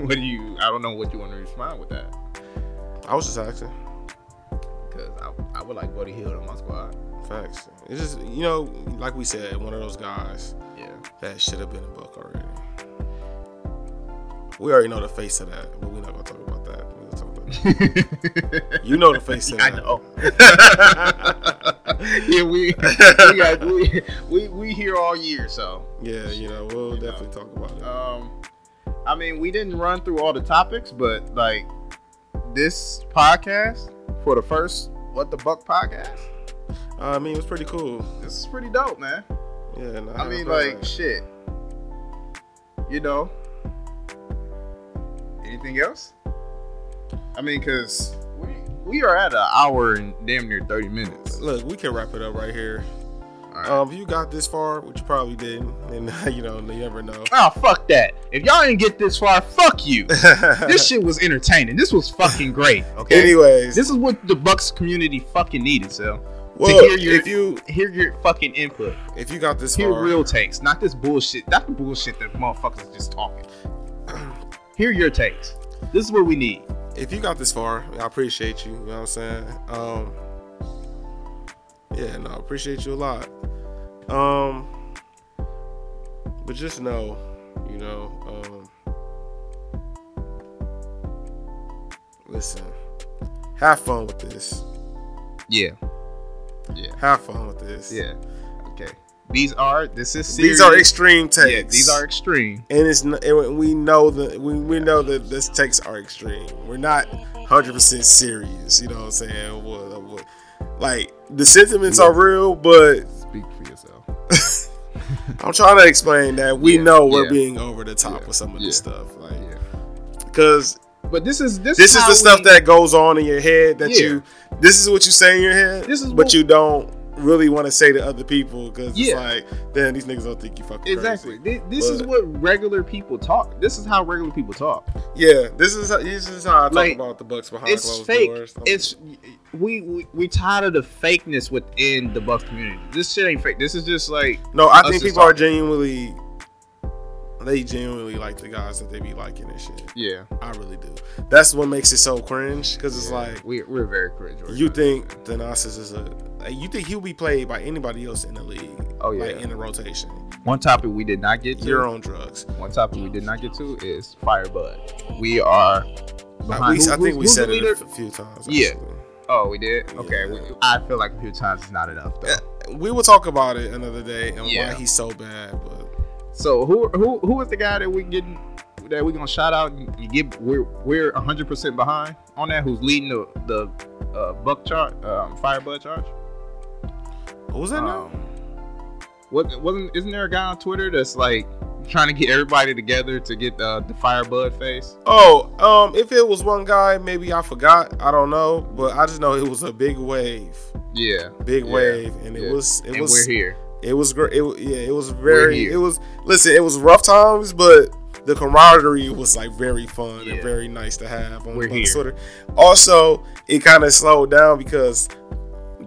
Speaker 2: what do you? I don't know what you want to respond with that.
Speaker 1: I was just asking.
Speaker 2: Because I, I would like Buddy Hill on my squad.
Speaker 1: Facts. It's just you know, like we said, one of those guys
Speaker 2: Yeah.
Speaker 1: that should have been a book already. We already know the face of that, but we're not gonna talk about that. We're gonna talk about You know the face of
Speaker 2: I
Speaker 1: that.
Speaker 2: know. yeah, we we, got, we we we here all year, so
Speaker 1: Yeah, you know, we'll
Speaker 2: You know.
Speaker 1: definitely talk about it.
Speaker 2: um, I mean, we didn't run through all the topics, but like this podcast for the first what the buck podcast,
Speaker 1: I mean, it was pretty cool.
Speaker 2: this is pretty dope, man.
Speaker 1: Yeah, no,
Speaker 2: I mean,
Speaker 1: haven't heard
Speaker 2: like
Speaker 1: that.
Speaker 2: shit. You know. Anything else? I mean, cause we we are at an hour and damn near thirty minutes.
Speaker 1: look, we can wrap it up right here.
Speaker 2: All right.
Speaker 1: Um, if you got this far, which you probably didn't, and you know, you never know.
Speaker 2: Oh fuck that! If y'all didn't get this far, fuck you. This shit was entertaining. This was fucking great. Okay.
Speaker 1: Anyways,
Speaker 2: This is what the Bucks community fucking needed. So
Speaker 1: well,
Speaker 2: hear your-
Speaker 1: if you
Speaker 2: hear your fucking input.
Speaker 1: if you got this
Speaker 2: Hear
Speaker 1: far,
Speaker 2: real takes, not this bullshit. Not the bullshit that motherfuckers just talking. hear your takes. This is what we need.
Speaker 1: if you got this far, I appreciate you. You know what I'm saying? Um, yeah, no, I appreciate you a lot. Um, but just know, you know, um, listen, have fun with this.
Speaker 2: Yeah.
Speaker 1: Have fun with this.
Speaker 2: Yeah. Okay. These are. This is. Serious.
Speaker 1: These are extreme takes.
Speaker 2: Yeah, these are extreme.
Speaker 1: and it's n- and we know that we, we know that this takes are extreme. We're not hundred percent serious. You know what I'm saying? What- what- Like the sentiments are real, but
Speaker 2: Speak for yourself.
Speaker 1: I'm trying to explain that we
Speaker 2: Yeah,
Speaker 1: know we're
Speaker 2: yeah.
Speaker 1: being over the top
Speaker 2: Yeah,
Speaker 1: with some of
Speaker 2: yeah,
Speaker 1: this stuff. Like
Speaker 2: yeah.
Speaker 1: because
Speaker 2: But this is this.
Speaker 1: this is
Speaker 2: how
Speaker 1: the stuff
Speaker 2: we-
Speaker 1: that goes on in your head that
Speaker 2: Yeah.
Speaker 1: you this is what you say in your head.
Speaker 2: This is
Speaker 1: but
Speaker 2: what-
Speaker 1: you don't really want to say to other people because
Speaker 2: Yeah.
Speaker 1: it's like damn these niggas don't think you fucking
Speaker 2: Exactly.
Speaker 1: crazy.
Speaker 2: Thi- This is
Speaker 1: But-
Speaker 2: what regular people talk. This is how regular people talk.
Speaker 1: Yeah, this is this is how I talk
Speaker 2: Like,
Speaker 1: about the Bucks behind
Speaker 2: It's
Speaker 1: closed
Speaker 2: fake.
Speaker 1: doors. I'm-
Speaker 2: It's we, we we tired of the fakeness within the Bucks community. This shit ain't fake. This is just like
Speaker 1: No, I
Speaker 2: us
Speaker 1: think
Speaker 2: just
Speaker 1: people are
Speaker 2: talking.
Speaker 1: genuinely they genuinely like the guys that they be liking and shit.
Speaker 2: yeah.
Speaker 1: I really do. That's what makes it so cringe because it's like
Speaker 2: we we're very cringe. right
Speaker 1: you
Speaker 2: now.
Speaker 1: think Thanasis is a like, you think he'll be played by anybody else in the league.
Speaker 2: Oh, yeah.
Speaker 1: like in the rotation.
Speaker 2: one topic we did not get to.
Speaker 1: You're on drugs.
Speaker 2: One topic we did not get to is Firebud. We are.
Speaker 1: I,
Speaker 2: behind-
Speaker 1: we, I
Speaker 2: who-
Speaker 1: think
Speaker 2: who-
Speaker 1: we
Speaker 2: who's the
Speaker 1: said it
Speaker 2: leader?
Speaker 1: a few times.
Speaker 2: Yeah.
Speaker 1: actually.
Speaker 2: Oh, we did. Okay,
Speaker 1: Yeah.
Speaker 2: we, I feel like a few times is not enough though.
Speaker 1: we will talk about it another day and
Speaker 2: Yeah.
Speaker 1: why he's so bad. But
Speaker 2: So who who who is the guy that we getting that we gonna shout out and you get we're we're hundred percent behind on that who's leading the the uh, buck chart um, firebud charge.
Speaker 1: what was that now?
Speaker 2: Um, what wasn't isn't there a guy on Twitter that's like trying to get everybody together to get uh, the firebud face?
Speaker 1: Oh, um, if it was one guy, maybe I forgot. I don't know, but I just know it was a big wave.
Speaker 2: Yeah,
Speaker 1: big
Speaker 2: Yeah,
Speaker 1: wave, and
Speaker 2: yeah.
Speaker 1: it was it
Speaker 2: and we're
Speaker 1: was
Speaker 2: here.
Speaker 1: it was great. It, wa- yeah, it was very
Speaker 2: here.
Speaker 1: it was listen. It was rough times, but the camaraderie was like very fun
Speaker 2: Yeah.
Speaker 1: and very nice to have on
Speaker 2: We're
Speaker 1: Bucks
Speaker 2: here.
Speaker 1: Twitter. Also, it kind of slowed down because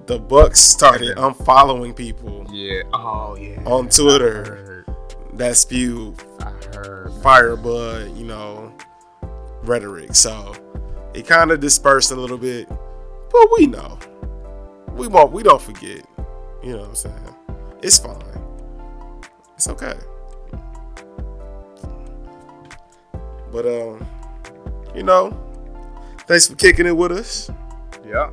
Speaker 1: the Bucks started unfollowing people
Speaker 2: Yeah. Oh yeah.
Speaker 1: on
Speaker 2: I
Speaker 1: Twitter
Speaker 2: heard.
Speaker 1: that spew
Speaker 2: I heard.
Speaker 1: Firebud, you know, rhetoric. So it kind of dispersed a little bit, but we know. We won't. We don't forget. You know what I'm saying? It's fine. It's okay. But um, you know, thanks for kicking it with us.
Speaker 2: Yeah.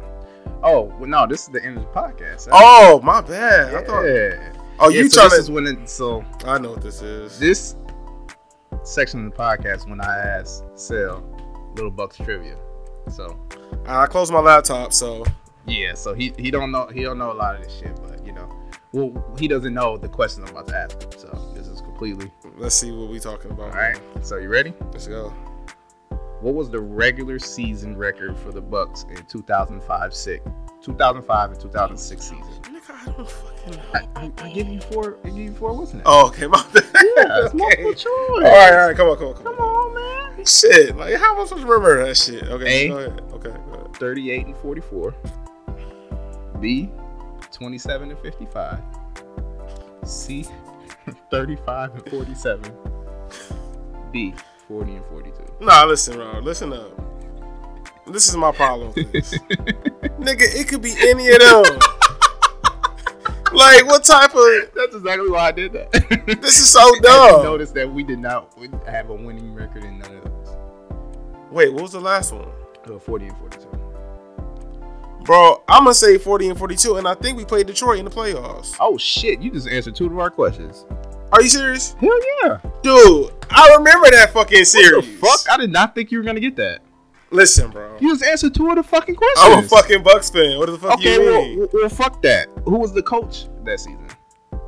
Speaker 2: Oh, well, no, this is the end of the podcast.
Speaker 1: Oh, my bad.
Speaker 2: yeah.
Speaker 1: I thought. Oh,
Speaker 2: Yeah,
Speaker 1: you
Speaker 2: so
Speaker 1: trying
Speaker 2: this is
Speaker 1: to?
Speaker 2: when it, so
Speaker 1: I know what this is.
Speaker 2: this section of the podcast when I asked Sel Little Bucks trivia. So
Speaker 1: I closed my laptop, so
Speaker 2: yeah, so he he don't know he don't know a lot of this shit, but you know, well he doesn't know the question I'm about to ask him. So this is completely
Speaker 1: let's see what we talking about.
Speaker 2: all right. So you ready?
Speaker 1: let's go.
Speaker 2: What was the regular season record for the Bucks in 2005 six 2005 and 2006 season?
Speaker 1: Nigga, I don't fucking. Know.
Speaker 2: I, I, I give you four. I give you four. Wasn't it?
Speaker 1: Oh, okay, my bad.
Speaker 2: yeah, it's
Speaker 1: Okay.
Speaker 2: multiple choice.
Speaker 1: All right, all right, come on, come on, come on.
Speaker 2: Come on, man.
Speaker 1: Shit, like how am I supposed to remember that shit? Okay,
Speaker 2: A.
Speaker 1: go ahead. Okay, go ahead.
Speaker 2: 38 and 44. B, 27 and 55. C, 35 and 47. D, 40 and 42.
Speaker 1: Nah, listen, Rob, listen up. This is my problem. with this. Nigga, it could be any of them. like, what type of?
Speaker 2: That's exactly why I did that.
Speaker 1: This is so
Speaker 2: I
Speaker 1: dumb.
Speaker 2: noticed that we did not have a winning record in none of those.
Speaker 1: Wait, what was the last one?
Speaker 2: Uh, 40 and 42.
Speaker 1: Bro, I'm gonna say 40 and 42, and I think we played Detroit in the playoffs.
Speaker 2: Oh shit! You just answered two of our questions.
Speaker 1: Are you serious,
Speaker 2: Hell yeah!
Speaker 1: dude? I remember that fucking
Speaker 2: What
Speaker 1: series.
Speaker 2: the fuck? I did not think you were gonna get that.
Speaker 1: Listen, bro.
Speaker 2: You just answered two of the fucking questions.
Speaker 1: I'm a fucking Bucks fan. What the fuck
Speaker 2: Okay,
Speaker 1: you
Speaker 2: well,
Speaker 1: mean?
Speaker 2: well, well, fuck that. Who was the coach that season?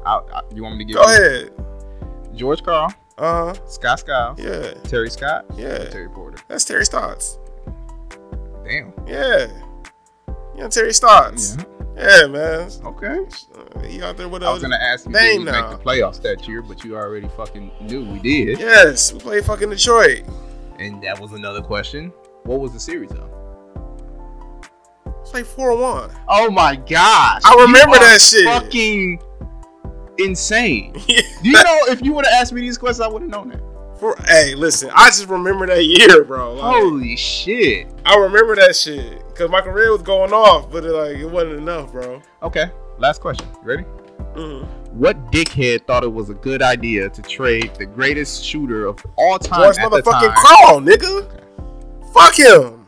Speaker 2: I, I, you want me to give?
Speaker 1: Go
Speaker 2: you-
Speaker 1: ahead.
Speaker 2: George Carl,
Speaker 1: Uh huh.
Speaker 2: Scott Skiles,
Speaker 1: Yeah.
Speaker 2: Terry Scott,
Speaker 1: Yeah.
Speaker 2: or Terry Porter.
Speaker 1: That's Terry Stotts.
Speaker 2: Damn.
Speaker 1: Yeah. You know Terry Stotts.
Speaker 2: Yeah.
Speaker 1: Yeah, man.
Speaker 2: Okay.
Speaker 1: Uh, He out there with
Speaker 2: I was
Speaker 1: us.
Speaker 2: gonna ask you
Speaker 1: Name
Speaker 2: did we make
Speaker 1: now.
Speaker 2: the playoffs that year, but you already fucking knew we did.
Speaker 1: Yes, we played fucking Detroit.
Speaker 2: And that was another question. What was the series though?
Speaker 1: It's like four one.
Speaker 2: Oh my gosh!
Speaker 1: I remember
Speaker 2: You are
Speaker 1: that shit.
Speaker 2: Fucking insane. Do you know if you would have asked me these questions, I would have known that.
Speaker 1: For hey, listen, I just remember that year, bro. Like,
Speaker 2: Holy shit.
Speaker 1: I remember that shit because my career was going off, but it, like it wasn't enough, bro.
Speaker 2: Okay. Last question. You ready?
Speaker 1: Mm.
Speaker 2: What dickhead thought it was a good idea to trade the greatest shooter of all time
Speaker 1: George
Speaker 2: at the
Speaker 1: motherfucking
Speaker 2: time?
Speaker 1: Crawl, nigga. Fuck him.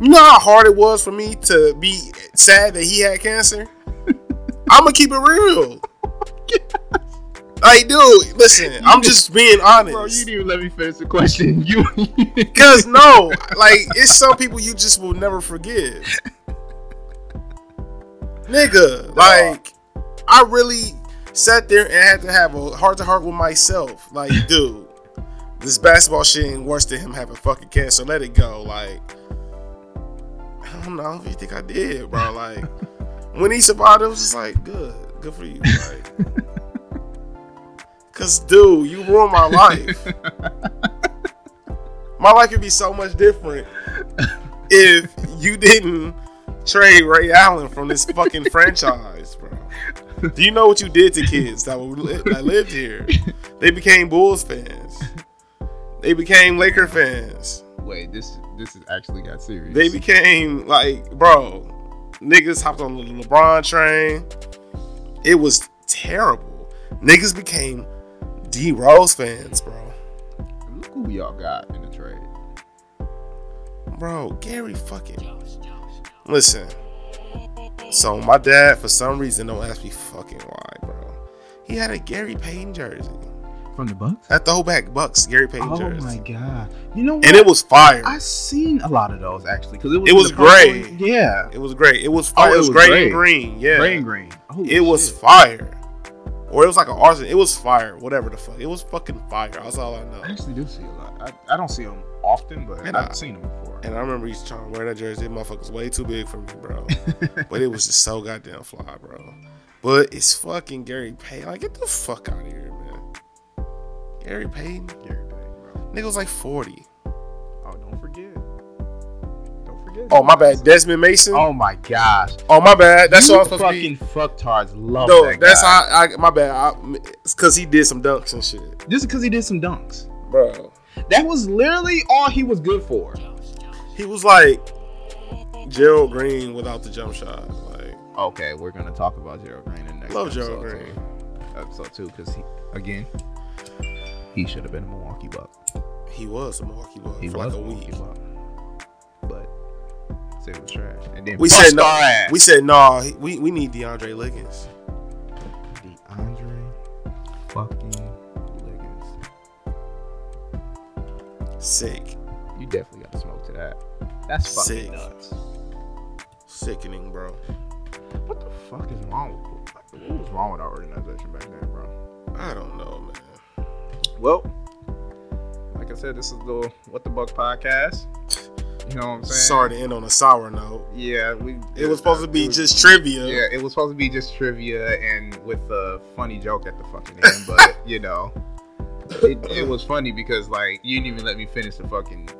Speaker 1: You know how hard it was for me to be sad that he had cancer. I'm gonna keep it real. Like, dude, listen, I'm just being
Speaker 2: Bro, you
Speaker 1: honest.
Speaker 2: didn't even let me finish the question. You,
Speaker 1: Cause no, like, it's some people you just will never forgive, nigga. Like, I really sat there and had to have a heart to heart with myself. Like, dude, this basketball shit ain't worse than him having fucking cancer. Let it go. Like, I don't know. I don't really think I did, bro. Like, when he survived, it was just like, good, good for you. Like, cause dude, you ruined my life. my life would be so much different if you didn't trade Ray Allen from this fucking franchise, bro. Do you know what you did to kids that were li- that lived here? They became Bulls fans. They became Laker fans.
Speaker 2: wait, this this is actually got serious.
Speaker 1: They became like, bro, niggas hopped on the LeBron train. It was terrible. Niggas became D Rose fans, bro.
Speaker 2: look who y'all got in the trade.
Speaker 1: Bro, Gary fucking
Speaker 3: Jones, Jones,
Speaker 1: Listen. So my dad, for some reason, don't ask me fucking why, bro. He had a Gary Payton jersey,
Speaker 2: From the Bucks?
Speaker 1: a throwback Bucks Gary Payton
Speaker 2: Oh
Speaker 1: jersey,
Speaker 2: my god! You know what?
Speaker 1: and it was fire.
Speaker 2: I seen a lot of those actually because it was
Speaker 1: It
Speaker 2: in
Speaker 1: was
Speaker 2: the
Speaker 1: gray.
Speaker 2: purple- Yeah,
Speaker 1: It was great. It was fire.
Speaker 2: Oh,
Speaker 1: it, was gray, and green. Yeah,
Speaker 2: gray and green. Holy
Speaker 1: It was
Speaker 2: shit.
Speaker 1: fire, or it was like an arson. It was fire. Whatever the fuck. It was fucking fire. That's all I
Speaker 2: I
Speaker 1: know.
Speaker 2: actually do see a lot. I, I don't see them often, but
Speaker 1: And I-
Speaker 2: I've seen them before.
Speaker 1: And I remember he's trying to wear that jersey. That motherfucker's way too big for me, bro. but it was just so goddamn fly, bro. But it's fucking Gary Payton. Like, get the fuck out of here, man. Gary Payton?
Speaker 2: Gary Payton, bro.
Speaker 1: Nigga was like 40.
Speaker 2: Oh, don't forget. Don't forget.
Speaker 1: Oh, my bad. Desmond Mason? Oh,
Speaker 2: Oh my gosh.
Speaker 1: my bad. That's
Speaker 2: you
Speaker 1: all I'm supposed to be.
Speaker 2: fucking fucktards love
Speaker 1: No,
Speaker 2: that
Speaker 1: that's
Speaker 2: guy.
Speaker 1: how I, my bad. I, it's cause he did some dunks and shit.
Speaker 2: Just because he did some dunks.
Speaker 1: Bro.
Speaker 2: That was literally all he was good for.
Speaker 3: Jones, Jones,
Speaker 1: He was like Gerald Green without the jump shot. Like,
Speaker 2: Okay, we're gonna talk about Gerald Green in the next
Speaker 1: Love
Speaker 2: episode
Speaker 1: Gerald Green.
Speaker 2: too. Episode two, because he again, he should have been a Milwaukee Buck.
Speaker 1: he was a Milwaukee Buck
Speaker 2: He
Speaker 1: for
Speaker 2: was
Speaker 1: like a
Speaker 2: Milwaukee
Speaker 1: week.
Speaker 2: Buck. But say it was trash. And then
Speaker 1: We
Speaker 2: bust
Speaker 1: said no-
Speaker 2: our ass.
Speaker 1: We said no. he- We we need DeAndre Liggins.
Speaker 2: DeAndre fucking Liggins.
Speaker 1: Sick,
Speaker 2: You definitely got to smoke to that. That's fucking
Speaker 1: Sick.
Speaker 2: nuts.
Speaker 1: sickening, bro.
Speaker 2: What the fuck is wrong with like, what was wrong with our organization back then, bro?
Speaker 1: I don't know, man.
Speaker 2: Well, like I said, this is the What the Buck podcast. You know what I'm saying?
Speaker 1: Sorry to end on a sour note.
Speaker 2: Yeah, we.
Speaker 1: It was supposed to
Speaker 2: it
Speaker 1: be
Speaker 2: was-
Speaker 1: just trivia.
Speaker 2: Yeah, it was supposed to be just trivia and with a funny joke at the fucking end, but you know, it, it was funny because like you didn't even let me finish the fucking.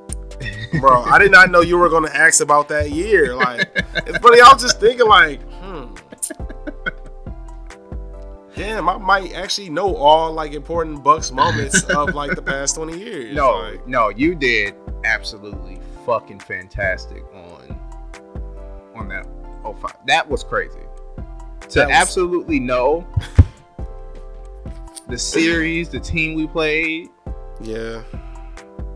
Speaker 1: bro. I did not know you were gonna ask about that year. Like, it's funny. I was just thinking, like, hmm. Damn, I might actually know all like important Bucks moments of like the past twenty years.
Speaker 2: No,
Speaker 1: Like,
Speaker 2: no, you did absolutely fucking fantastic on on that. Oh, fuck, that was crazy. To
Speaker 1: That was-
Speaker 2: absolutely know the series, the team we played,
Speaker 1: yeah,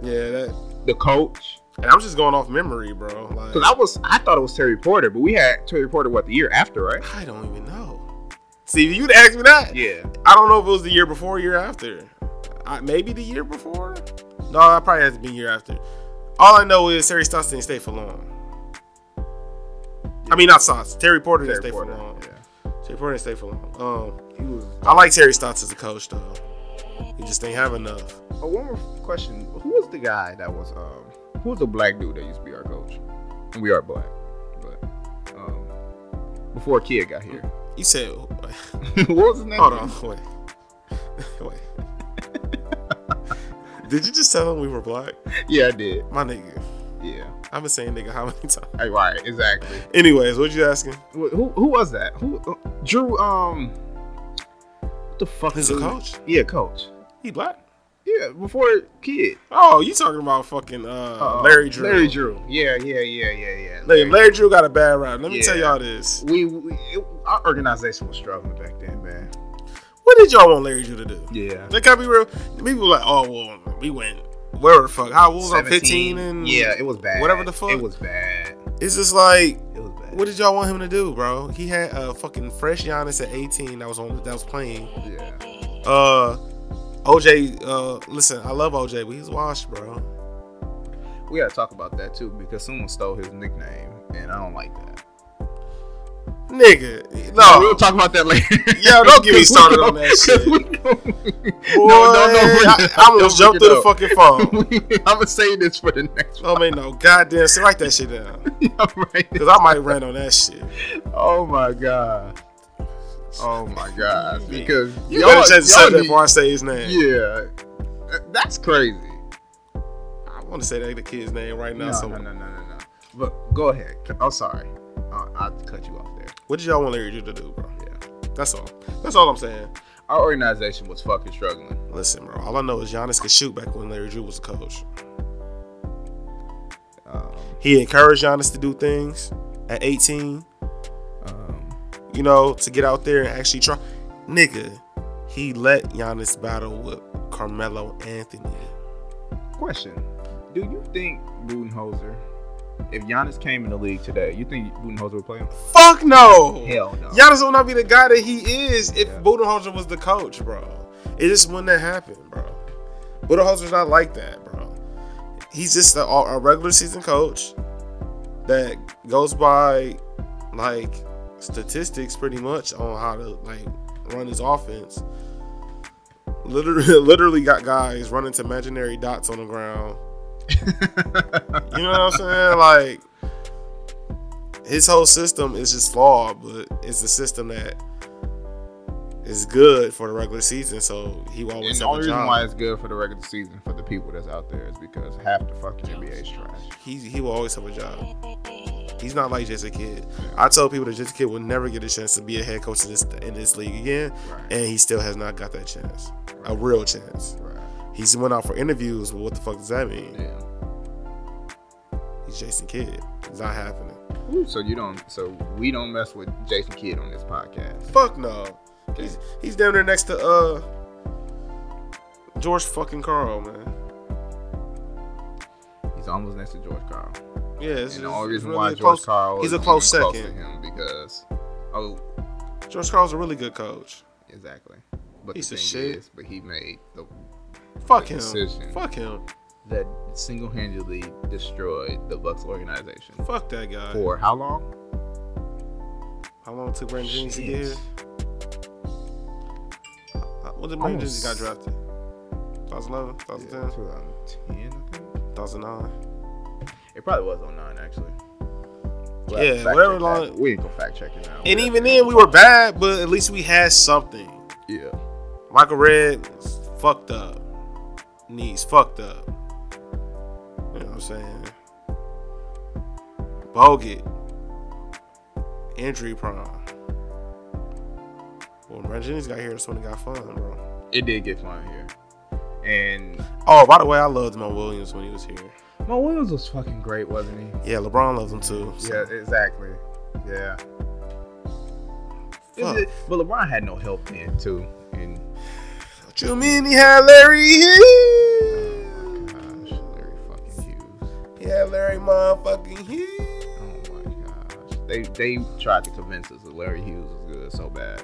Speaker 1: yeah. That,
Speaker 2: the coach.
Speaker 1: and I'm just going off memory, bro. Like,
Speaker 2: Because I was, I thought it was Terry Porter, but we had Terry Porter what the year after, right?
Speaker 1: I don't even know. See, if you'd asked me that,
Speaker 2: Yeah.
Speaker 1: I don't know if it was the year before, or year after. I, maybe the year before. No, I probably has to be year after. All I know is Terry Stotts didn't stay for long. I mean, not Stotts. Terry Porter didn't stay for long. Terry Porter didn't stay for long. Um,
Speaker 2: He was.
Speaker 1: I like Terry Stotts as a coach though. He just ain't have enough.
Speaker 2: Oh, one more question: Who was the guy that was? Um, who was the black dude that used to be our coach? And we are black, but um, before Kid got here,
Speaker 1: You said,
Speaker 2: what was his name?
Speaker 1: hold on, wait, wait. Did you just tell him we were black?
Speaker 2: Yeah, I did.
Speaker 1: My nigga,
Speaker 2: Yeah.
Speaker 1: I've been saying nigga how many times?
Speaker 2: All right. Exactly.
Speaker 1: Anyways, what you asking?
Speaker 2: Who, who who was that? Who uh, Drew? Um, what the fuck
Speaker 1: He's a
Speaker 2: dude?
Speaker 1: coach.
Speaker 2: Yeah, coach.
Speaker 1: He black.
Speaker 2: Yeah, before Kid.
Speaker 1: Oh, you talking about fucking uh,
Speaker 2: Uh,
Speaker 1: Larry Drew?
Speaker 2: Larry Drew. Yeah, yeah, yeah, yeah, yeah.
Speaker 1: Larry, Larry Drew got a bad rap. Let me
Speaker 2: Yeah.
Speaker 1: tell y'all this.
Speaker 2: we, we it, our organization was struggling back then, man.
Speaker 1: What did y'all want Larry Drew to do?
Speaker 2: Yeah.
Speaker 1: That can't be real. People were like, oh well, we went where the fuck? How old was I? Fifteen and
Speaker 2: yeah, it was bad.
Speaker 1: whatever the fuck.
Speaker 2: It was bad.
Speaker 1: It's just like,
Speaker 2: It was bad.
Speaker 1: what did y'all want him to do, bro? He had a fucking fresh Giannis at eighteen that was on that was playing.
Speaker 2: yeah.
Speaker 1: Uh, OJ. Uh, listen, I love OJ, but he's washed, bro.
Speaker 2: We gotta talk about that too because someone stole his nickname, and I don't like that.
Speaker 1: Nigga,
Speaker 2: So
Speaker 1: no.
Speaker 2: we'll talk about that later.
Speaker 1: Yeah, don't get me started on that
Speaker 2: 'Cause
Speaker 1: shit.
Speaker 2: we gon-
Speaker 1: Boy,
Speaker 2: no, no, no, bring
Speaker 1: I,
Speaker 2: it
Speaker 1: I
Speaker 2: up.
Speaker 1: almost
Speaker 2: Don't
Speaker 1: jumped
Speaker 2: bring
Speaker 1: through the fucking
Speaker 2: it
Speaker 1: phone.
Speaker 2: I'm gonna say this for the next one.
Speaker 1: Oh man, no, goddamn, shit, write that shit down,
Speaker 2: All right.
Speaker 1: cause I might rant on that shit.
Speaker 2: Oh my god. Oh my god. Because
Speaker 1: You
Speaker 2: y'all-
Speaker 1: better change the
Speaker 2: y'all
Speaker 1: subject
Speaker 2: need-
Speaker 1: before I say his name.
Speaker 2: Yeah, that's crazy.
Speaker 1: I want to say that the kid's name right now.
Speaker 2: No,
Speaker 1: so
Speaker 2: no, no, no, no, no. But go ahead. I'm sorry. Uh, I'll cut you off there.
Speaker 1: what did y'all want Larry Drew to do, bro?
Speaker 2: Yeah.
Speaker 1: That's all. That's all I'm saying.
Speaker 2: Our organization was fucking struggling.
Speaker 1: Listen, bro. All I know is Giannis could shoot back when Larry Drew was a coach.
Speaker 2: Um,
Speaker 1: He encouraged Giannis to do things at 18.
Speaker 2: um,
Speaker 1: You know, to get out there and actually try. Nigga, he let Giannis battle with Carmelo Anthony.
Speaker 2: question: Do you think Budenholzer, if Giannis came in the league today, you think Budenholzer would play him?
Speaker 1: Fuck no.
Speaker 2: Hell no.
Speaker 1: Giannis will not be the guy that he is if
Speaker 2: Yeah.
Speaker 1: Budenholzer was the coach, bro. It just wouldn't have happened, bro. Budenholzer's not like that, bro. He's just a, a regular season coach that goes by like statistics pretty much on how to like run his offense. Literally, literally got guys running to imaginary dots on the ground. You know what I'm saying? Like his whole system is just flawed, but it's a system that is good for the regular season. So he will always
Speaker 2: and the
Speaker 1: have a
Speaker 2: only reason
Speaker 1: job.
Speaker 2: why it's good for the regular season for the people that's out there is because half the fucking NBA is trash.
Speaker 1: he he will always have a job. He's not like just a kid. I told people that just a kid will never get a chance to be a head coach in this in this league again,
Speaker 2: Right.
Speaker 1: and he still has not got that chance, a real chance.
Speaker 2: right.
Speaker 1: He's went out for interviews, but what the fuck does that mean?
Speaker 2: Yeah.
Speaker 1: He's Jason Kidd. It's not happening.
Speaker 2: So you don't. So we don't mess with Jason Kidd on this podcast.
Speaker 1: Fuck no. He's he's down there next to uh George fucking Carl, man.
Speaker 2: He's almost next to George Carl.
Speaker 1: Yeah, it's,
Speaker 2: and the only
Speaker 1: it's
Speaker 2: reason
Speaker 1: really
Speaker 2: why
Speaker 1: a
Speaker 2: George
Speaker 1: close-
Speaker 2: Karl
Speaker 1: he's a
Speaker 2: is
Speaker 1: close
Speaker 2: even
Speaker 1: second.
Speaker 2: to him because oh
Speaker 1: George Carl's a really good coach.
Speaker 2: exactly. But
Speaker 1: Piece
Speaker 2: the
Speaker 1: of
Speaker 2: thing
Speaker 1: shit.
Speaker 2: is, but he made the
Speaker 1: Fuck
Speaker 2: The
Speaker 1: him.
Speaker 2: decision.
Speaker 1: Fuck him.
Speaker 2: that single-handedly destroyed the Bucks organization
Speaker 1: Fuck that guy.
Speaker 2: for how long?
Speaker 1: How long it took Brandon Jennings to get
Speaker 2: Shit.
Speaker 1: here? Uh, When did Brandon Jennings
Speaker 2: Almost-
Speaker 1: got drafted? 2011, 2010,
Speaker 2: 2010, I think.
Speaker 1: 2009.
Speaker 2: It probably was 09, actually.
Speaker 1: Yeah,
Speaker 2: have to fact
Speaker 1: whatever
Speaker 2: check
Speaker 1: long-
Speaker 2: that. We ain't gonna fact check it now.
Speaker 1: And even then, we were bad, but at least we had something.
Speaker 2: Yeah.
Speaker 1: Michael Red was fucked up. Knees fucked up. You know what I'm saying? Bogut. Injury prone. Well, Brandon Jennings got here, that's when it got fun, bro.
Speaker 2: It did get fun here. And
Speaker 1: Oh, by the way, I loved Mo Williams when he was here.
Speaker 2: Mo Williams was fucking great, wasn't he?
Speaker 1: Yeah, LeBron loves him too. so-
Speaker 2: Yeah, exactly. Yeah.
Speaker 1: Fuck.
Speaker 2: Is it- But LeBron had no help then too. And
Speaker 1: What you mean he had Larry Hughes?
Speaker 2: gosh, uh, Larry fucking Hughes.
Speaker 1: Yeah, Larry motherfucking Hughes.
Speaker 2: Oh my gosh. They they tried to convince us that Larry Hughes was good so bad.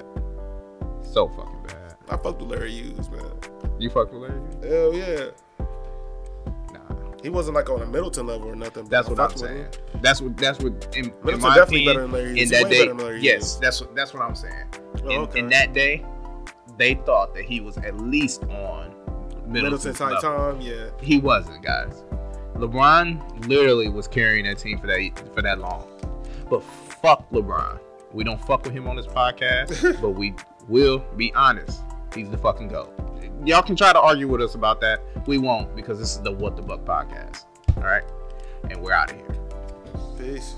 Speaker 2: So fucking bad.
Speaker 1: I fucked with Larry Hughes, man.
Speaker 2: You fuck with Larry Hughes?
Speaker 1: Hell yeah.
Speaker 2: Nah.
Speaker 1: He wasn't like on a Middleton level or nothing. but
Speaker 2: That's
Speaker 1: I
Speaker 2: what I'm
Speaker 1: fucked with
Speaker 2: saying.
Speaker 1: him.
Speaker 2: That's what that's what in, in
Speaker 1: Middleton
Speaker 2: my
Speaker 1: definitely
Speaker 2: opinion,
Speaker 1: better than Larry
Speaker 2: in
Speaker 1: Hughes.
Speaker 2: that
Speaker 1: Way
Speaker 2: day.
Speaker 1: better than Larry
Speaker 2: Yes,
Speaker 1: Hughes.
Speaker 2: that's what that's what I'm saying.
Speaker 1: Oh,
Speaker 2: In,
Speaker 1: okay.
Speaker 2: in that day, they thought that he was at least on
Speaker 1: Middleton
Speaker 2: Middleton
Speaker 1: type
Speaker 2: level.
Speaker 1: time, yeah.
Speaker 2: He wasn't, guys. LeBron literally was carrying that team for that for that long. But fuck LeBron. We don't fuck with him on this podcast, but we will be honest. He's the fucking goat. Y'all can try to argue with us about that. We won't because this is the What the Buck podcast. All right, and we're out of here.
Speaker 1: Peace.